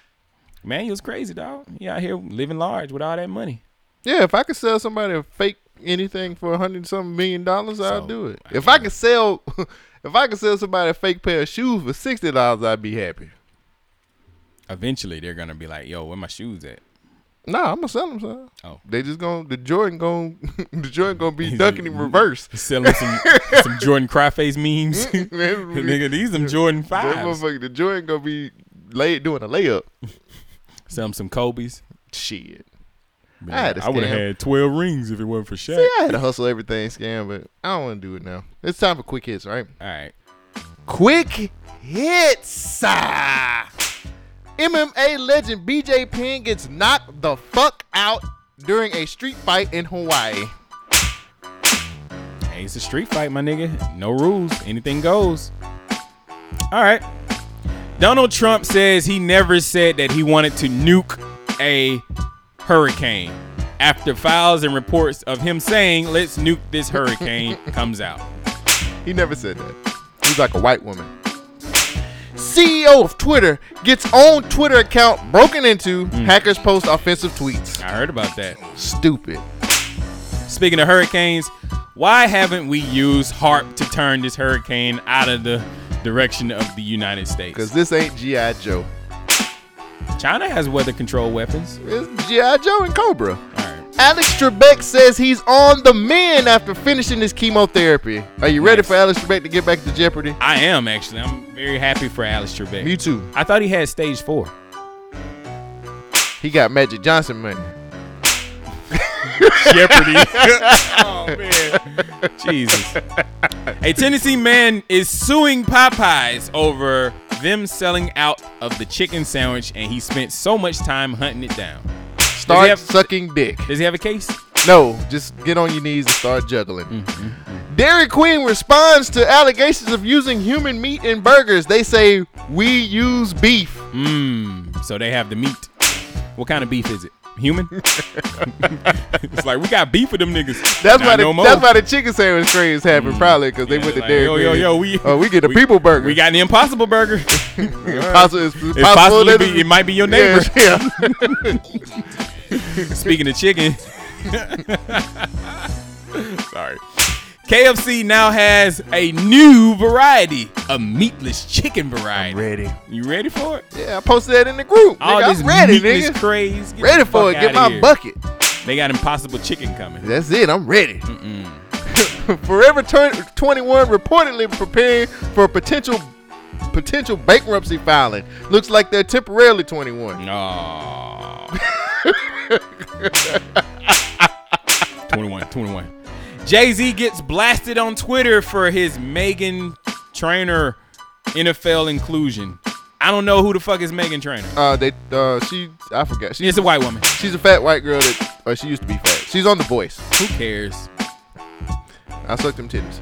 Speaker 1: Emmanuel's crazy, dog. He out here living large with all that money.
Speaker 2: Yeah, if I could sell somebody a fake anything for a hundred and something million dollars,
Speaker 1: So,
Speaker 2: I'd do it. if I could sell, [laughs] if I could sell somebody a fake pair of shoes for sixty dollars, I'd be happy.
Speaker 1: Eventually, they're gonna be like, "Yo, where my shoes at?"
Speaker 2: Nah, I'm gonna sell them. Son.
Speaker 1: Oh.
Speaker 2: they just gonna the Jordan gonna [laughs] the Jordan gonna be dunking
Speaker 1: [laughs]
Speaker 2: in reverse. [laughs]
Speaker 1: Sell him some some Jordan cryface memes. [laughs] Nigga, these them Jordan
Speaker 2: That
Speaker 1: fives.
Speaker 2: motherfucker, the Jordan gonna be lay doing a layup.
Speaker 1: Sell him some Kobe's.
Speaker 2: Shit.
Speaker 1: Man,
Speaker 2: I had a
Speaker 1: I would
Speaker 2: scam.
Speaker 1: have had twelve rings if it wasn't for Shaq.
Speaker 2: See, I had to hustle everything scam, but I don't want to do it now. It's time for quick hits, right?
Speaker 1: All right.
Speaker 2: Quick hits. Ah. MMA legend BJ Penn gets knocked the fuck out during a street fight in Hawaii.
Speaker 1: Hey, it's a street fight, my nigga. No rules. Anything goes. All right. Donald Trump says he never said that he wanted to nuke a hurricane after files and reports of him saying, let's nuke this hurricane, comes out.
Speaker 2: He never said that. He's like a white woman. CEO of Twitter gets own Twitter account broken into. Hackers post offensive tweets.
Speaker 1: I heard about that.
Speaker 2: Stupid.
Speaker 1: Speaking of hurricanes, why haven't we used HARP to turn this hurricane out of the direction of the United States?
Speaker 2: Cause this ain't G.I. Joe.
Speaker 1: China has weather control weapons.
Speaker 2: It's G.I. Joe and Cobra.
Speaker 1: All right.
Speaker 2: Alex Trebek says he's on the mend after finishing his chemotherapy. Are you ready for Alex Trebek to get back to Jeopardy?
Speaker 1: I am actually. I'm very happy for Alex Trebek.
Speaker 2: Me too.
Speaker 1: I thought he had stage four.
Speaker 2: He got Magic Johnson money.
Speaker 1: Jeopardy. oh man. Jesus. A Tennessee man is suing Popeyes over them selling out of the chicken sandwich, and he spent so much time hunting it down.
Speaker 2: Start
Speaker 1: have-
Speaker 2: sucking dick.
Speaker 1: Does he have a case?
Speaker 2: No, just get on your knees and start juggling.
Speaker 1: Mm-hmm,
Speaker 2: Dairy Queen responds to allegations of using human meat in burgers. They say we use beef.
Speaker 1: Mmm. So they have the meat. What kind of beef is it?
Speaker 2: [laughs]
Speaker 1: Human? it's like we got beef with them niggas.
Speaker 2: That's
Speaker 1: Not
Speaker 2: why the,
Speaker 1: no more. Mm.
Speaker 2: that's why the chicken sandwich craze happened probably because they went to
Speaker 1: like,
Speaker 2: Dairy
Speaker 1: yo,
Speaker 2: Queen.
Speaker 1: yo, yo, we-
Speaker 2: oh, we get the
Speaker 1: we-
Speaker 2: people burger.
Speaker 1: We got the Impossible Burger.
Speaker 2: Impossible- it's- it's
Speaker 1: It's
Speaker 2: possible
Speaker 1: possibly
Speaker 2: that
Speaker 1: be-
Speaker 2: it's-
Speaker 1: it might be your neighbor.
Speaker 2: [laughs] Yeah,
Speaker 1: [laughs] Speaking of chicken, sorry. KFC now has a new variety, a meatless chicken variety.
Speaker 2: ready.
Speaker 1: You ready for it?
Speaker 2: Yeah, I posted that in the group.
Speaker 1: All
Speaker 2: nigga,
Speaker 1: this
Speaker 2: I'm ready,
Speaker 1: meatless
Speaker 2: nigga.
Speaker 1: craze. Get
Speaker 2: ready
Speaker 1: the
Speaker 2: for it.
Speaker 1: fuck
Speaker 2: Get
Speaker 1: outta
Speaker 2: my
Speaker 1: here.
Speaker 2: bucket.
Speaker 1: They got Impossible Chicken coming.
Speaker 2: That's it. I'm ready. [laughs] Forever Turn 21 reportedly preparing for potential potential bankruptcy filing. Looks like they're temporarily
Speaker 1: Mm.
Speaker 2: 21.
Speaker 1: No. [laughs] 21, 21. Jay Z gets blasted on Twitter for his Megan Trainer NFL inclusion. I don't know who the fuck is Megan Trainer.
Speaker 2: Uh, they uh she I forgot. She,
Speaker 1: It's a white woman.
Speaker 2: she's a fat white girl that uh, she used to be fat. She's on The Voice.
Speaker 1: Who cares?
Speaker 2: I sucked them titties.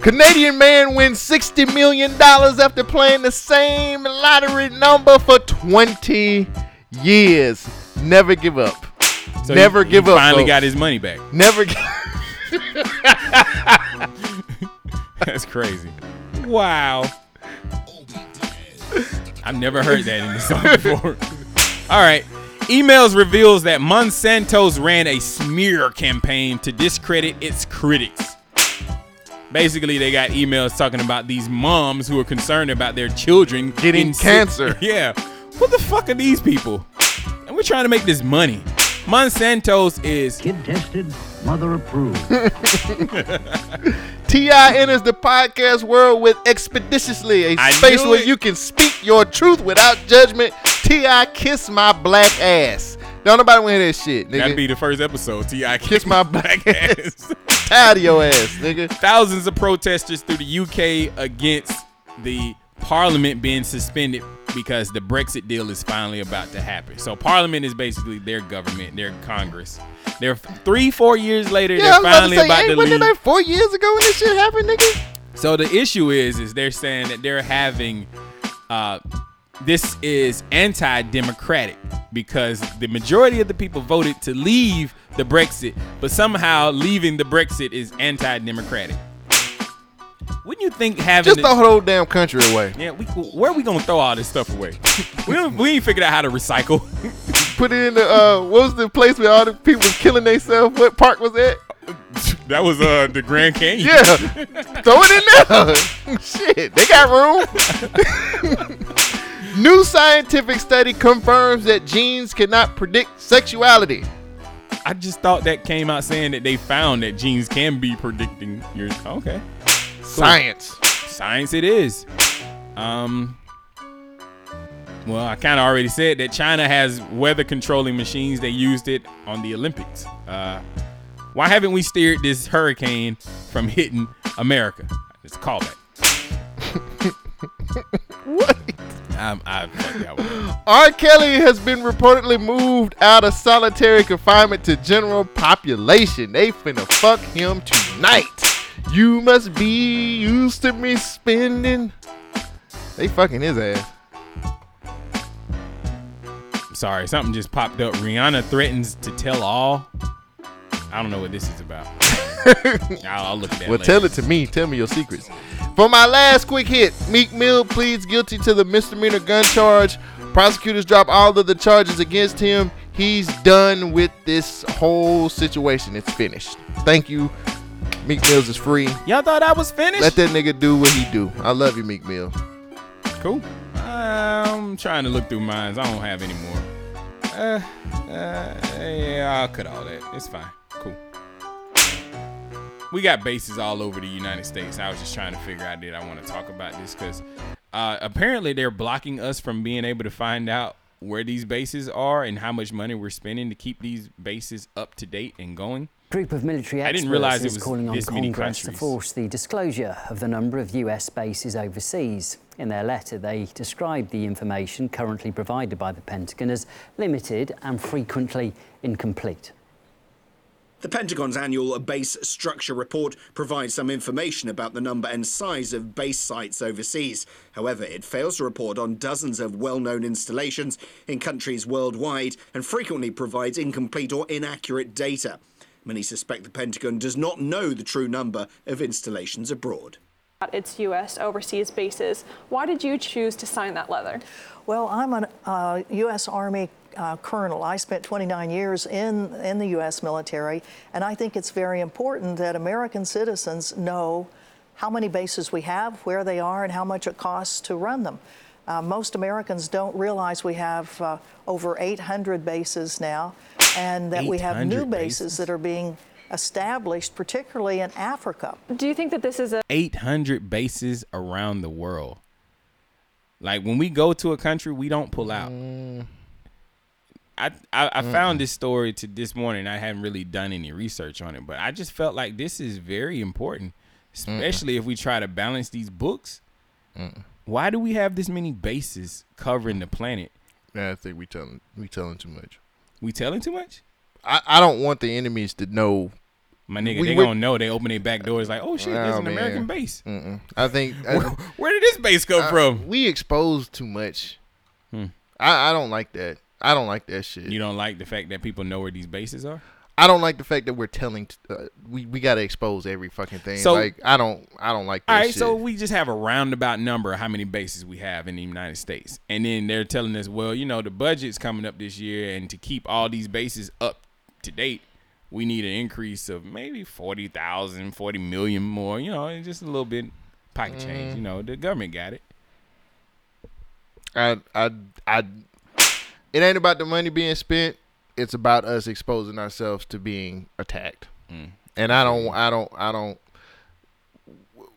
Speaker 2: Canadian man wins 60 million dollars after playing the same lottery number for 20 years. Never give up.
Speaker 1: So
Speaker 2: Never
Speaker 1: he-
Speaker 2: give
Speaker 1: he
Speaker 2: up.
Speaker 1: Finally
Speaker 2: folks.
Speaker 1: got his money back.
Speaker 2: Never give
Speaker 1: [laughs] That's crazy. Wow. [laughs] I've never heard that in the song before. [laughs] All right. Emails reveals that Monsanto's ran a smear campaign to discredit its critics. Basically, they got emails talking about these moms who are concerned about their children
Speaker 2: Getting
Speaker 1: sick-
Speaker 2: cancer.
Speaker 1: [laughs] Yeah. What the fuck are these people? And we're trying to make this money. Monsanto's is
Speaker 3: Kid tested, mother approved.
Speaker 2: T.I. enters the podcast world with Expeditiously, a
Speaker 1: I
Speaker 2: space
Speaker 1: knew
Speaker 2: where
Speaker 1: it.
Speaker 2: you can speak your truth without judgment. T.I. kiss my black ass. Don't nobody want to hear that shit,
Speaker 1: that'd
Speaker 2: nigga.
Speaker 1: be the first episode. Ti [laughs]
Speaker 2: kiss my black ass.
Speaker 1: ass.
Speaker 2: Tired of your ass, nigga.
Speaker 1: Thousands of protesters through the UK against the parliament being suspended because the Brexit deal is finally about to happen. So parliament is basically their government, their Congress. They're three, four years later,
Speaker 2: Yeah, I
Speaker 1: they're
Speaker 2: was about to
Speaker 1: finally
Speaker 2: say,
Speaker 1: about
Speaker 2: hey,
Speaker 1: to
Speaker 2: wasn't it
Speaker 1: leave.
Speaker 2: like four years ago when this shit happened, nigga?
Speaker 1: So the issue is, is they're saying that they're having, uh, this is anti-democratic because the majority of the people voted to leave the Brexit, but somehow leaving the Brexit is anti-democratic. Wouldn't you think having
Speaker 2: Just
Speaker 1: it-
Speaker 2: the whole damn country away.
Speaker 1: yeah, we where are we gonna throw all this stuff away? [laughs] we don't, we ain't figured out how to recycle. [laughs]
Speaker 2: Put it in the, uh, what was the place where all the people was killing themselves? What park was that?
Speaker 1: that was uh the Grand Canyon.
Speaker 2: Yeah. [laughs] Throw it in there. [laughs] Shit, they got room. [laughs] New scientific study confirms that genes cannot predict sexuality.
Speaker 1: I just thought that came out saying that they found that genes can be predicting your okay.
Speaker 2: Science.
Speaker 1: Science it is. Um well, I kind of already said that China has weather controlling machines. They used it on the Olympics. Uh, why haven't we steered this hurricane from hitting America? It's a callback.
Speaker 2: [laughs] What?
Speaker 1: I'm, I fucked that one.
Speaker 2: R. Kelly has been reportedly moved out of solitary confinement to general population. They finna fuck him tonight. You must be used to me spending. They fucking his ass.
Speaker 1: Sorry, something just popped up. Rihanna threatens to tell all. I don't know what this is
Speaker 2: [laughs]
Speaker 1: about. I'll, I'll look at that.
Speaker 2: Well,
Speaker 1: later.
Speaker 2: tell it to me. Tell me your secrets. For my last quick hit, Meek Mill pleads guilty to the misdemeanor gun charge. Prosecutors drop all of the charges against him. He's done with this whole situation. It's finished. Thank you. Meek Mills is free.
Speaker 1: Y'all thought I was finished?
Speaker 2: Let that nigga do what he do. I love you, Meek Mill.
Speaker 1: Cool. I'm trying to look through mines. I don't have any more. Uh, uh, yeah, I'll cut all that. It's fine. Cool. We got bases all over the United States. I was just trying to figure out did I want to talk about this because uh, apparently they're blocking us from being able to find out where these bases are and how much money we're spending to keep these bases up to date and going.
Speaker 16: Group of military
Speaker 1: I
Speaker 16: experts
Speaker 1: didn't realize it
Speaker 16: is
Speaker 1: was
Speaker 16: calling on
Speaker 1: this many
Speaker 16: Congress to
Speaker 1: countries.
Speaker 16: force the disclosure of the number of US bases overseas. In their letter, they described the information currently provided by the Pentagon as limited and frequently incomplete.
Speaker 17: The Pentagon's annual base structure report provides some information about the number and size of base sites overseas. However, it fails to report on dozens of well known installations in countries worldwide and frequently provides incomplete or inaccurate data. Many suspect the Pentagon does not know the true number of installations abroad.
Speaker 18: at its U.S. overseas bases. Why did you choose to sign that letter?
Speaker 19: Well, I'm a uh, U.S. Army uh, colonel. I spent 29 years in, in the U.S. military, and I think it's very important that American citizens know how many bases we have, where they are, and how much it costs to run them. Uh, most Americans don't realize we have uh, over 800 bases now, and that we have new
Speaker 1: 800
Speaker 19: bases, that are being established, particularly in Africa.
Speaker 18: Do you think that this is a
Speaker 1: 800 bases around the world. Like when we go to a country, we don't pull out. I I, I found this story to this morning. I hadn't really done any research on it, but I just felt like this is very important, especially if we try to balance these books. Why do we have this many bases covering the planet?
Speaker 2: Yeah, I think we telling we telling too much.
Speaker 1: We telling too much?
Speaker 2: I, I don't want the enemies to know.
Speaker 1: My nigga, they gonna know. They open their back doors like, oh shit, there's an American base.
Speaker 2: Mm-mm. I think. I-
Speaker 1: Where did this base go
Speaker 2: I-
Speaker 1: from?
Speaker 2: We exposed too much. hmm. I, I don't like that. I don't like that shit.
Speaker 1: You don't like the fact that people know where these bases are?
Speaker 2: I don't like the fact that we're telling. T- uh, we we gotta expose every fucking thing.
Speaker 1: So-
Speaker 2: like I don't I don't like that
Speaker 1: All right,
Speaker 2: shit.
Speaker 1: so we just have a roundabout number of how many bases we have in the United States, and then they're telling us, well, you know, the budget's coming up this year, and to keep all these bases up to date, we need an increase of maybe 40,000, 40 million more, you know, and just a little bit pocket change.
Speaker 2: Mm.
Speaker 1: You know, the government got it.
Speaker 2: I I I. It ain't about the money being spent. It's about us exposing ourselves to being attacked. And I don't I don't I don't.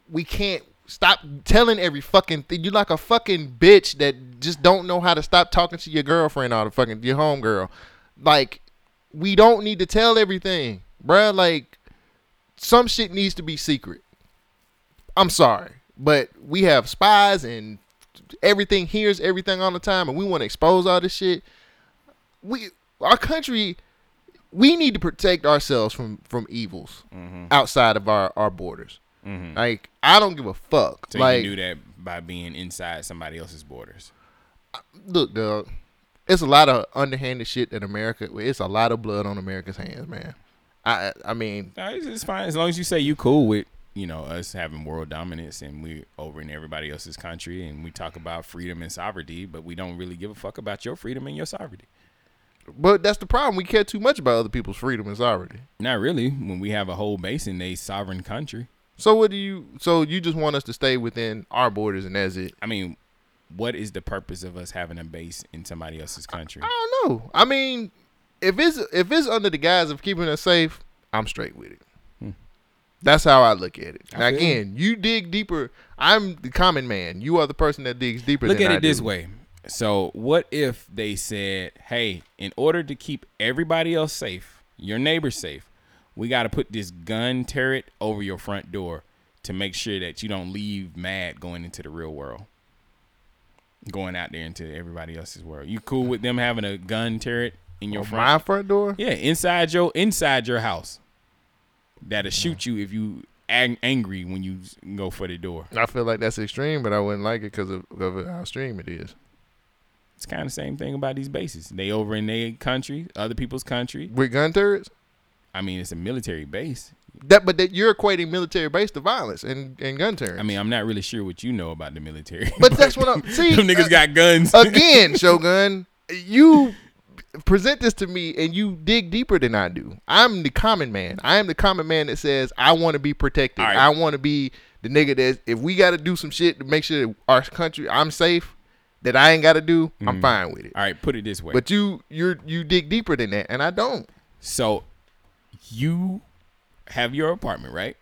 Speaker 2: We can't stop telling every fucking thing. You like a fucking bitch that just don't know how to stop talking to your girlfriend or the fucking your homegirl. Like we don't need to tell everything, bruh. Like some shit needs to be secret. I'm sorry, but we have spies and everything hears everything all the time, and we want to expose all this shit. We, our country, we need to protect ourselves from from evils
Speaker 1: Mm-hmm.
Speaker 2: outside of our our borders. Like I don't give a fuck.
Speaker 1: So
Speaker 2: like
Speaker 1: Mm-hmm. you can do that by being inside somebody else's borders.
Speaker 2: look, dog. It's a lot of underhanded shit that America. It's a lot of blood on America's hands, man. I I mean,
Speaker 1: No, it's, it's fine as long as you say you cool with you know us having world dominance and we over in everybody else's country and we talk about freedom and sovereignty, but we don't really give a fuck about your freedom and your sovereignty.
Speaker 2: but that's the problem. We care too much about other people's freedom and sovereignty.
Speaker 1: Not really. When we have a whole base in a sovereign country,
Speaker 2: So what do you? So you just want us to stay within our borders, and that's it.
Speaker 1: I mean, what is the purpose of us having a base in somebody else's country?
Speaker 2: I don't know. I mean, if it's if it's under the guise of keeping us safe, I'm straight with it. That's how I look at it.
Speaker 1: Hmm. I
Speaker 2: Now,
Speaker 1: feel
Speaker 2: again, you dig deeper. I'm the common man. You are the person that digs deeper.
Speaker 1: Look
Speaker 2: than
Speaker 1: at
Speaker 2: I
Speaker 1: it this
Speaker 2: do.
Speaker 1: way. So, what if they said, "Hey, in order to keep everybody else safe, your neighbors safe, we got to put this gun turret over your front door to make sure that you don't leave mad going into the real world, going out there into everybody else's world." You cool with them having a gun turret in your
Speaker 2: On
Speaker 1: front?
Speaker 2: my front door?
Speaker 1: Yeah, inside your inside your house. That'll shoot you if you ang- angry when you s- go for the door.
Speaker 2: I feel like that's extreme, but I wouldn't like it because of, of how extreme it is.
Speaker 1: It's kind of same thing about these bases. They over in their country, other people's country.
Speaker 2: With gun turrets?
Speaker 1: I mean, it's a military base.
Speaker 2: That, but that you're equating military base to violence and, and gun turrets.
Speaker 1: I mean, I'm not really sure what you know about the military.
Speaker 2: But that's what I'm
Speaker 1: [laughs]
Speaker 2: see. uh,
Speaker 1: them niggas got guns.
Speaker 2: again, Shogun. You present this to me, and you dig deeper than I do. I'm the common man. I am the common man that says I want to be protected. I want to be the nigga that if we got to do some shit to make sure that our country I'm safe, that I ain't got to do, I'm
Speaker 1: Mhm.
Speaker 2: fine with it.
Speaker 1: [laughs] All right, put it this way.
Speaker 2: But you you you dig deeper than that, and I don't.
Speaker 1: So you have your apartment, right?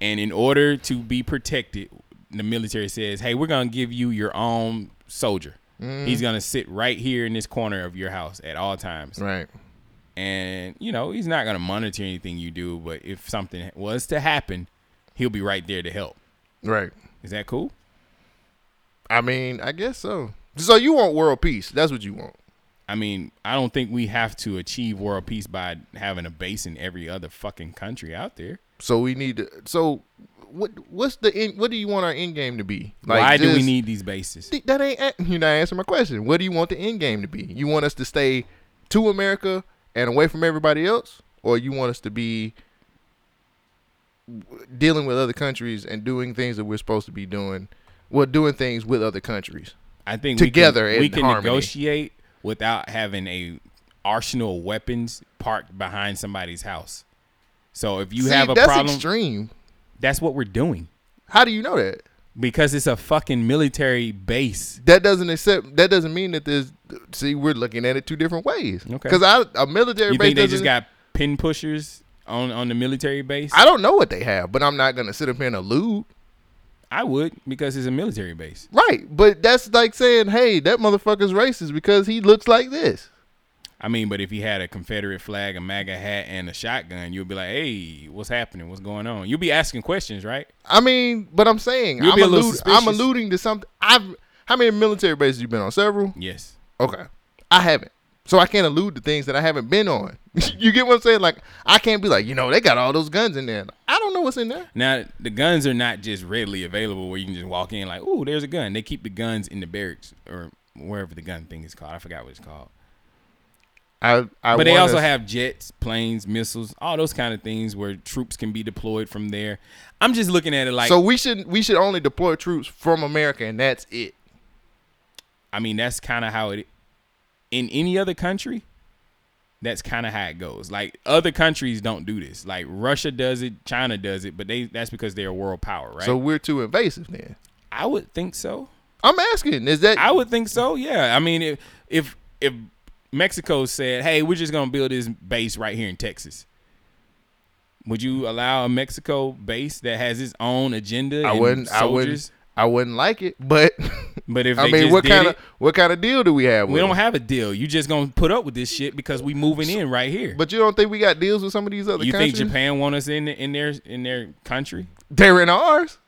Speaker 1: And in order to be protected, the military says, "Hey, we're gonna give you your own soldier.
Speaker 2: Mm.
Speaker 1: He's gonna sit right here in this corner of your house at all times."
Speaker 2: Right.
Speaker 1: And you know he's not gonna monitor anything you do, but if something was to happen, he'll be right there to help.
Speaker 2: Right.
Speaker 1: Is that cool?
Speaker 2: I mean, I guess so. So you want world peace? That's what you want.
Speaker 1: I mean, I don't think we have to achieve world peace by having a base in every other fucking country out there.
Speaker 2: So we need to. So what what's the end, what do you want our end game to be?
Speaker 1: Why do we
Speaker 2: just-
Speaker 1: need these bases?
Speaker 2: Th- That ain't a- you're not answering my question. What do you want the end game to be? You want us to stay to America and away from everybody else, or you want us to be w- dealing with other countries and doing things that we're supposed to be doing? Well, doing things with other countries.
Speaker 1: I think
Speaker 2: together
Speaker 1: we
Speaker 2: in
Speaker 1: can, we can
Speaker 2: harmony.
Speaker 1: negotiate without having a arsenal of weapons parked behind somebody's house. So if you
Speaker 2: See,
Speaker 1: have a
Speaker 2: that's
Speaker 1: problem,
Speaker 2: extreme.
Speaker 1: That's what we're doing.
Speaker 2: How do you know that?
Speaker 1: Because it's a fucking military base.
Speaker 2: That doesn't accept. That doesn't mean that there's. See, we're looking at it two different ways.
Speaker 1: Okay.
Speaker 2: Because I a military
Speaker 1: you
Speaker 2: base.
Speaker 1: think they just
Speaker 2: doesn't-
Speaker 1: got pin pushers on on the military base?
Speaker 2: I don't know what they have, but I'm not gonna sit up here and allude.
Speaker 1: I would because it's a military base.
Speaker 2: Right, but that's like saying, "Hey, that motherfucker's racist because he looks like this."
Speaker 1: I mean, but if he had a Confederate flag, a MAGA hat, and a shotgun, you'd be like, "Hey, what's happening? What's going on?" You'd be asking questions, right?
Speaker 2: I mean, but I'm saying
Speaker 1: You'll
Speaker 2: I'm,
Speaker 1: be a little
Speaker 2: allu- I'm
Speaker 1: suspicious.
Speaker 2: alluding to something. I've how many military bases you been on? Several.
Speaker 1: Yes.
Speaker 2: Okay, I haven't, so I can't allude to things that I haven't been on. [laughs] you get what I'm saying? Like I can't be like, you know, they got all those guns in there. I don't know what's in there.
Speaker 1: Now the guns are not just readily available where you can just walk in like, "Ooh, there's a gun." They keep the guns in the barracks or wherever the gun thing is called. I forgot what it's called.
Speaker 2: I, I
Speaker 1: but they
Speaker 2: want
Speaker 1: also
Speaker 2: us-
Speaker 1: have jets, planes, missiles, all those kind of things where troops can be deployed from there. I'm just looking at it like,
Speaker 2: so we should we should only deploy troops from America, and that's it.
Speaker 1: I mean, that's kind of how it. In any other country, that's kind of how it goes. Like other countries don't do this. Like Russia does it, China does it, but they that's because they're a world power, right?
Speaker 2: So we're too invasive then.
Speaker 1: I would think so.
Speaker 2: I'm asking, is that
Speaker 1: I would think so. Yeah. I mean, if if if Mexico said, "Hey, we're just going to build this base right here in Texas." Would you allow a Mexico base that has its own agenda?
Speaker 2: I
Speaker 1: and
Speaker 2: wouldn't. I
Speaker 1: Soldiers?
Speaker 2: wouldn't. I wouldn't like it. But [laughs]
Speaker 1: But if
Speaker 2: I
Speaker 1: they
Speaker 2: mean,
Speaker 1: just
Speaker 2: what
Speaker 1: did
Speaker 2: kind of
Speaker 1: it-
Speaker 2: what kind of deal do we have?
Speaker 1: We
Speaker 2: with
Speaker 1: don't
Speaker 2: them?
Speaker 1: have a deal. You just gonna put up with this shit because we moving in right here.
Speaker 2: But you don't think we got deals with some of these other
Speaker 1: you
Speaker 2: countries?
Speaker 1: think Japan want us in in their in their
Speaker 2: [laughs]
Speaker 1: country?
Speaker 2: They're in ours.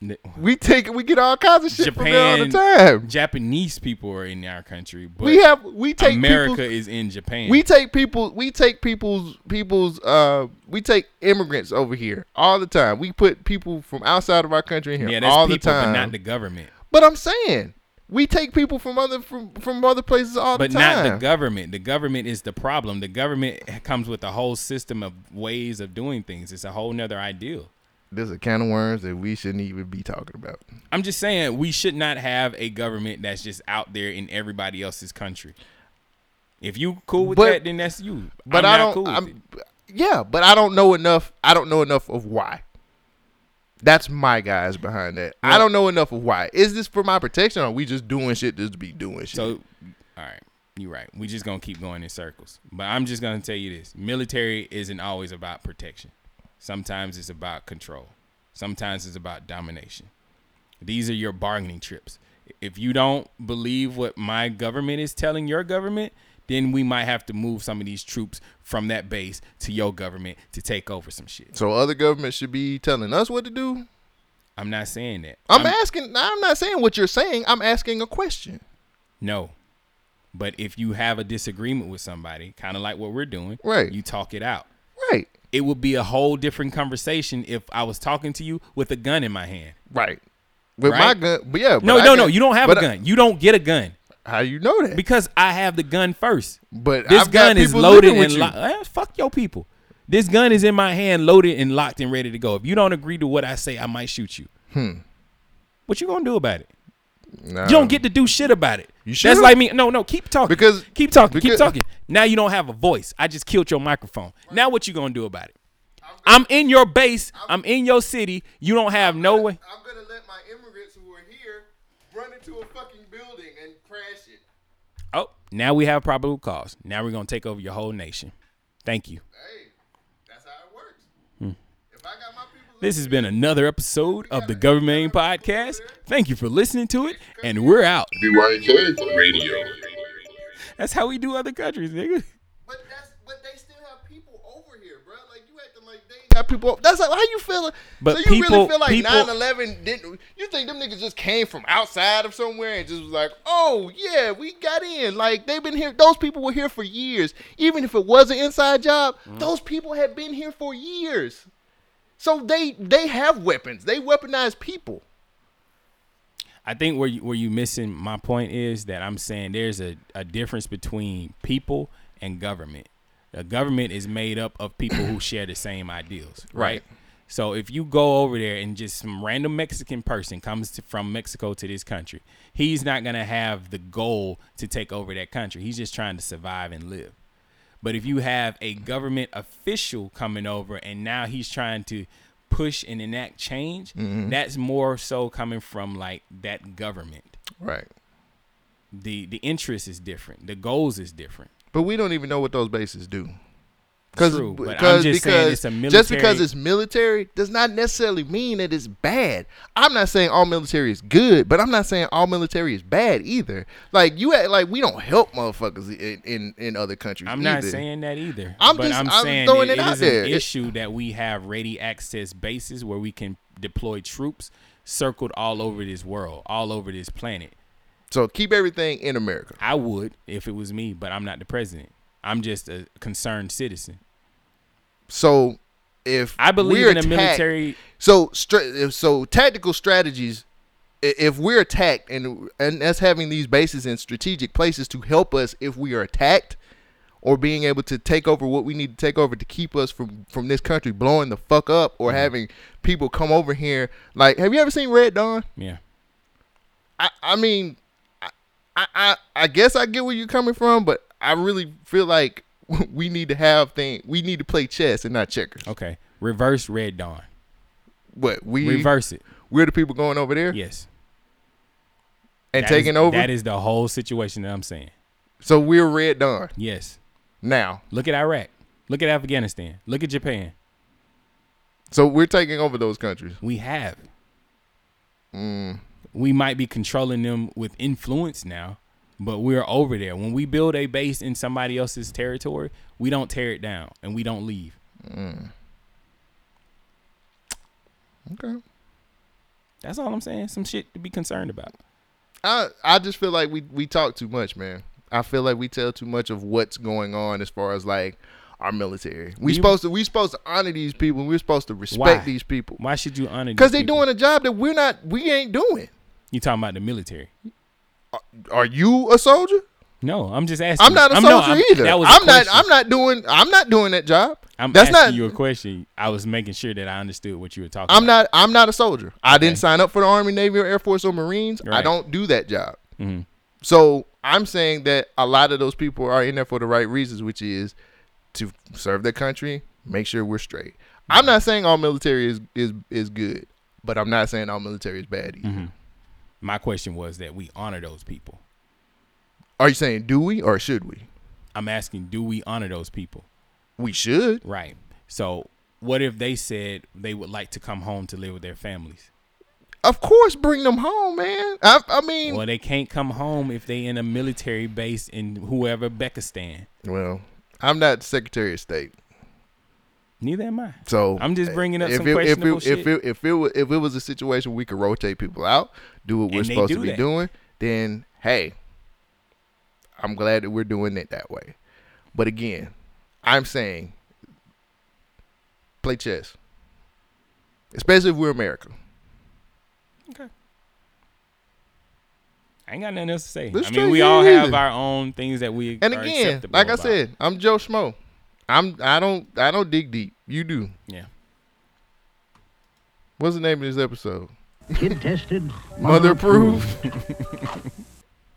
Speaker 1: N-
Speaker 2: We take we get all kinds of shit from there all the
Speaker 1: Japan,
Speaker 2: time.
Speaker 1: Japanese people are in our country, but
Speaker 2: We have- we take
Speaker 1: America
Speaker 2: people-
Speaker 1: is in Japan.
Speaker 2: We take people. We take people's people's. Uh, we take immigrants over here all the time. We put people from outside of our country in here
Speaker 1: yeah, that's
Speaker 2: all
Speaker 1: people,
Speaker 2: the time.
Speaker 1: but not the government.
Speaker 2: But I'm saying we take people from other from from other places all
Speaker 1: but
Speaker 2: the time.
Speaker 1: not the government. The government is the problem. The government comes with a whole system of ways of doing things. It's a whole nother ideal.
Speaker 2: There's a can of worms that we shouldn't even be talking about.
Speaker 1: I'm just saying we should not have a government that's just out there in everybody else's country. If you cool with
Speaker 2: But-
Speaker 1: that, then that's you.
Speaker 2: But
Speaker 1: I'm
Speaker 2: I
Speaker 1: not
Speaker 2: don't.
Speaker 1: cool with
Speaker 2: I'm,
Speaker 1: it.
Speaker 2: yeah, but I don't know enough. I don't know enough of why. That's my guys behind that. I don't know enough of why. Is this for my protection, or we just doing shit just to be doing shit?
Speaker 1: So, all right, you're right. We just gonna keep going in circles. But I'm just gonna tell you this: military isn't always about protection. Sometimes it's about control. Sometimes it's about domination. These are your bargaining trips. If you don't believe what my government is telling your government, then we might have to move some of these troops from that base to your government to take over some shit.
Speaker 2: So other governments should be telling us what to do.
Speaker 1: I'm not saying that.
Speaker 2: I'm, asking. I'm not saying what you're saying. I'm asking a question.
Speaker 1: No. But if you have a disagreement with somebody, kind of like what we're doing,
Speaker 2: Right.
Speaker 1: you talk it out.
Speaker 2: Right.
Speaker 1: It would be a whole different conversation if I was talking to you with a gun in my hand.
Speaker 2: Right. With my gun, but yeah.
Speaker 1: No,
Speaker 2: but
Speaker 1: no,
Speaker 2: I got-
Speaker 1: no. You don't have a
Speaker 2: but I-
Speaker 1: gun. you don't get a gun.
Speaker 2: How you know that?
Speaker 1: Because I have the gun first.
Speaker 2: But
Speaker 1: this
Speaker 2: I've got
Speaker 1: gun is
Speaker 2: people
Speaker 1: loaded
Speaker 2: living with
Speaker 1: and
Speaker 2: you.
Speaker 1: locked. Eh, fuck your people. This gun is in my hand, loaded and locked and ready to go. If you don't agree to what I say, I might shoot you.
Speaker 2: Hmm.
Speaker 1: What you gonna do about it?
Speaker 2: Nah.
Speaker 1: You don't get to do shit about it. You
Speaker 2: sure?
Speaker 1: That's like me. No, no. Keep talking.
Speaker 2: Because-
Speaker 1: keep talking.
Speaker 2: because-
Speaker 1: keep talking. Now you don't have a voice. I just killed your microphone. Now what you gonna do about it? I'm in your base. I'm in your city. You don't have no way.
Speaker 2: I'm gonna let my immigrants who are here run into a fucking building crash it.
Speaker 1: Oh, now we have probable cause. Now we're gonna take over your whole nation. Thank you. Hmm. This has been another episode of the Government Podcast. Thank you for listening to it, and we're out.
Speaker 20: BYK Radio.
Speaker 1: That's how we do other countries, nigga.
Speaker 2: Got people up. That's like, how you feeling.
Speaker 1: But
Speaker 2: so you
Speaker 1: people-
Speaker 2: really feel like
Speaker 1: people-
Speaker 2: 9/11 didn't? You think them niggas just came from outside of somewhere and just was like, oh yeah, we got in. Like they've been here. Those people were here for years. Even if it was an inside job,
Speaker 1: Hmm.
Speaker 2: those people had been here for years. So they they have weapons. They weaponize people.
Speaker 1: I think where you, where you missing my point is that I'm saying there's a, a difference between people and government. A government is made up of people who share the same ideals, right?
Speaker 2: Right.
Speaker 1: So if you go over there and just some random Mexican person comes to, from Mexico to this country, he's not gonna have the goal to take over that country. He's just trying to survive and live. But if you have a government official coming over and now he's trying to push and enact change,
Speaker 2: Mhm.
Speaker 1: that's more so coming from like that government.
Speaker 2: Right.
Speaker 1: The the interest is different. The goals is different.
Speaker 2: But we don't even know what those bases do. Because
Speaker 1: True, but I'm
Speaker 2: because
Speaker 1: just saying
Speaker 2: because
Speaker 1: it's a
Speaker 2: just because
Speaker 1: military-
Speaker 2: it's military does not necessarily mean that it's bad. I'm not saying all military is good, but I'm not saying all military is bad either. Like you, act like we don't help motherfuckers in in, in other countries.
Speaker 1: I'm not
Speaker 2: either.
Speaker 1: saying that either.
Speaker 2: I'm
Speaker 1: but
Speaker 2: just
Speaker 1: I'm,
Speaker 2: I'm
Speaker 1: saying
Speaker 2: throwing
Speaker 1: it- it
Speaker 2: it, out
Speaker 1: is
Speaker 2: there.
Speaker 1: an
Speaker 2: It-
Speaker 1: issue that we have ready access bases where we can deploy troops circled all over this world, all over this planet.
Speaker 2: So keep everything in America.
Speaker 1: I would if it was me, but I'm not the president. I'm just a concerned citizen.
Speaker 2: So if
Speaker 1: I believe
Speaker 2: we're
Speaker 1: in a
Speaker 2: attacked-
Speaker 1: military-
Speaker 2: so stra- if- so tactical strategies. i- If we're attacked and and us having these bases in strategic places to help us if we are attacked, or being able to take over what we need to take over to keep us from from this country blowing the fuck up,
Speaker 1: Mm-hmm.
Speaker 2: or having people come over here. Like, have you ever seen Red Dawn?
Speaker 1: Yeah.
Speaker 2: I I mean, I, I I guess I get where you're coming from, but I really feel like [laughs] we need to have thing. We need to play chess and not checkers.
Speaker 1: Okay, reverse Red Dawn.
Speaker 2: What we
Speaker 1: Reverse it.
Speaker 2: We're the people going over there.
Speaker 1: Yes,
Speaker 2: and
Speaker 1: That is-
Speaker 2: taking over.
Speaker 1: That is the whole situation that I'm saying.
Speaker 2: so we're Red Dawn.
Speaker 1: Yes.
Speaker 2: Now
Speaker 1: look at Iraq. Look at Afghanistan. Look at Japan.
Speaker 2: So we're taking over those countries.
Speaker 1: We have.
Speaker 2: Mm.
Speaker 1: We might be controlling them with influence now, but we're over there. When we build a base in somebody else's territory, we don't tear it down and we don't leave.
Speaker 2: Okay.
Speaker 1: That's all I'm saying. Some shit to be concerned about.
Speaker 2: I I just feel like we we talk too much, man. I feel like we tell too much of what's going on as far as like our military. We
Speaker 1: You-
Speaker 2: supposed to we supposed to honor these people. We're supposed to respect
Speaker 1: Why?
Speaker 2: these people
Speaker 1: Why should you honor?
Speaker 2: because
Speaker 1: these
Speaker 2: they're
Speaker 1: people?
Speaker 2: doing a job that we're not. We ain't doing.
Speaker 1: You talking about the military?
Speaker 2: Are you a soldier?
Speaker 1: No, I'm just asking.
Speaker 2: I'm not a
Speaker 1: I'm-
Speaker 2: soldier
Speaker 1: no, I'm-
Speaker 2: either.
Speaker 1: that was a
Speaker 2: I'm not.
Speaker 1: question.
Speaker 2: I'm not doing. I'm not doing that job.
Speaker 1: I'm
Speaker 2: That's
Speaker 1: asking
Speaker 2: not.
Speaker 1: you a question. I was making sure that I understood what you were talking.
Speaker 2: I'm
Speaker 1: about.
Speaker 2: not. I'm not a soldier. I didn't sign up for the Army, Navy, or Air Force or Marines. I
Speaker 1: Right.
Speaker 2: don't do that job.
Speaker 1: Mhm.
Speaker 2: So I'm saying that a lot of those people are in there for the right reasons, which is to serve their country, make sure we're straight. I'm not saying all military is is is good, but I'm not saying all military is bad either.
Speaker 1: My question was that we honor those people.
Speaker 2: Are you saying do we or should we?
Speaker 1: I'm asking, do we honor those people?
Speaker 2: We should.
Speaker 1: Right. So, what if they said they would like to come home to live with their families?
Speaker 2: Of course, bring them home, man. I, I mean,
Speaker 1: Well, they can't come home if they in a military base in whoever Bekistan.
Speaker 2: well, I'm not Secretary of State.
Speaker 1: Neither am I.
Speaker 2: So
Speaker 1: I'm just bringing up
Speaker 2: if
Speaker 1: some
Speaker 2: it, if
Speaker 1: questionable
Speaker 2: it,
Speaker 1: shit.
Speaker 2: If it, if it was if it was a situation we could rotate people out, do what we're
Speaker 1: And they
Speaker 2: supposed
Speaker 1: do
Speaker 2: to be
Speaker 1: that.
Speaker 2: doing, then hey, I'm glad that we're doing it that way. But again, I'm saying play chess, especially if we're America.
Speaker 1: I ain't got nothing else to say.
Speaker 2: That's
Speaker 1: I mean,
Speaker 2: true,
Speaker 1: we
Speaker 2: yeah,
Speaker 1: all
Speaker 2: yeah,
Speaker 1: have
Speaker 2: yeah.
Speaker 1: our own things that we
Speaker 2: And
Speaker 1: are
Speaker 2: again,
Speaker 1: acceptable
Speaker 2: like I
Speaker 1: about.
Speaker 2: said, I'm Joe Schmo. I'm I don't I don't dig deep. You do.
Speaker 1: Yeah.
Speaker 2: What's the name of this episode?
Speaker 3: Kid tested,
Speaker 2: Mother
Speaker 3: mother
Speaker 2: approved.
Speaker 3: approved.